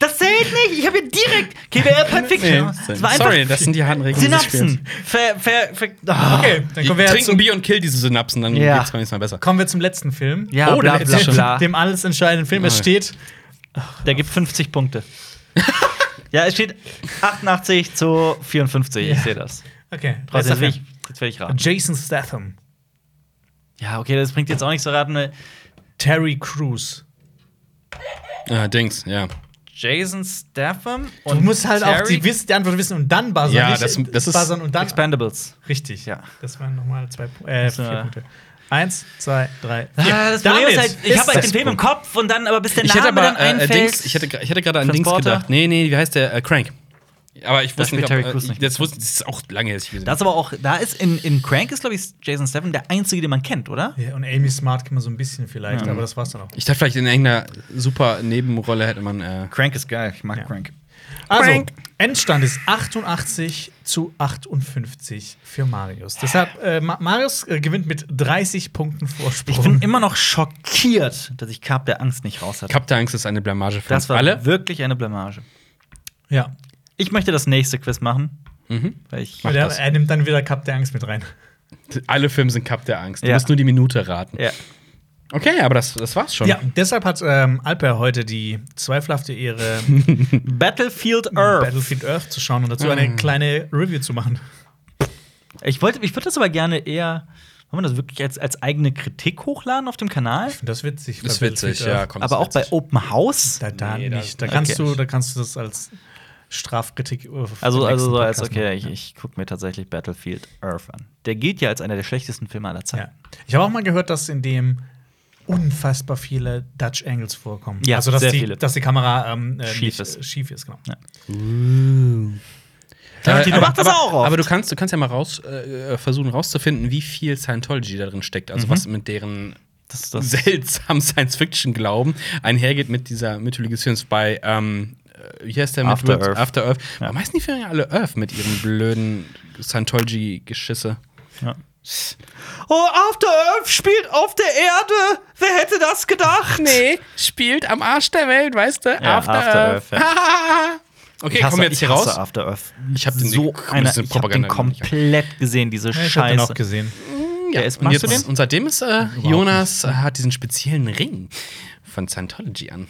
B: Das zählt nicht! Ich habe hier direkt GBR Pulp Fiction. das war einfach
C: Sorry, das sind die harten Regeln. des Spiels.
B: Synapsen. Ver, ver, ver, ah.
A: Okay, dann
C: Ich
A: kommen wir, jetzt
C: trinke ein
A: zum,
C: Bier und kill diese Synapsen, dann
B: Ja.
C: geht's beim nächsten Mal besser.
A: kommen wir zum letzten Film.
B: Ja,
A: oh,
B: bla,
A: dem-
B: bla, bla.
A: Dem alles entscheidenden Film. Es
C: Nein.
A: steht
B: Der gibt 50 Punkte. ja, es steht 88 zu 54. Ich
A: Ja.
B: sehe das.
A: Okay, letzter
B: Trotzdem will ich,
A: Film.
B: jetzt will ich raten.
A: Jason Statham,
B: Ja, okay, das bringt jetzt auch nichts zu raten. ne?
A: Terry Crews.
C: Ah, Dings, ja.
B: Jason Statham
A: Du musst halt auch die, Wiss- die Antwort wissen und dann buzzern.
C: Ja,
A: nicht
C: das- das ist-
A: buzzern und dann
B: Expendables.
A: Richtig,
B: Ja.
A: Das waren nochmal zwei Pu- äh, vier
B: äh,
A: Punkte. Eins, zwei, drei, vier.
B: Ja, das Problem
A: Damit
B: ist halt, ich
A: Ah, ist
B: habe halt
A: das
B: den Film im
A: Punkt.
B: Kopf und dann, aber bis der
C: Ich
B: Name
C: hätte aber
B: dann
C: äh,
B: einfällt.
C: äh, Dings, ich hätte, gra- ich hätte gerade an Dings
B: Transporter?
C: gedacht. Nee, nee, wie heißt der? Äh, Crank. Aber ich wusste
B: spielt
C: nicht,
B: Terry
C: ob,
B: Crews
C: äh,
B: nicht.
C: das, wusste, das ist auch lange her, dass ich gesehen
B: das ist aber auch, da ist in, in Crank ist, glaube ich, Jason Statham der einzige, den man kennt, oder?
A: Ja, und Amy Smart kann man so ein bisschen vielleicht, aber das war's dann auch.
C: Ich dachte vielleicht in irgendeiner super Nebenrolle hätte man. Äh,
B: Crank ist geil, ich mag Crank.
A: Also,
C: Prank.
A: Endstand ist 88 zu 58 für Marius. Deshalb, äh, Ma- Marius äh, gewinnt mit 30 Punkten Vorsprung.
B: Ich bin immer noch schockiert, dass ich Cap der Angst nicht raus hatte.
C: Captain Angst ist eine Blamage für
B: das
C: uns
B: war
C: alle.
B: wirklich eine Blamage.
A: ja,
B: Ich möchte das nächste Quiz machen. Weil ich
A: Der-
C: das.
A: er nimmt dann wieder Cup der Angst mit rein.
C: Alle Filme sind Cup der Angst. Du
B: Ja.
C: musst nur die Minute raten.
B: ja.
C: Okay, aber das, das war's schon.
A: Ja, deshalb hat ähm, Alper heute die zweifelhafte Ehre,
B: Battlefield Earth. Mm.
A: Battlefield Earth zu schauen und dazu eine kleine Review zu machen.
B: ich wollte, ich würde das aber gerne eher, wollen wir das wirklich als, als eigene Kritik hochladen auf dem Kanal?
A: Und Das ist witzig.
C: Das ist
A: bei
C: witzig,
A: Battlefield
C: ja.
A: Earth.
C: Komm, das
B: Aber auch
C: ist witzig.
B: bei Open House?
A: Da, da
C: Nee, da-
A: nicht. Da kannst,
B: okay.
A: du, da kannst du das als Strafkritik. äh, für
B: Also,
A: den
B: also
A: nächsten
B: so als,
A: Podcast
B: okay, ich, ich gucke mir tatsächlich Battlefield Earth an. Der gilt ja als einer der schlechtesten Filme aller
A: Ja.
B: Zeiten.
A: Ich habe auch mal gehört, dass in dem unfassbar viele Dutch Angles vorkommen.
B: Ja,
A: also dass,
B: sehr
A: die,
B: viele.
A: dass die Kamera ähm, äh,
B: Schief
A: nicht,
B: ist.
A: äh, schief ist, genau.
B: Ja.
C: Äh,
B: die macht das
C: aber,
B: auch oft.
C: Aber du kannst, du kannst ja mal raus, äh, versuchen rauszufinden, wie viel Scientology da drin steckt.
B: Mhm.
C: Also was mit deren
B: Das, das,
C: seltsamen Science-Fiction-Glauben einhergeht mit dieser Mythologisierung bei, ähm, äh, wie heißt der mit
B: After
C: Will-
B: Earth.
C: After Earth. Warum heißen die Filme ja alle Earth mit ihren blöden Scientology-Geschisse?
B: ja. Oh, After Earth spielt auf der Erde! Wer hätte das gedacht?
C: Nee, spielt am Arsch der Welt, weißt du?
B: Ja, After After Earth. Earth,
C: okay,
B: Ich hasse,
C: kommen wir jetzt hier
B: ich hasse
C: raus.
B: After Earth.
C: Ich hab den-
B: so
C: ich-
B: einer,
C: diese
B: ich hab den
C: Propaganda-
B: komplett gesehen,
A: Ja,
B: diese
A: ich habe den
B: Scheiße.
A: auch gesehen.
C: Ja,
B: ist-
C: und,
B: machst du
C: jetzt,
B: den?
C: und seitdem ist äh, Jonas äh, hat diesen speziellen Ring von Scientology an.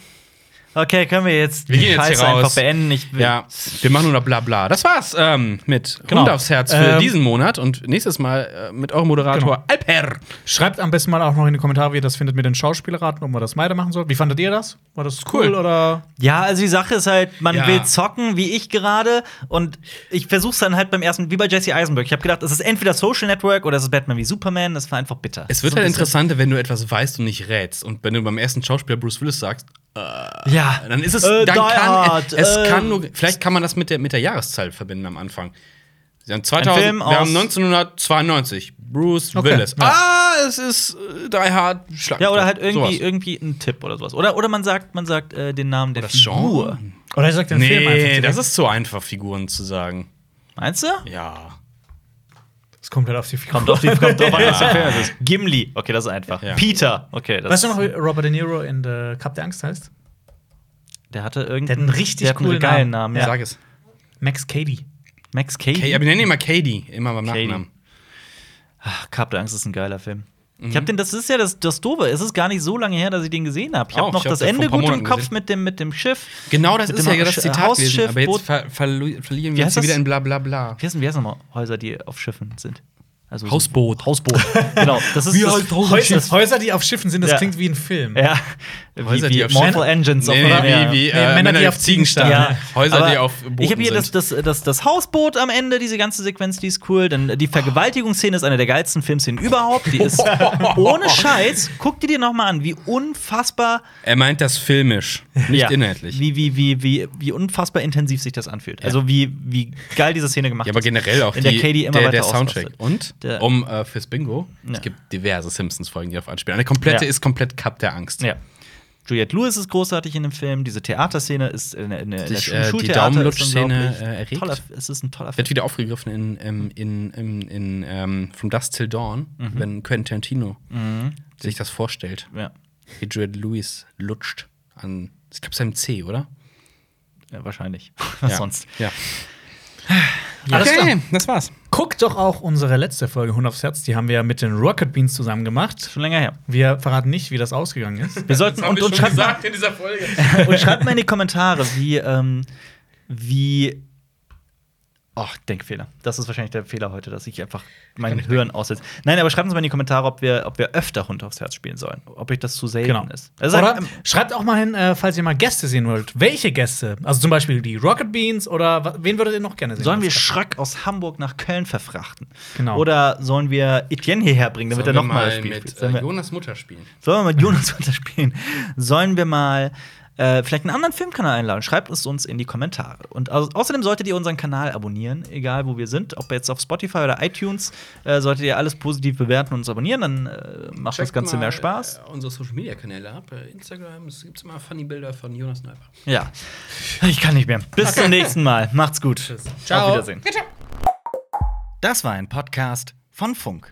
B: Okay, können wir jetzt
C: Wir
B: die
C: gehen jetzt hier
B: Scheiße
C: raus.
B: einfach beenden? Ich will
C: Ja, wir machen nur noch Blabla. Das war's ähm, mit
A: Genau.
C: Hund aufs Herz für
A: Ähm,
C: diesen Monat und nächstes Mal äh, mit eurem
B: genau.
C: Moderator Alper.
A: Schreibt am besten mal auch noch in die Kommentare, wie ihr das findet mit den Schauspielraten, ob man das weiter machen soll. Wie fandet ihr das? War das cool,
C: Cool.
A: oder?
B: Ja, also die Sache ist halt, man
C: Ja.
B: will zocken, wie ich gerade, und ich versuch's dann halt beim ersten, wie bei Jesse Eisenberg. Ich habe gedacht, es ist entweder Social Network oder es ist Batman wie Superman. Das war einfach bitter.
C: Es wird
B: So ein
C: halt
B: bisschen-
C: interessanter, wenn du etwas weißt und nicht rätst. Und wenn du beim ersten Schauspieler Bruce Willis sagst,
B: Ja,
C: dann ist es,
B: Äh,
C: dann
B: Die
C: kann,
B: Hard,
C: es
B: äh,
C: kann nur, vielleicht kann man das mit der, mit der Jahreszahl verbinden am Anfang. Wir haben, 2000,
B: Film
C: wir
B: aus-
C: haben 1992, Bruce
A: Okay,
C: Willis.
A: ja.
C: Ah, es ist äh, Die Hard, Schlag.
B: Ja, oder halt irgendwie,
C: Sowas.
B: irgendwie ein Tipp oder sowas. Oder, oder man sagt, man sagt äh, den Namen der
C: Das
B: Figur.
C: Genre?
A: Oder ich sag den Film einfach.
C: Nee,
A: direkt.
C: das ist zu einfach, Figuren zu sagen.
B: Meinst du?
C: Ja.
A: Das kommt halt auf die Figur.
B: Kommt auf die kommt drauf an, was der Film es ist. Gimli, okay, das ist einfach.
C: Ja.
B: Peter, okay, das
A: Weißt du noch, wie Robert De Niro in The Cup der Angst heißt?
B: Der hatte irgendeinen
A: Der hat einen richtig
B: der hat
A: coolen
B: geilen
A: Namen.
B: Namen, ja.
C: Sag es.
A: Max Cady.
B: Max Cady.
C: Kay, aber wir nennen ihn immer Katie, immer beim
B: Katie.
C: Nachnamen.
B: Ach, Kap der Angst ist ein geiler Film. Ich
C: Mhm.
B: habe den, das ist ja das, das Doofe. Es ist gar nicht so lange her, dass ich den gesehen habe. Ich habe
C: Auch,
B: noch
C: ich hab
B: das
C: den vor
B: Ende
C: ein paar
B: gut im
C: Monaten
B: Kopf
C: gesehen.
B: mit dem, mit dem Schiff.
C: Genau das
B: Mit
C: ist
B: dem
C: ja das
B: Haus-
C: Zitat gewesen,
B: Hausschiff,
C: aber jetzt
B: Boot.
C: ver verlu- verlieren
B: Wie
C: wir
B: heißt
C: uns hier
B: das?
C: wieder in Blablabla.
B: Wie heißen, wie heißen nochmal Häuser, die auf Schiffen sind? Also so-
C: Hausboot.
B: Hausboot. genau. Das ist
C: Wie
B: das,
C: halt
A: Häuser, Häuser, die auf Schiffen sind, das
B: Ja.
A: klingt wie ein Film.
B: Ja. Wie, wie
C: auf
B: Mortal
C: Schiffen-
B: Engines
C: nee,
B: auf dem
C: nee,
B: Meer.
C: wie, wie,
A: Nee,
C: äh, Männer, die auf Ziegen starren.
B: Ja,
C: Häuser,
B: aber
C: die auf Booten
B: Ich habe hier das,
C: sind.
B: das, das, das Hausboot am Ende, diese ganze Sequenz, die ist cool. Dann die Vergewaltigungsszene ist eine der geilsten Filmszenen überhaupt. Die ist ohne Scheiß. Guck die dir nochmal an, wie unfassbar
C: Er meint das filmisch, nicht
B: Ja.
C: inhaltlich.
B: Wie, wie, wie, wie, wie unfassbar intensiv sich das anfühlt. Also wie, wie geil diese Szene gemacht
C: Ja, aber
B: ist.
C: generell auch
B: Wenn
C: die,
B: der Katie immer
C: der,
B: weiter
C: der Soundtrack.
B: ausrastet.
C: Und
B: Der-
C: um äh, fürs Bingo,
B: Ja.
C: es gibt diverse Simpsons-Folgen, die darauf anspielen. Eine komplette
B: Ja.
C: ist komplett Cup der Angst.
B: Ja. Juliette Lewis ist großartig in dem Film. Diese Theaterszene ist in, in, in der
C: Dich,
B: Schul-
C: äh, die
B: Schultheater ist
C: Daumenlutsch-Szene,
B: unglaublich.
C: äh, erregt?
B: Toller, es ist ein toller Film.
C: Wird wieder aufgegriffen in, ähm, in, in, in ähm, From Dusk Till Dawn,
B: Mhm.
C: wenn Quentin Tarantino sich das vorstellt,
B: Ja,
C: wie Jared Lewis lutscht an, ich glaube, seinem C, oder?
B: ja wahrscheinlich. Was
C: ja.
B: sonst?
C: Ja.
A: Alles klar.
C: das war's.
A: Guckt doch auch unsere letzte Folge Hund aufs Herz. Die haben wir ja mit den Rocket Beans zusammen gemacht.
B: Schon länger her.
A: Wir verraten nicht, wie das ausgegangen ist.
B: Wir sollten und, und, schreibt mal,
C: in dieser Folge.
B: und schreibt mal in die Kommentare, wie ähm, wie Ach, Denkfehler. Das ist wahrscheinlich der Fehler heute, dass ich einfach mein Hören aussetze. Nein, aber schreibt uns mal in die Kommentare, ob wir, ob wir öfter Hund aufs Herz spielen sollen. Ob euch das zu selten
A: Genau.
B: ist. Also ähm, Das ist
A: Oder
B: ein-
A: schreibt auch mal hin, äh, falls ihr mal Gäste sehen wollt. Welche Gäste? Also zum Beispiel die Rocket Beans oder wa- wen würdet ihr noch gerne sehen?
B: Sollen wir Schröck aus Hamburg nach Köln verfrachten?
A: Genau.
B: Oder sollen wir Etienne hierher bringen, damit
C: Sollen
B: er
C: wir
B: nochmal
C: mal
B: spielt?
C: mit
B: sollen,
C: äh,
B: wir,
C: Jonas Mutter spielen?
B: sollen wir mit Jonas unterspielen? Sollen wir mal äh, vielleicht einen anderen Filmkanal einladen? Schreibt es uns in die Kommentare. Und au außerdem solltet ihr unseren Kanal abonnieren, egal wo wir sind. Ob jetzt auf Spotify oder iTunes, äh, solltet ihr alles positiv bewerten und uns abonnieren. Dann äh, macht das
C: Checkt
B: Ganze
C: mal,
B: mehr Spaß.
C: Äh, unsere Social Media Kanäle ab. Äh, Instagram, es gibt immer funny Bilder von Jonas Neuber.
B: Ja. Ich kann nicht mehr. Bis zum nächsten Mal. Macht's gut.
C: Ciao.
B: Auf Wiedersehen. Das war ein Podcast von Funk.